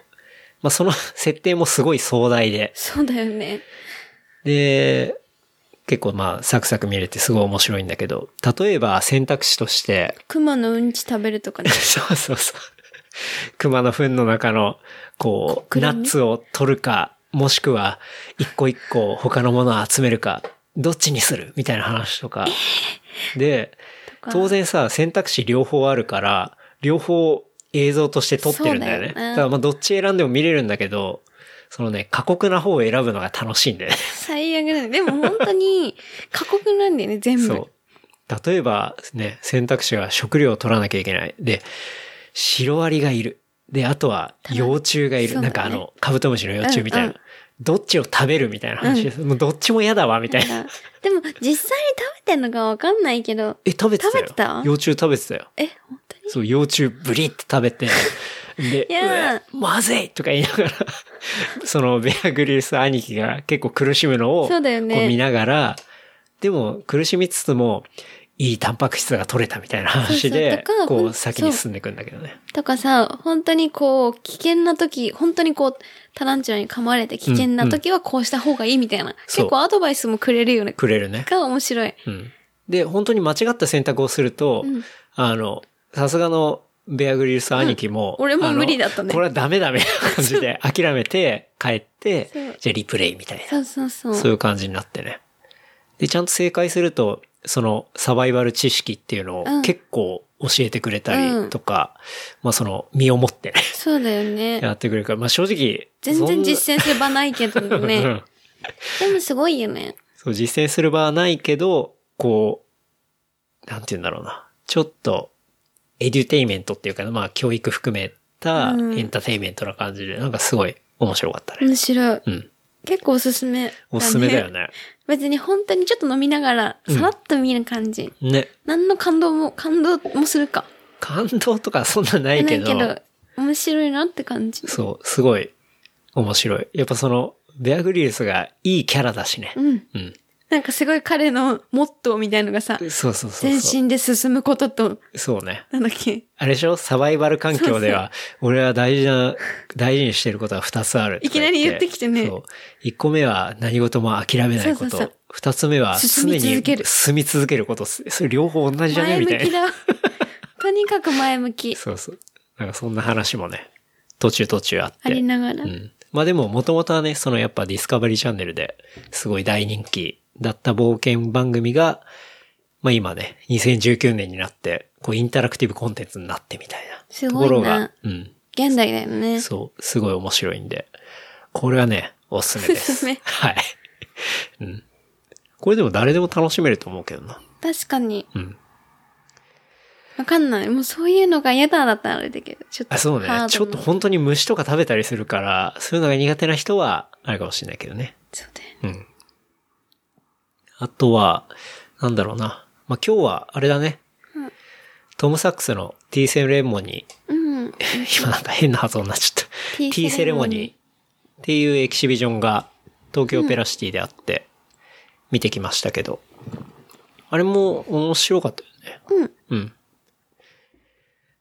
[SPEAKER 2] まあその設定もすごい壮大で、
[SPEAKER 3] そうだよね。
[SPEAKER 2] で、結構まあサクサク見れてすごい面白いんだけど、例えば選択肢として、。
[SPEAKER 3] 熊のうんち食べるとかね
[SPEAKER 2] [laughs] そうそうそう。熊の糞の中の、こう、
[SPEAKER 3] くる
[SPEAKER 2] ナ
[SPEAKER 3] み
[SPEAKER 2] ッツを取るか、もしくは、一個一個他のものを集めるか、どっちにするみたいな話とか。で、
[SPEAKER 3] か
[SPEAKER 2] 当然さ、選択肢両方あるから、両方映像として撮ってるんだよね。
[SPEAKER 3] そう
[SPEAKER 2] だ
[SPEAKER 3] だよね
[SPEAKER 2] からまあ、どっち選んでも見れるんだけど、そのね、過酷な方を選ぶのが楽しいんだよね。
[SPEAKER 3] 最悪だね。でも本当に過酷なんだよね、全
[SPEAKER 2] そう
[SPEAKER 3] 部。。
[SPEAKER 2] 例えばね、選択肢は食料を取らなきゃいけない。で、シロアリがいる。で、あとは幼虫がいる。
[SPEAKER 3] そう
[SPEAKER 2] なん
[SPEAKER 3] だね
[SPEAKER 2] かあの、カブトムシの幼虫みたいな。
[SPEAKER 3] うんうん
[SPEAKER 2] どっちを食べるみたいな話です。もうどっちも嫌だわ、みたいな。
[SPEAKER 3] だからでも実際に食べてんのかわかんないけど、
[SPEAKER 2] え、食べてたよ。
[SPEAKER 3] 食べてた
[SPEAKER 2] 幼虫食べてたよ。
[SPEAKER 3] え、本当に
[SPEAKER 2] そう、幼虫ブリって食べて、で、
[SPEAKER 3] いやー
[SPEAKER 2] うわまずいとか言いながら、 [laughs] そのベアグリルス兄貴が結構苦しむのを、
[SPEAKER 3] そうだよね
[SPEAKER 2] こう見ながら、でも苦しみつつも、いいタンパク質が取れたみたいな話で
[SPEAKER 3] そうそうだから、
[SPEAKER 2] こ
[SPEAKER 3] ほ
[SPEAKER 2] うん先に進んでいくんだけどね。
[SPEAKER 3] とかさ、本当にこう、危険な時、本当にこう、タランチュラに噛まれて危険な時はこうした方がいいみたいな。
[SPEAKER 2] そう
[SPEAKER 3] 結構アドバイスもくれるよね。
[SPEAKER 2] くれるね。
[SPEAKER 3] が面白い。
[SPEAKER 2] うん。で、本当に間違った選択をすると、
[SPEAKER 3] うん
[SPEAKER 2] あの、さすがのベアグリルス兄貴も、
[SPEAKER 3] うん俺も
[SPEAKER 2] あの
[SPEAKER 3] 無理だったね
[SPEAKER 2] これはダメダメな感じ
[SPEAKER 3] [laughs]
[SPEAKER 2] で諦めて帰って
[SPEAKER 3] そう、
[SPEAKER 2] じゃあリプレイみたいな。
[SPEAKER 3] そうそうそう。
[SPEAKER 2] そういう感じになってね。で、ちゃんと正解すると、そのサバイバル知識っていうの
[SPEAKER 3] う
[SPEAKER 2] を
[SPEAKER 3] ん
[SPEAKER 2] 結構教えてくれたりとか、まあその身をもってね、
[SPEAKER 3] そうだよ [laughs] ね。
[SPEAKER 2] やってくれるから、まあ正直、
[SPEAKER 3] 全然実
[SPEAKER 2] 践
[SPEAKER 3] 践する場ないけどね。 [laughs] でもすごいよね。
[SPEAKER 2] そう、実践する場はないけど、こう、なんて言うんだろうな。ちょっと、エデュテイメントっていうかな、まあ教育含めた
[SPEAKER 3] うん
[SPEAKER 2] エンターテイメントな感じで、なんかすごい面白かったね。
[SPEAKER 3] 面白い。
[SPEAKER 2] うん。
[SPEAKER 3] 結構おすすめ、
[SPEAKER 2] おすすめだよ。ね。
[SPEAKER 3] 別に本当にちょっと飲みながら、
[SPEAKER 2] うん
[SPEAKER 3] さらっと見る感じ。
[SPEAKER 2] ね。
[SPEAKER 3] 何の感動も、感動もするか。
[SPEAKER 2] 感動とかそんなな
[SPEAKER 3] ないい
[SPEAKER 2] けど、
[SPEAKER 3] けど、面白いなって感じ。
[SPEAKER 2] そう、すごい面白い。やっぱその、ベアグリルスがいいキャラだしね。
[SPEAKER 3] うん。
[SPEAKER 2] うん。
[SPEAKER 3] なんかすごい彼のモットーみたいのがさ、
[SPEAKER 2] そうそうそう
[SPEAKER 3] 全
[SPEAKER 2] そ
[SPEAKER 3] 身で進むことと、
[SPEAKER 2] う。そうね。
[SPEAKER 3] なんだっけ、
[SPEAKER 2] あれでしょサバイバル環境では、俺は大事な、大事にしてることは2つあるとか
[SPEAKER 3] いきなり言ってきてね
[SPEAKER 2] そう。1個目は何事も諦めないこ
[SPEAKER 3] そうそうそう
[SPEAKER 2] と。2つ目は
[SPEAKER 3] 進
[SPEAKER 2] 常
[SPEAKER 3] み
[SPEAKER 2] に
[SPEAKER 3] 続ける
[SPEAKER 2] 進み続けること。それ両方同じじゃね
[SPEAKER 3] 前
[SPEAKER 2] み
[SPEAKER 3] 向
[SPEAKER 2] たい
[SPEAKER 3] き
[SPEAKER 2] な。
[SPEAKER 3] だ。とにかく前
[SPEAKER 2] [laughs]
[SPEAKER 3] 向き。
[SPEAKER 2] そうそう。なんかそんな話もね、途中途中あって。
[SPEAKER 3] ありながら。
[SPEAKER 2] うん。まあでも、もともとはね、そのやっぱディスカバリーチャンネルですごい大人気だった冒険番組が、まあ今ね、2019年になって、こうインタラクティブコンテンツになってみたい
[SPEAKER 3] す
[SPEAKER 2] なと
[SPEAKER 3] ごいな
[SPEAKER 2] ころが、うん。
[SPEAKER 3] 現代だよね。
[SPEAKER 2] そう、すごい面白いんで、これはね、おすすめで
[SPEAKER 3] おすす
[SPEAKER 2] す。
[SPEAKER 3] め
[SPEAKER 2] [laughs] はい。うん。これでも誰でも楽しめると思うけどな。
[SPEAKER 3] 確かに。
[SPEAKER 2] うん。
[SPEAKER 3] わかんない。もうそういうのが嫌だだったらあれだけど。ちょっと。
[SPEAKER 2] あ、そうね
[SPEAKER 3] ハード。な
[SPEAKER 2] ちょっと本当に虫とか食べたりするから、そういうのが苦手な人は、あれかもしれないけどね。
[SPEAKER 3] そうだよね
[SPEAKER 2] うん。あとは、なんだろうな。まあ、今日は、あれだね。トム・サックスの T セレモニ
[SPEAKER 3] うん。
[SPEAKER 2] ー。 [laughs] 今なんか変な発音になっちゃった。
[SPEAKER 3] Tea
[SPEAKER 2] T セレモニーっていうエキシビジョンが東京オペラシティであって、見てきましたけど。あれも面白かったよね。うん。うん。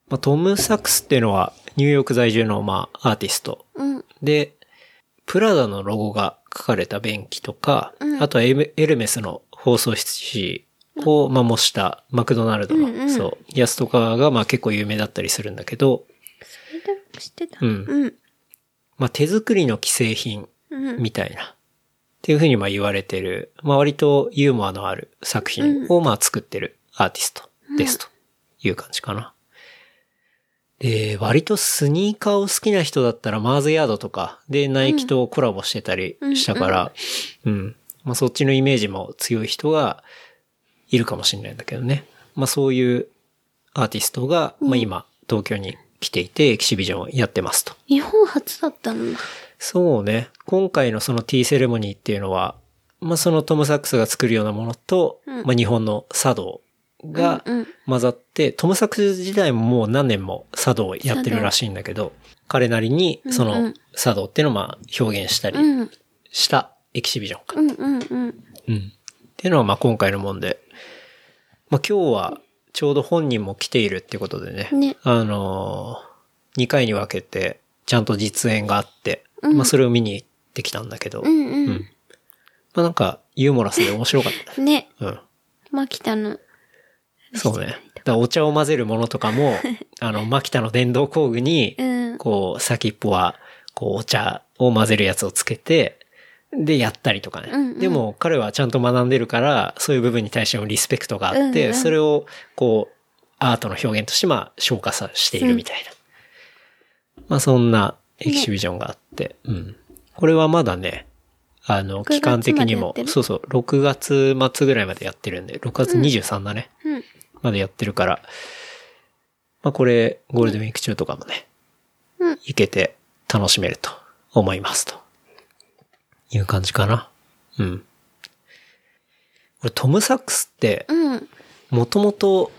[SPEAKER 2] まあ、トム・サックスっていうのはニューヨーク在住のまあアーティスト
[SPEAKER 3] うん。
[SPEAKER 2] で、プラダのロゴが書かれた便器とか、
[SPEAKER 3] うん
[SPEAKER 2] あとはエメエルメスの包装紙を、まあ、模したマクドナルドの、
[SPEAKER 3] うんうん
[SPEAKER 2] そう、やつとかが、まあ結構有名だったりするんだけど、
[SPEAKER 3] それだ、知ってた。
[SPEAKER 2] うん
[SPEAKER 3] うん。
[SPEAKER 2] まあ手作りの既製品
[SPEAKER 3] うん。
[SPEAKER 2] みたいな、っていうふうにまあ言われてる、まあ割とユーモアのある作品をまあ作ってるアーティストですという感じかな。で、割とスニーカーを好きな人だったらマーズヤードとかでナイキとコラボしてたりしたから、うん、まあそっちのイメージも強い人がいるかもしれないんだけどね。まあそういうアーティストが、まあ今東京に来ていてエキシビジョンをやってますと。
[SPEAKER 3] 日本初だったんだ。
[SPEAKER 2] そうね。今回のその T セレモニーっていうのは、まあ、そのトム・サックスが作るようなものと、
[SPEAKER 3] うん
[SPEAKER 2] まあ、日本の茶道が
[SPEAKER 3] うんうん
[SPEAKER 2] 混ざって、トム・サックス時代ももう何年も茶道をやってるらしいんだけど、彼なりにそ
[SPEAKER 3] うんう
[SPEAKER 2] の
[SPEAKER 3] ん
[SPEAKER 2] 茶道っていうのをまあ表現したり
[SPEAKER 3] うん。
[SPEAKER 2] したエキシビジョンか。
[SPEAKER 3] うんうんうん。
[SPEAKER 2] うん。っていうのはまあ今回のもんで。まあ今日はちょうど本人も来ているってことでね。
[SPEAKER 3] ね
[SPEAKER 2] あのー、2回に分けてちゃんと実演があって、
[SPEAKER 3] うん
[SPEAKER 2] まあそれを見に行ってきたんだけど、
[SPEAKER 3] う
[SPEAKER 2] ま
[SPEAKER 3] んうん。
[SPEAKER 2] あなんかユーモラスで面白かっ
[SPEAKER 3] ね、 [laughs]
[SPEAKER 2] た。うん。
[SPEAKER 3] 牧田の。
[SPEAKER 2] そうね。だからお茶を混ぜるものとか
[SPEAKER 3] [laughs]
[SPEAKER 2] も、あの、マキタの電動工具に、
[SPEAKER 3] うん。
[SPEAKER 2] こう、先っぽは、こう、お茶を混ぜるやつをつけて、で、やったりとかね。
[SPEAKER 3] うんうん
[SPEAKER 2] でも、彼はちゃんと学んでるから、そういう部分に対してのリスペクトがあって、
[SPEAKER 3] うんうん
[SPEAKER 2] それを、こう、アートの表現として、まあ、消化さしているみたいな。まあ、そんなエキシビジョンがあって、うん。これはまだね、あの、
[SPEAKER 3] 月
[SPEAKER 2] 期間的に
[SPEAKER 3] ま
[SPEAKER 2] も
[SPEAKER 3] でやって、る
[SPEAKER 2] そうそう、6月末ぐらいまでやってるんで、6月23だね。
[SPEAKER 3] うん。
[SPEAKER 2] までやってるから、まあこれ、ゴールデンウィーク中とかもね、
[SPEAKER 3] うん
[SPEAKER 2] 行けて楽しめると思いますと。いう感じかな。うん。これトム・サックスって、
[SPEAKER 3] うん。
[SPEAKER 2] もともと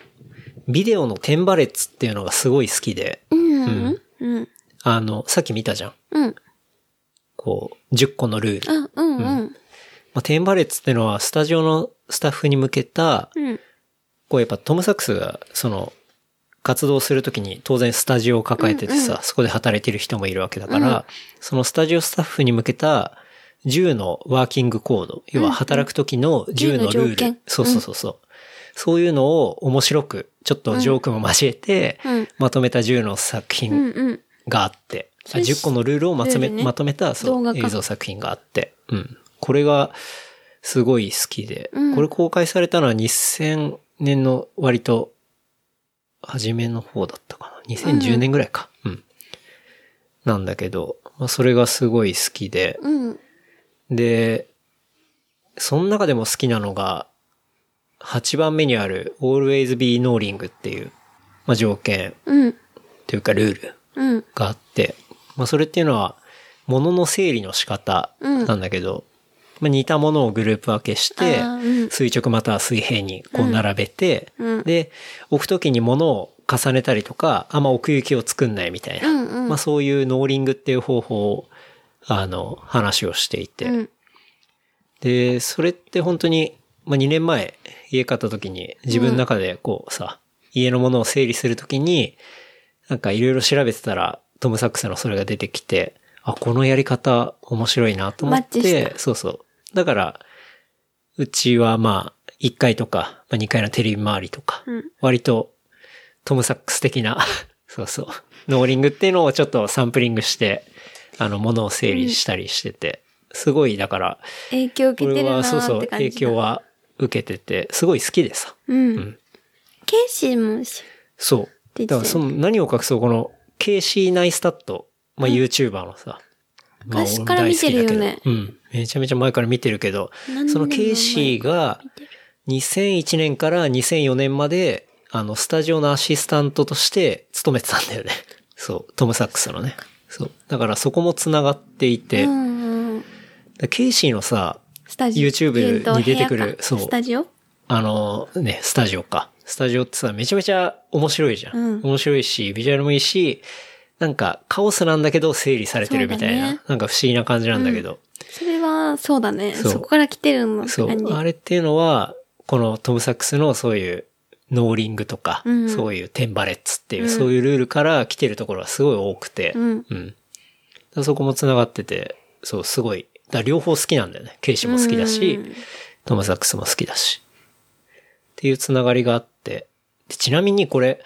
[SPEAKER 2] ビデオのテンバレッツっていうのがすごい好きで、
[SPEAKER 3] うん。うん。
[SPEAKER 2] あの、さっき見たじゃん。
[SPEAKER 3] うん。
[SPEAKER 2] こう、10個のルール。
[SPEAKER 3] あ、うんうん。
[SPEAKER 2] まあ、テンバレッツっていうのはスタジオのスタッフに向けた、
[SPEAKER 3] うん。
[SPEAKER 2] こうやっぱトム・サックスがその活動するときに当然スタジオを抱えててさ、そこで働いてる人もいるわけだから、そのスタジオスタッフに向けた10のワーキングコード、要は働くときの10のル
[SPEAKER 3] 10の条
[SPEAKER 2] ール、
[SPEAKER 3] 件
[SPEAKER 2] そうそうそうそう、そういうのを面白く、ちょっとジョークも交えて、
[SPEAKER 3] うん
[SPEAKER 2] まとめた10の作
[SPEAKER 3] う
[SPEAKER 2] 品
[SPEAKER 3] んうん。
[SPEAKER 2] があって、あ
[SPEAKER 3] れ
[SPEAKER 2] 10個のルールをまとめ,、
[SPEAKER 3] ルールね
[SPEAKER 2] まとめたそ
[SPEAKER 3] 動画
[SPEAKER 2] う
[SPEAKER 3] か
[SPEAKER 2] 映像作品があって、うん。これがすごい好きで、
[SPEAKER 3] うん
[SPEAKER 2] これ公開されたのは2000年の割と初めの方だったかな。2010年ぐらいか。うん。なんだけど、まあ、それがすごい好きで、
[SPEAKER 3] うん。
[SPEAKER 2] で、その中でも好きなのが、8番目にある always be knowing っていう、まあ、条件
[SPEAKER 3] うん。
[SPEAKER 2] というかルール
[SPEAKER 3] うん。
[SPEAKER 2] があって、まあ、それっていうのは、ものの整理の仕方なんだけど、まあ、似たものをグループ分けして
[SPEAKER 3] あーうん、
[SPEAKER 2] 垂直または水平にこう並べて、
[SPEAKER 3] うん
[SPEAKER 2] で、置くときに物を重ねたりとか、あんま奥行きを作んないみたいな、
[SPEAKER 3] うんうん
[SPEAKER 2] まあ、そういうノーリングっていう方法を、あの、話をしていて、
[SPEAKER 3] うん。
[SPEAKER 2] で、それって本当に、まあ、2年前家買った時に自分の中でこうさ、家のものを整理するときに、なんかいろいろ調べてたらトム・サックスのそれが出てきて、あ、このやり方面白いなと思っ
[SPEAKER 3] マッチ
[SPEAKER 2] て、そうそう。だから、うちはまあ、1階とか、まあ、2階のテレビ周りとか、
[SPEAKER 3] うん
[SPEAKER 2] 割とトム・サックス的な、 [laughs] そうそう、ノーリングっていうのをちょっとサンプリングして、あの、ものを整理したりしてて、すごい、だから、
[SPEAKER 3] 影響受
[SPEAKER 2] こ
[SPEAKER 3] けて
[SPEAKER 2] れ
[SPEAKER 3] るな
[SPEAKER 2] はそう
[SPEAKER 3] ー
[SPEAKER 2] そ
[SPEAKER 3] っ
[SPEAKER 2] う、
[SPEAKER 3] て感じ
[SPEAKER 2] 影
[SPEAKER 3] だ
[SPEAKER 2] 響は受けてて、すごい好きでさ。
[SPEAKER 3] うん、
[SPEAKER 2] うん
[SPEAKER 3] ケイシーもし
[SPEAKER 2] そ
[SPEAKER 3] で
[SPEAKER 2] う。だからその何を隠そう、この、ケイシー・ナイスタッド、まあ、YouTuber のさ、まあ
[SPEAKER 3] 昔から見てるよね
[SPEAKER 2] 俺も大好きだけどうん。めちゃめちゃ前から見てるけど
[SPEAKER 3] 何年も前、
[SPEAKER 2] そのケイシーが2001年から2004年まで、あの、スタジオのアシスタントとして勤めてたんだよね。そう。トム・サックスのね。そう。だからそこも繋がっていて、だ
[SPEAKER 3] う
[SPEAKER 2] か
[SPEAKER 3] んうん、
[SPEAKER 2] らケイシーのさ、
[SPEAKER 3] スタジオ
[SPEAKER 2] YouTube に出てくる
[SPEAKER 3] えーと部屋か
[SPEAKER 2] そう
[SPEAKER 3] スタジオ
[SPEAKER 2] あのね、スタジオか。スタジオってさ、めちゃめちゃ面白いじゃん。
[SPEAKER 3] うん
[SPEAKER 2] 面白いし、ビジュアルもいいし、なんかカオスなんだけど整理されてるみたい
[SPEAKER 3] そうだ
[SPEAKER 2] な、
[SPEAKER 3] ね
[SPEAKER 2] なんか不思議な感じなんだけど。
[SPEAKER 3] それはそうだね
[SPEAKER 2] そ
[SPEAKER 3] そうこから来てるのって
[SPEAKER 2] そ
[SPEAKER 3] 感
[SPEAKER 2] う。
[SPEAKER 3] じ
[SPEAKER 2] あれっていうのは、このトム・サックスのそういうノーリングとか、
[SPEAKER 3] うん
[SPEAKER 2] そういうテンバレッツっていう、
[SPEAKER 3] うん
[SPEAKER 2] そういうルールから来てるところがすごい多くて、
[SPEAKER 3] うん
[SPEAKER 2] だからそこも繋がってて、そう、すごい。だから両方好きなんだよね。ケイシーも好きだし、
[SPEAKER 3] うん
[SPEAKER 2] トム・サックスも好きだし。っていうつながりがあって。でちなみにこれ、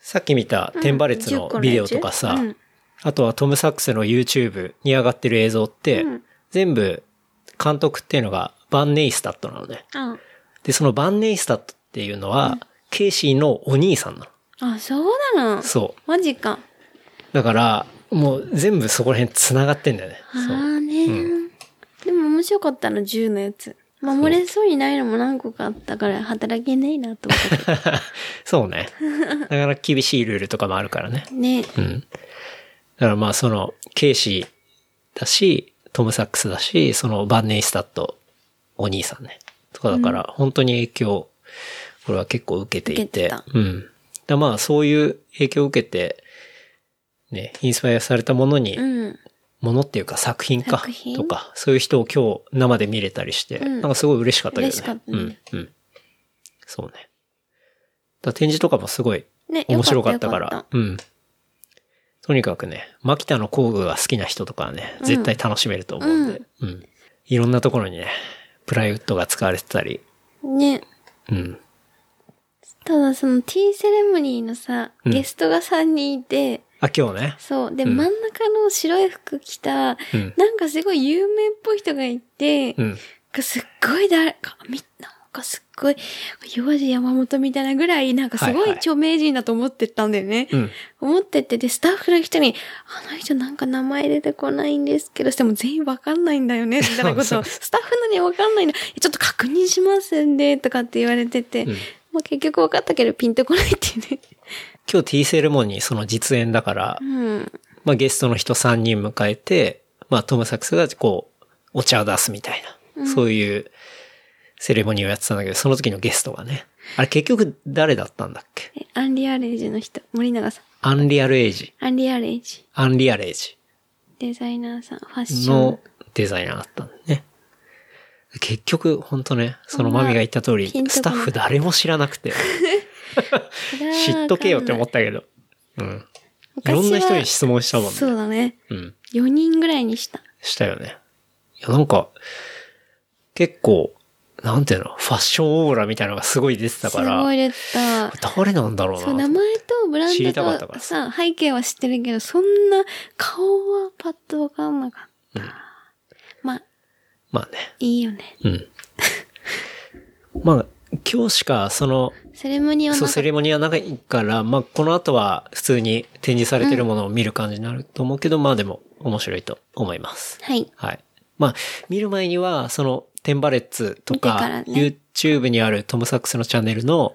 [SPEAKER 2] さっき見たテンバレッツのビデオとかさ、
[SPEAKER 3] うん
[SPEAKER 2] あとはトム・サックスの YouTube に上がってる映像って、
[SPEAKER 3] うん
[SPEAKER 2] 全部監督っていうのがバン・ネイスタットなのね。
[SPEAKER 3] あ
[SPEAKER 2] で、そのバン・ネイスタットっていうのは、ケイシーのお兄さんな
[SPEAKER 3] あそうなの
[SPEAKER 2] の。そう。
[SPEAKER 3] マジか
[SPEAKER 2] だから、もう全部そこら辺繋がってんだよね。
[SPEAKER 3] あ
[SPEAKER 2] そう。
[SPEAKER 3] あね、でも面白かったの銃のやつ守れそうにないのも何個かあったから働けねえなと思ったけ
[SPEAKER 2] そうね。なかなか厳しいルールとかもあるからね。 [laughs]
[SPEAKER 3] どね
[SPEAKER 2] うん。だからまあその、ケイシーだし、トム・サックスだし、そのバンネイスタット、お兄さんね。とかだから、本当に影響、これは結構受けてい
[SPEAKER 3] 受けて
[SPEAKER 2] て。
[SPEAKER 3] た
[SPEAKER 2] うん。だからまあそういう影響を受けて、ね、インスパイアされたものに、
[SPEAKER 3] うん
[SPEAKER 2] ものっていうか作品か
[SPEAKER 3] 作品
[SPEAKER 2] とか、そういう人を今日生で見れたりして、
[SPEAKER 3] うん
[SPEAKER 2] なんかすごい嬉しかったけどね。
[SPEAKER 3] 嬉しかったね
[SPEAKER 2] うん、うん。そうね。だから展示とかもすごい
[SPEAKER 3] ね
[SPEAKER 2] 面白かったか
[SPEAKER 3] よ
[SPEAKER 2] ら
[SPEAKER 3] っ。
[SPEAKER 2] うん。とにかくね、牧田の工具が好きな人とかはね、絶対楽しめると思うんで、うん。いろんなところにね、プライウッドが使われてたり、
[SPEAKER 3] たね
[SPEAKER 2] うん。
[SPEAKER 3] ただそのティーセレモニーのさ
[SPEAKER 2] うん
[SPEAKER 3] ゲストが3人いて、
[SPEAKER 2] あ、今日ね。
[SPEAKER 3] そうで、
[SPEAKER 2] うん
[SPEAKER 3] 真ん中の白い服着た
[SPEAKER 2] うん。
[SPEAKER 3] なんかすごい有名っぽい人がいて、
[SPEAKER 2] うん。
[SPEAKER 3] がすっごい誰か、みんな、なんかすっごい、岩地山本みたいなぐらい、なんかすご
[SPEAKER 2] はい
[SPEAKER 3] い
[SPEAKER 2] はい
[SPEAKER 3] 著名人だと思ってたんだよね。
[SPEAKER 2] うん。
[SPEAKER 3] 思ってて、で、スタッフの人に、あの人なんか名前出てこないんですけど、しても全員わかんないんだよね、みたいなこと
[SPEAKER 2] そ
[SPEAKER 3] を、
[SPEAKER 2] う
[SPEAKER 3] スタッフのにわかんないの、ちょっと確認しますんで、とかって言われてて、
[SPEAKER 2] うん
[SPEAKER 3] まあ結局わかったけど、ピンとこないっていうね。
[SPEAKER 2] 今日 T セレモニー、その実演だから、
[SPEAKER 3] うん。
[SPEAKER 2] まあゲストの人3人迎えて、まあトム・サックスがこう、お茶を出すみたいな、そういうセレモニーをやってたんだけど、その時のゲストがね、あれ結局誰だったんだっけ
[SPEAKER 3] えアンリアレージの人、森永さん。
[SPEAKER 2] アンリアル・エイジ、
[SPEAKER 3] アンリアレージ。
[SPEAKER 2] アンリアル・エイジ。
[SPEAKER 3] デザイナーさん、ファッション
[SPEAKER 2] の。デザイナーだったんだね。結局、ほんとね、そのマミが言った通り
[SPEAKER 3] ピン、とこな
[SPEAKER 2] ス
[SPEAKER 3] い
[SPEAKER 2] タッフ誰も知らなく
[SPEAKER 3] [laughs]
[SPEAKER 2] て、知っとけよって思
[SPEAKER 3] っ
[SPEAKER 2] ったけど。うん。い
[SPEAKER 3] た
[SPEAKER 2] ろんな人に質問したもんね。
[SPEAKER 3] そうだね。
[SPEAKER 2] うん。
[SPEAKER 3] 4人ぐらいにした。
[SPEAKER 2] したよね。いや、なんか、結構、なんていうの、ファッションオーラみたいなのがすごい出てた
[SPEAKER 3] す
[SPEAKER 2] から、
[SPEAKER 3] ごい出てた。
[SPEAKER 2] 誰なんだろうな
[SPEAKER 3] そう、名前とブラン
[SPEAKER 2] 知りたかっ
[SPEAKER 3] ド
[SPEAKER 2] たか
[SPEAKER 3] と
[SPEAKER 2] ら
[SPEAKER 3] さ、背景は知ってるけど、そんな顔はパッとわかんなかった。まあ、
[SPEAKER 2] まあね。
[SPEAKER 3] いいよね。
[SPEAKER 2] うん。 [laughs] まあ、今日しか、その、
[SPEAKER 3] セレモニーは
[SPEAKER 2] そ
[SPEAKER 3] な
[SPEAKER 2] う、
[SPEAKER 3] んか
[SPEAKER 2] セレモニーはないから、まあ、この後は普通に展示されてるものを見る感じになると思うけど、まあでも面白いと思います。
[SPEAKER 3] はい。
[SPEAKER 2] はい。まあ、見る前には、その、テンバレッツと
[SPEAKER 3] 見てか
[SPEAKER 2] か、
[SPEAKER 3] らね
[SPEAKER 2] YouTube にあるトム・サックスのチャンネルの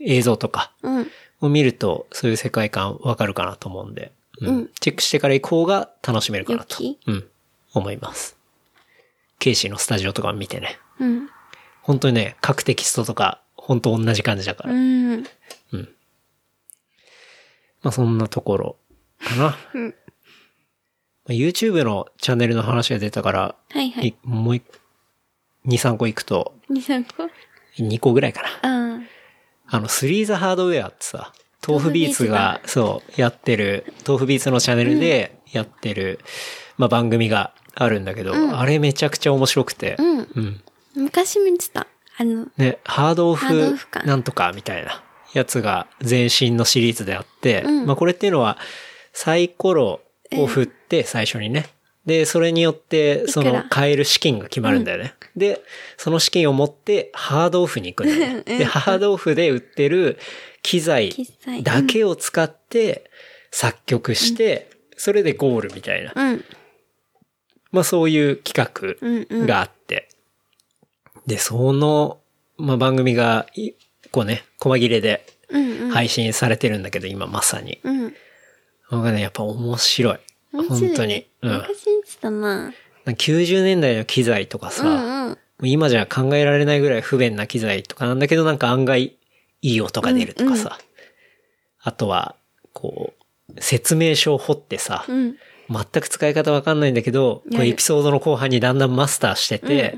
[SPEAKER 2] 映像とか
[SPEAKER 3] うん。
[SPEAKER 2] を見ると、そういう世界観わかるかなと思うんで、うん
[SPEAKER 3] うん
[SPEAKER 2] チェックしてから行こうが楽しめるかなと
[SPEAKER 3] 良き、
[SPEAKER 2] うん、思います。ケイシーのスタジオとか見てね、
[SPEAKER 3] うん。
[SPEAKER 2] 本当にね、各テキストとか、本当同じ感じだから
[SPEAKER 3] う、ん。
[SPEAKER 2] まあそんなところかな。まあ YouTube のチャンネルの話が出たから、
[SPEAKER 3] はいはい
[SPEAKER 2] い。もう2、3個いくと、
[SPEAKER 3] 2、3個
[SPEAKER 2] 2個ぐらいかな。
[SPEAKER 3] ああ。
[SPEAKER 2] あの、スリーザハードウェアってさ、豆腐ビーツが、そう、やってる、豆腐ビーツのチャンネルでやってる、まあ番組があるんだけど、あれめちゃくちゃ面白くて、
[SPEAKER 3] うん。
[SPEAKER 2] うん。
[SPEAKER 3] 昔見てた。あの、
[SPEAKER 2] ね、ハードオフ
[SPEAKER 3] ハードオフか
[SPEAKER 2] なんとかみたいなやつが前身のシリーズであって、
[SPEAKER 3] うん
[SPEAKER 2] まあこれっていうのはサイコロを振って最初にね。で、それによって、そ
[SPEAKER 3] いく
[SPEAKER 2] の
[SPEAKER 3] ら
[SPEAKER 2] 買える資金が決まるんだよね。で、その資金を持ってハードオフに行くん
[SPEAKER 3] [laughs]
[SPEAKER 2] だよね。で、ハードオフで売ってる機材
[SPEAKER 3] 機材
[SPEAKER 2] だけを使って作曲して、それでゴールみたいな。
[SPEAKER 3] うん。
[SPEAKER 2] まあそういう企
[SPEAKER 3] うんう
[SPEAKER 2] 画
[SPEAKER 3] ん
[SPEAKER 2] があって。で、その、まあ番組がい、こうね、細切れで
[SPEAKER 3] うんうん。
[SPEAKER 2] 配信されてるんだけど、今まさに。
[SPEAKER 3] うん。
[SPEAKER 2] 僕はね、やっぱ面白い。
[SPEAKER 3] 面白い
[SPEAKER 2] 本当に。うん。
[SPEAKER 3] 昔見てたな。
[SPEAKER 2] 90年代の機材とか
[SPEAKER 3] う
[SPEAKER 2] さ、も
[SPEAKER 3] んうん。
[SPEAKER 2] う今じゃ考えられないぐらい不便な機材とかなんだけど、なんか案外いい音が出るとかさ。あとは、こう、説明書を掘ってさ、
[SPEAKER 3] うん。
[SPEAKER 2] 全く使い方わかんないんだけど、こ
[SPEAKER 3] や
[SPEAKER 2] う
[SPEAKER 3] る
[SPEAKER 2] エピソードの後半にだんだんマスターしてて、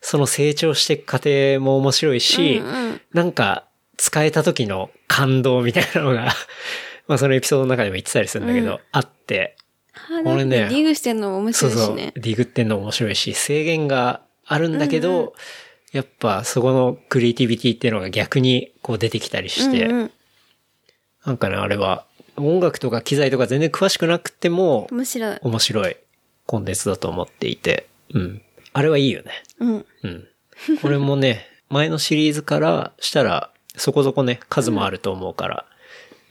[SPEAKER 2] その成長していく過程も面白いし、
[SPEAKER 3] うんうん
[SPEAKER 2] なんか使えた時の感動みたいなのが、 [laughs] まあそのエピソードの中でも言ってたりするんだけど、
[SPEAKER 3] うん
[SPEAKER 2] あって、
[SPEAKER 3] ハードオ
[SPEAKER 2] 俺
[SPEAKER 3] フ
[SPEAKER 2] ね
[SPEAKER 3] でディグしてんのも面
[SPEAKER 2] そ
[SPEAKER 3] 白
[SPEAKER 2] う
[SPEAKER 3] いし
[SPEAKER 2] そう、
[SPEAKER 3] ね
[SPEAKER 2] デ。ィグってんの面白いし、制限があるんだけど、やっぱそこのクリエイティビティっていうのが逆にこう出てきたりして、
[SPEAKER 3] うんうん
[SPEAKER 2] なんかね、あれは音楽とか機材とか全然詳しくなくても、
[SPEAKER 3] 面白い。
[SPEAKER 2] 面白いコンテンツだと思っていて、うん。あれはいいよね。
[SPEAKER 3] うん。
[SPEAKER 2] うん。これもね、 [laughs] 前のシリーズからしたら、そこそこね、数もあると思うから、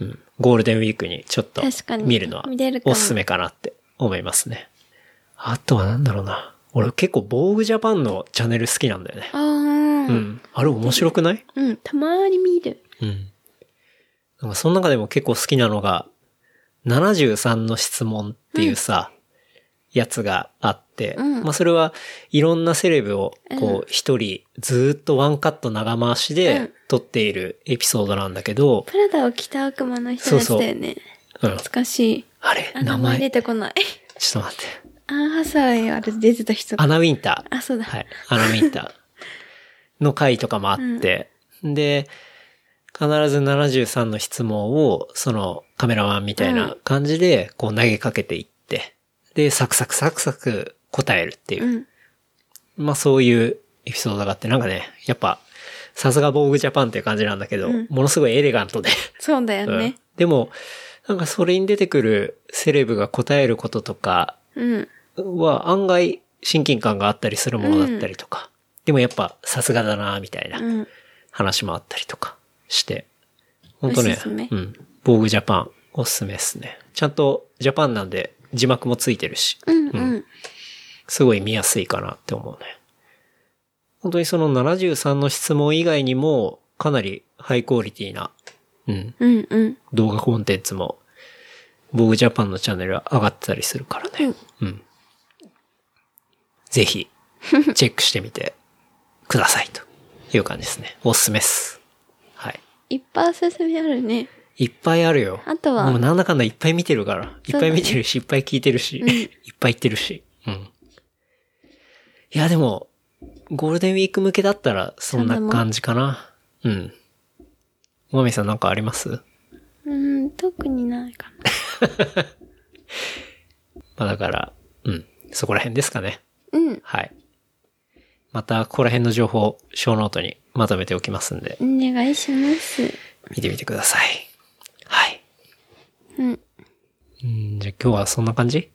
[SPEAKER 2] うん。ゴールデンウィークにちょっと
[SPEAKER 3] 確かに
[SPEAKER 2] 見るのは
[SPEAKER 3] 見れる、かも
[SPEAKER 2] おすすめかなって思いますね。あとはなんだろうな。俺結構、防具ジャパンのチャンネル好きなんだよね
[SPEAKER 3] あ。
[SPEAKER 2] う
[SPEAKER 3] あ。
[SPEAKER 2] ん。あれ面白くない
[SPEAKER 3] うん。たまに見る。
[SPEAKER 2] うん。なんかその中でも結構好きなのが、73の質問っていうさ、やつがあって、
[SPEAKER 3] うん
[SPEAKER 2] まあそれはいろんなセレブを
[SPEAKER 3] う
[SPEAKER 2] こう一人ずーっとワンカット長回し
[SPEAKER 3] う
[SPEAKER 2] で
[SPEAKER 3] ん
[SPEAKER 2] 撮っているエピソードなんだけど、
[SPEAKER 3] プラダを着た悪魔の人たちだよね。
[SPEAKER 2] うん、
[SPEAKER 3] 懐かしい。
[SPEAKER 2] あれ
[SPEAKER 3] あ
[SPEAKER 2] 名
[SPEAKER 3] 名前
[SPEAKER 2] 前、
[SPEAKER 3] 出
[SPEAKER 2] ち
[SPEAKER 3] てこない。
[SPEAKER 2] ょっ
[SPEAKER 3] [laughs]
[SPEAKER 2] と待って。
[SPEAKER 3] アンハサウェイはあれ出てた人か。
[SPEAKER 2] アナ・ウィンター。
[SPEAKER 3] あ、そうだ。
[SPEAKER 2] はい。アナ・ウィンターの回とかもあって、で、必ず73の質問を、そのカメラマンみたいうな感じで、こう投げかけていって、で、サクサクサクサク答えるっていうう、
[SPEAKER 3] ん。
[SPEAKER 2] まあそういうエピソードがあって、なんかね、やっぱ、さすが防具ジャパンっていう感じなんだけど、
[SPEAKER 3] うん
[SPEAKER 2] ものすごいエレガントで、
[SPEAKER 3] そうだよ
[SPEAKER 2] う
[SPEAKER 3] ね
[SPEAKER 2] ん。でも、なんかそれに出てくるセレブが答えることとか、
[SPEAKER 3] うん。
[SPEAKER 2] は案外親近感があったりするものだったりとか、でもやっぱさすがだなみたいな
[SPEAKER 3] うん。
[SPEAKER 2] 話もあったりとかして、本当ね
[SPEAKER 3] おすすめ
[SPEAKER 2] うん、防具ジャパンおすすめですね。ちゃんとジャパンなんで字幕もついてるし、
[SPEAKER 3] うん。うん。
[SPEAKER 2] すごい見やすいかなって思うね。本当にその73の質問以外にもかなりハイクオリティな、うん、
[SPEAKER 3] うん。うん。
[SPEAKER 2] 動画コンテンツも、防具ジャパンのチャンネルは上がってたりするからね。うん。ぜひ、チェックしてみてくださいという感じですね。おすすめっす。はい。
[SPEAKER 3] いっぱいおすすめあるね。
[SPEAKER 2] いっぱいあるよ。
[SPEAKER 3] あとは
[SPEAKER 2] もうなんだかんだいっぱい見てるから。いっぱい見てるし、いっぱい聞いてるし、いっぱい言ってるし。うん。いや、でも、ゴールデンウィーク向けだったら、そんな感じかな。うん。もみさんなんかあります
[SPEAKER 3] うん、特にないかな。
[SPEAKER 2] まあだから、うん、そこら辺ですかね。
[SPEAKER 3] うん。
[SPEAKER 2] はい。また、ここら辺の情報、小ノートにまとめておきますんで、
[SPEAKER 3] お願いします。
[SPEAKER 2] 見てみてください。はい。
[SPEAKER 3] うん。
[SPEAKER 2] うんじゃあ今日はそんな感じ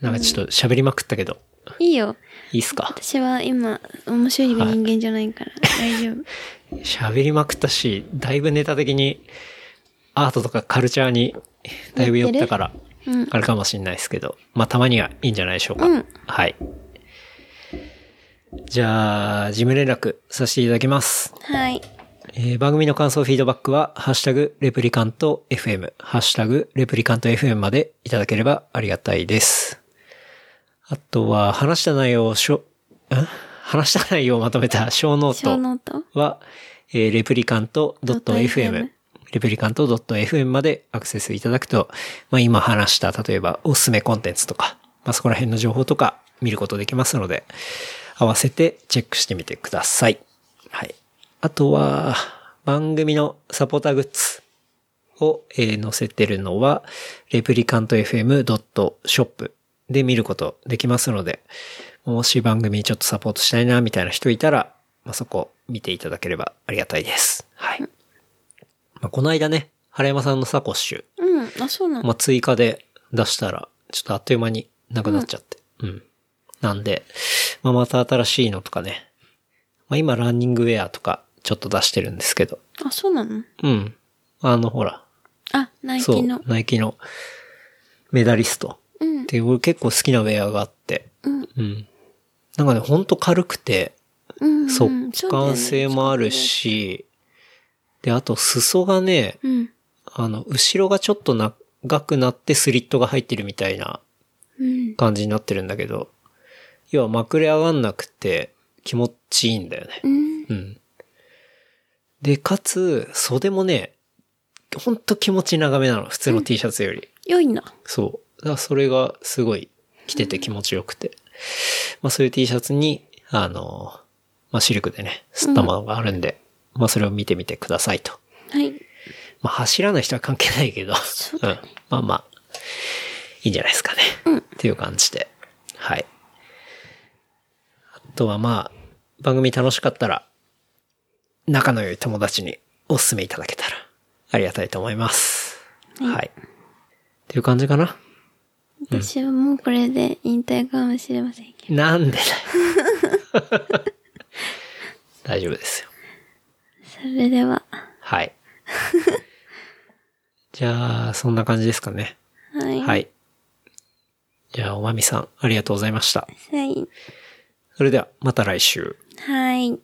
[SPEAKER 2] なんかちょっと喋りまくったけど、
[SPEAKER 3] いいよ。
[SPEAKER 2] いいっすか
[SPEAKER 3] 私は今、面白い人間じゃないから、大丈夫。
[SPEAKER 2] 喋りまくったし、だいぶネタ的に、アートとかカルチャーに、だいぶ寄ったから、
[SPEAKER 3] うん。
[SPEAKER 2] あるかもしれないですけど、まあたまにはいいんじゃないでしょうか。
[SPEAKER 3] うん
[SPEAKER 2] はい。じゃあ、事務連絡させていただきます。
[SPEAKER 3] [laughs] はい。
[SPEAKER 2] えー番組の感想、フィードバックは、ハッシュタグ、レプリカント FM、ハッシュタグ、レプリカント FM までいただければありがたいです。あとは、話した内容をしょ、ん話した内容をまとめた小ノート。
[SPEAKER 3] 小ノート。
[SPEAKER 2] は、えー、レプリカント .fm、レプリカント .fm までアクセスいただくと、まあ今話した、例えばおすすめコンテンツとか、まあそこら辺の情報とか見ることできますので、合わせてチェックしてみてください。はい。あとは、番組のサポーターグッズを、えー載せてるのは、レプリカント FM.shop で見ることできますので、もし番組ちょっとサポートしたいな、みたいな人いたら、まあ、そこ見ていただければありがたいです。はい。まあ、この間ね、原山さんのサコッシュ、
[SPEAKER 3] うん。あ、そうなん
[SPEAKER 2] まあ、追加で出したら、ちょっとあっという間になくなっちゃって。うん。なんで、まあ、また新しいのとかね。まあ、今、ランニングウェアとか、ちょっと出してるんですけど。
[SPEAKER 3] あ、そうなの
[SPEAKER 2] うん。あの、ほら、
[SPEAKER 3] あ、ナイ
[SPEAKER 2] そう
[SPEAKER 3] キの、。
[SPEAKER 2] ナイキのメダリスト。
[SPEAKER 3] うん。
[SPEAKER 2] で、俺結構好きなウェアがあって。
[SPEAKER 3] うん。
[SPEAKER 2] うん。なんかね、ほんと軽くて、
[SPEAKER 3] うん。
[SPEAKER 2] 速乾
[SPEAKER 3] そうだよ
[SPEAKER 2] 性
[SPEAKER 3] ね
[SPEAKER 2] もある。し、で、あと、裾がね、
[SPEAKER 3] うん。
[SPEAKER 2] あの、後ろがちょっと長くなってスリットが入ってるみたいな
[SPEAKER 3] うん。
[SPEAKER 2] 感じになってるんだけど、要はまくれ上がんなくて気持ちいいんだよね
[SPEAKER 3] う。ん。
[SPEAKER 2] うん。で、かつ、袖もね、ほんと気持ち長めなの。普通の T シャツより。
[SPEAKER 3] 良いな。
[SPEAKER 2] そう。だからそれがすごい着てて気持ちよくて。まあそういう T シャツに、あの、まあシルクでね、吸ったものがあるんで、まあそれを見てみてくださいと。
[SPEAKER 3] はい。
[SPEAKER 2] まあ走らない人は関係ないけど、
[SPEAKER 3] そうだね
[SPEAKER 2] ん。まあまあ、いいんじゃないですかね。っていう感じで。はい。あとはまあ、番組楽しかったら、仲の良い友達にお勧めいただけたら、ありがたいと思います。はい。っていう感じかな。
[SPEAKER 3] 私はもうこれで引退かもしれませんけど。
[SPEAKER 2] なんでだよ大丈夫ですよ。
[SPEAKER 3] それでは、
[SPEAKER 2] はい。じゃあ、そんな感じですかね。
[SPEAKER 3] はい。。
[SPEAKER 2] はいい。じゃあ、おまみさん、ありがとうございました。
[SPEAKER 3] はい。
[SPEAKER 2] それでは、また来週。
[SPEAKER 3] はい。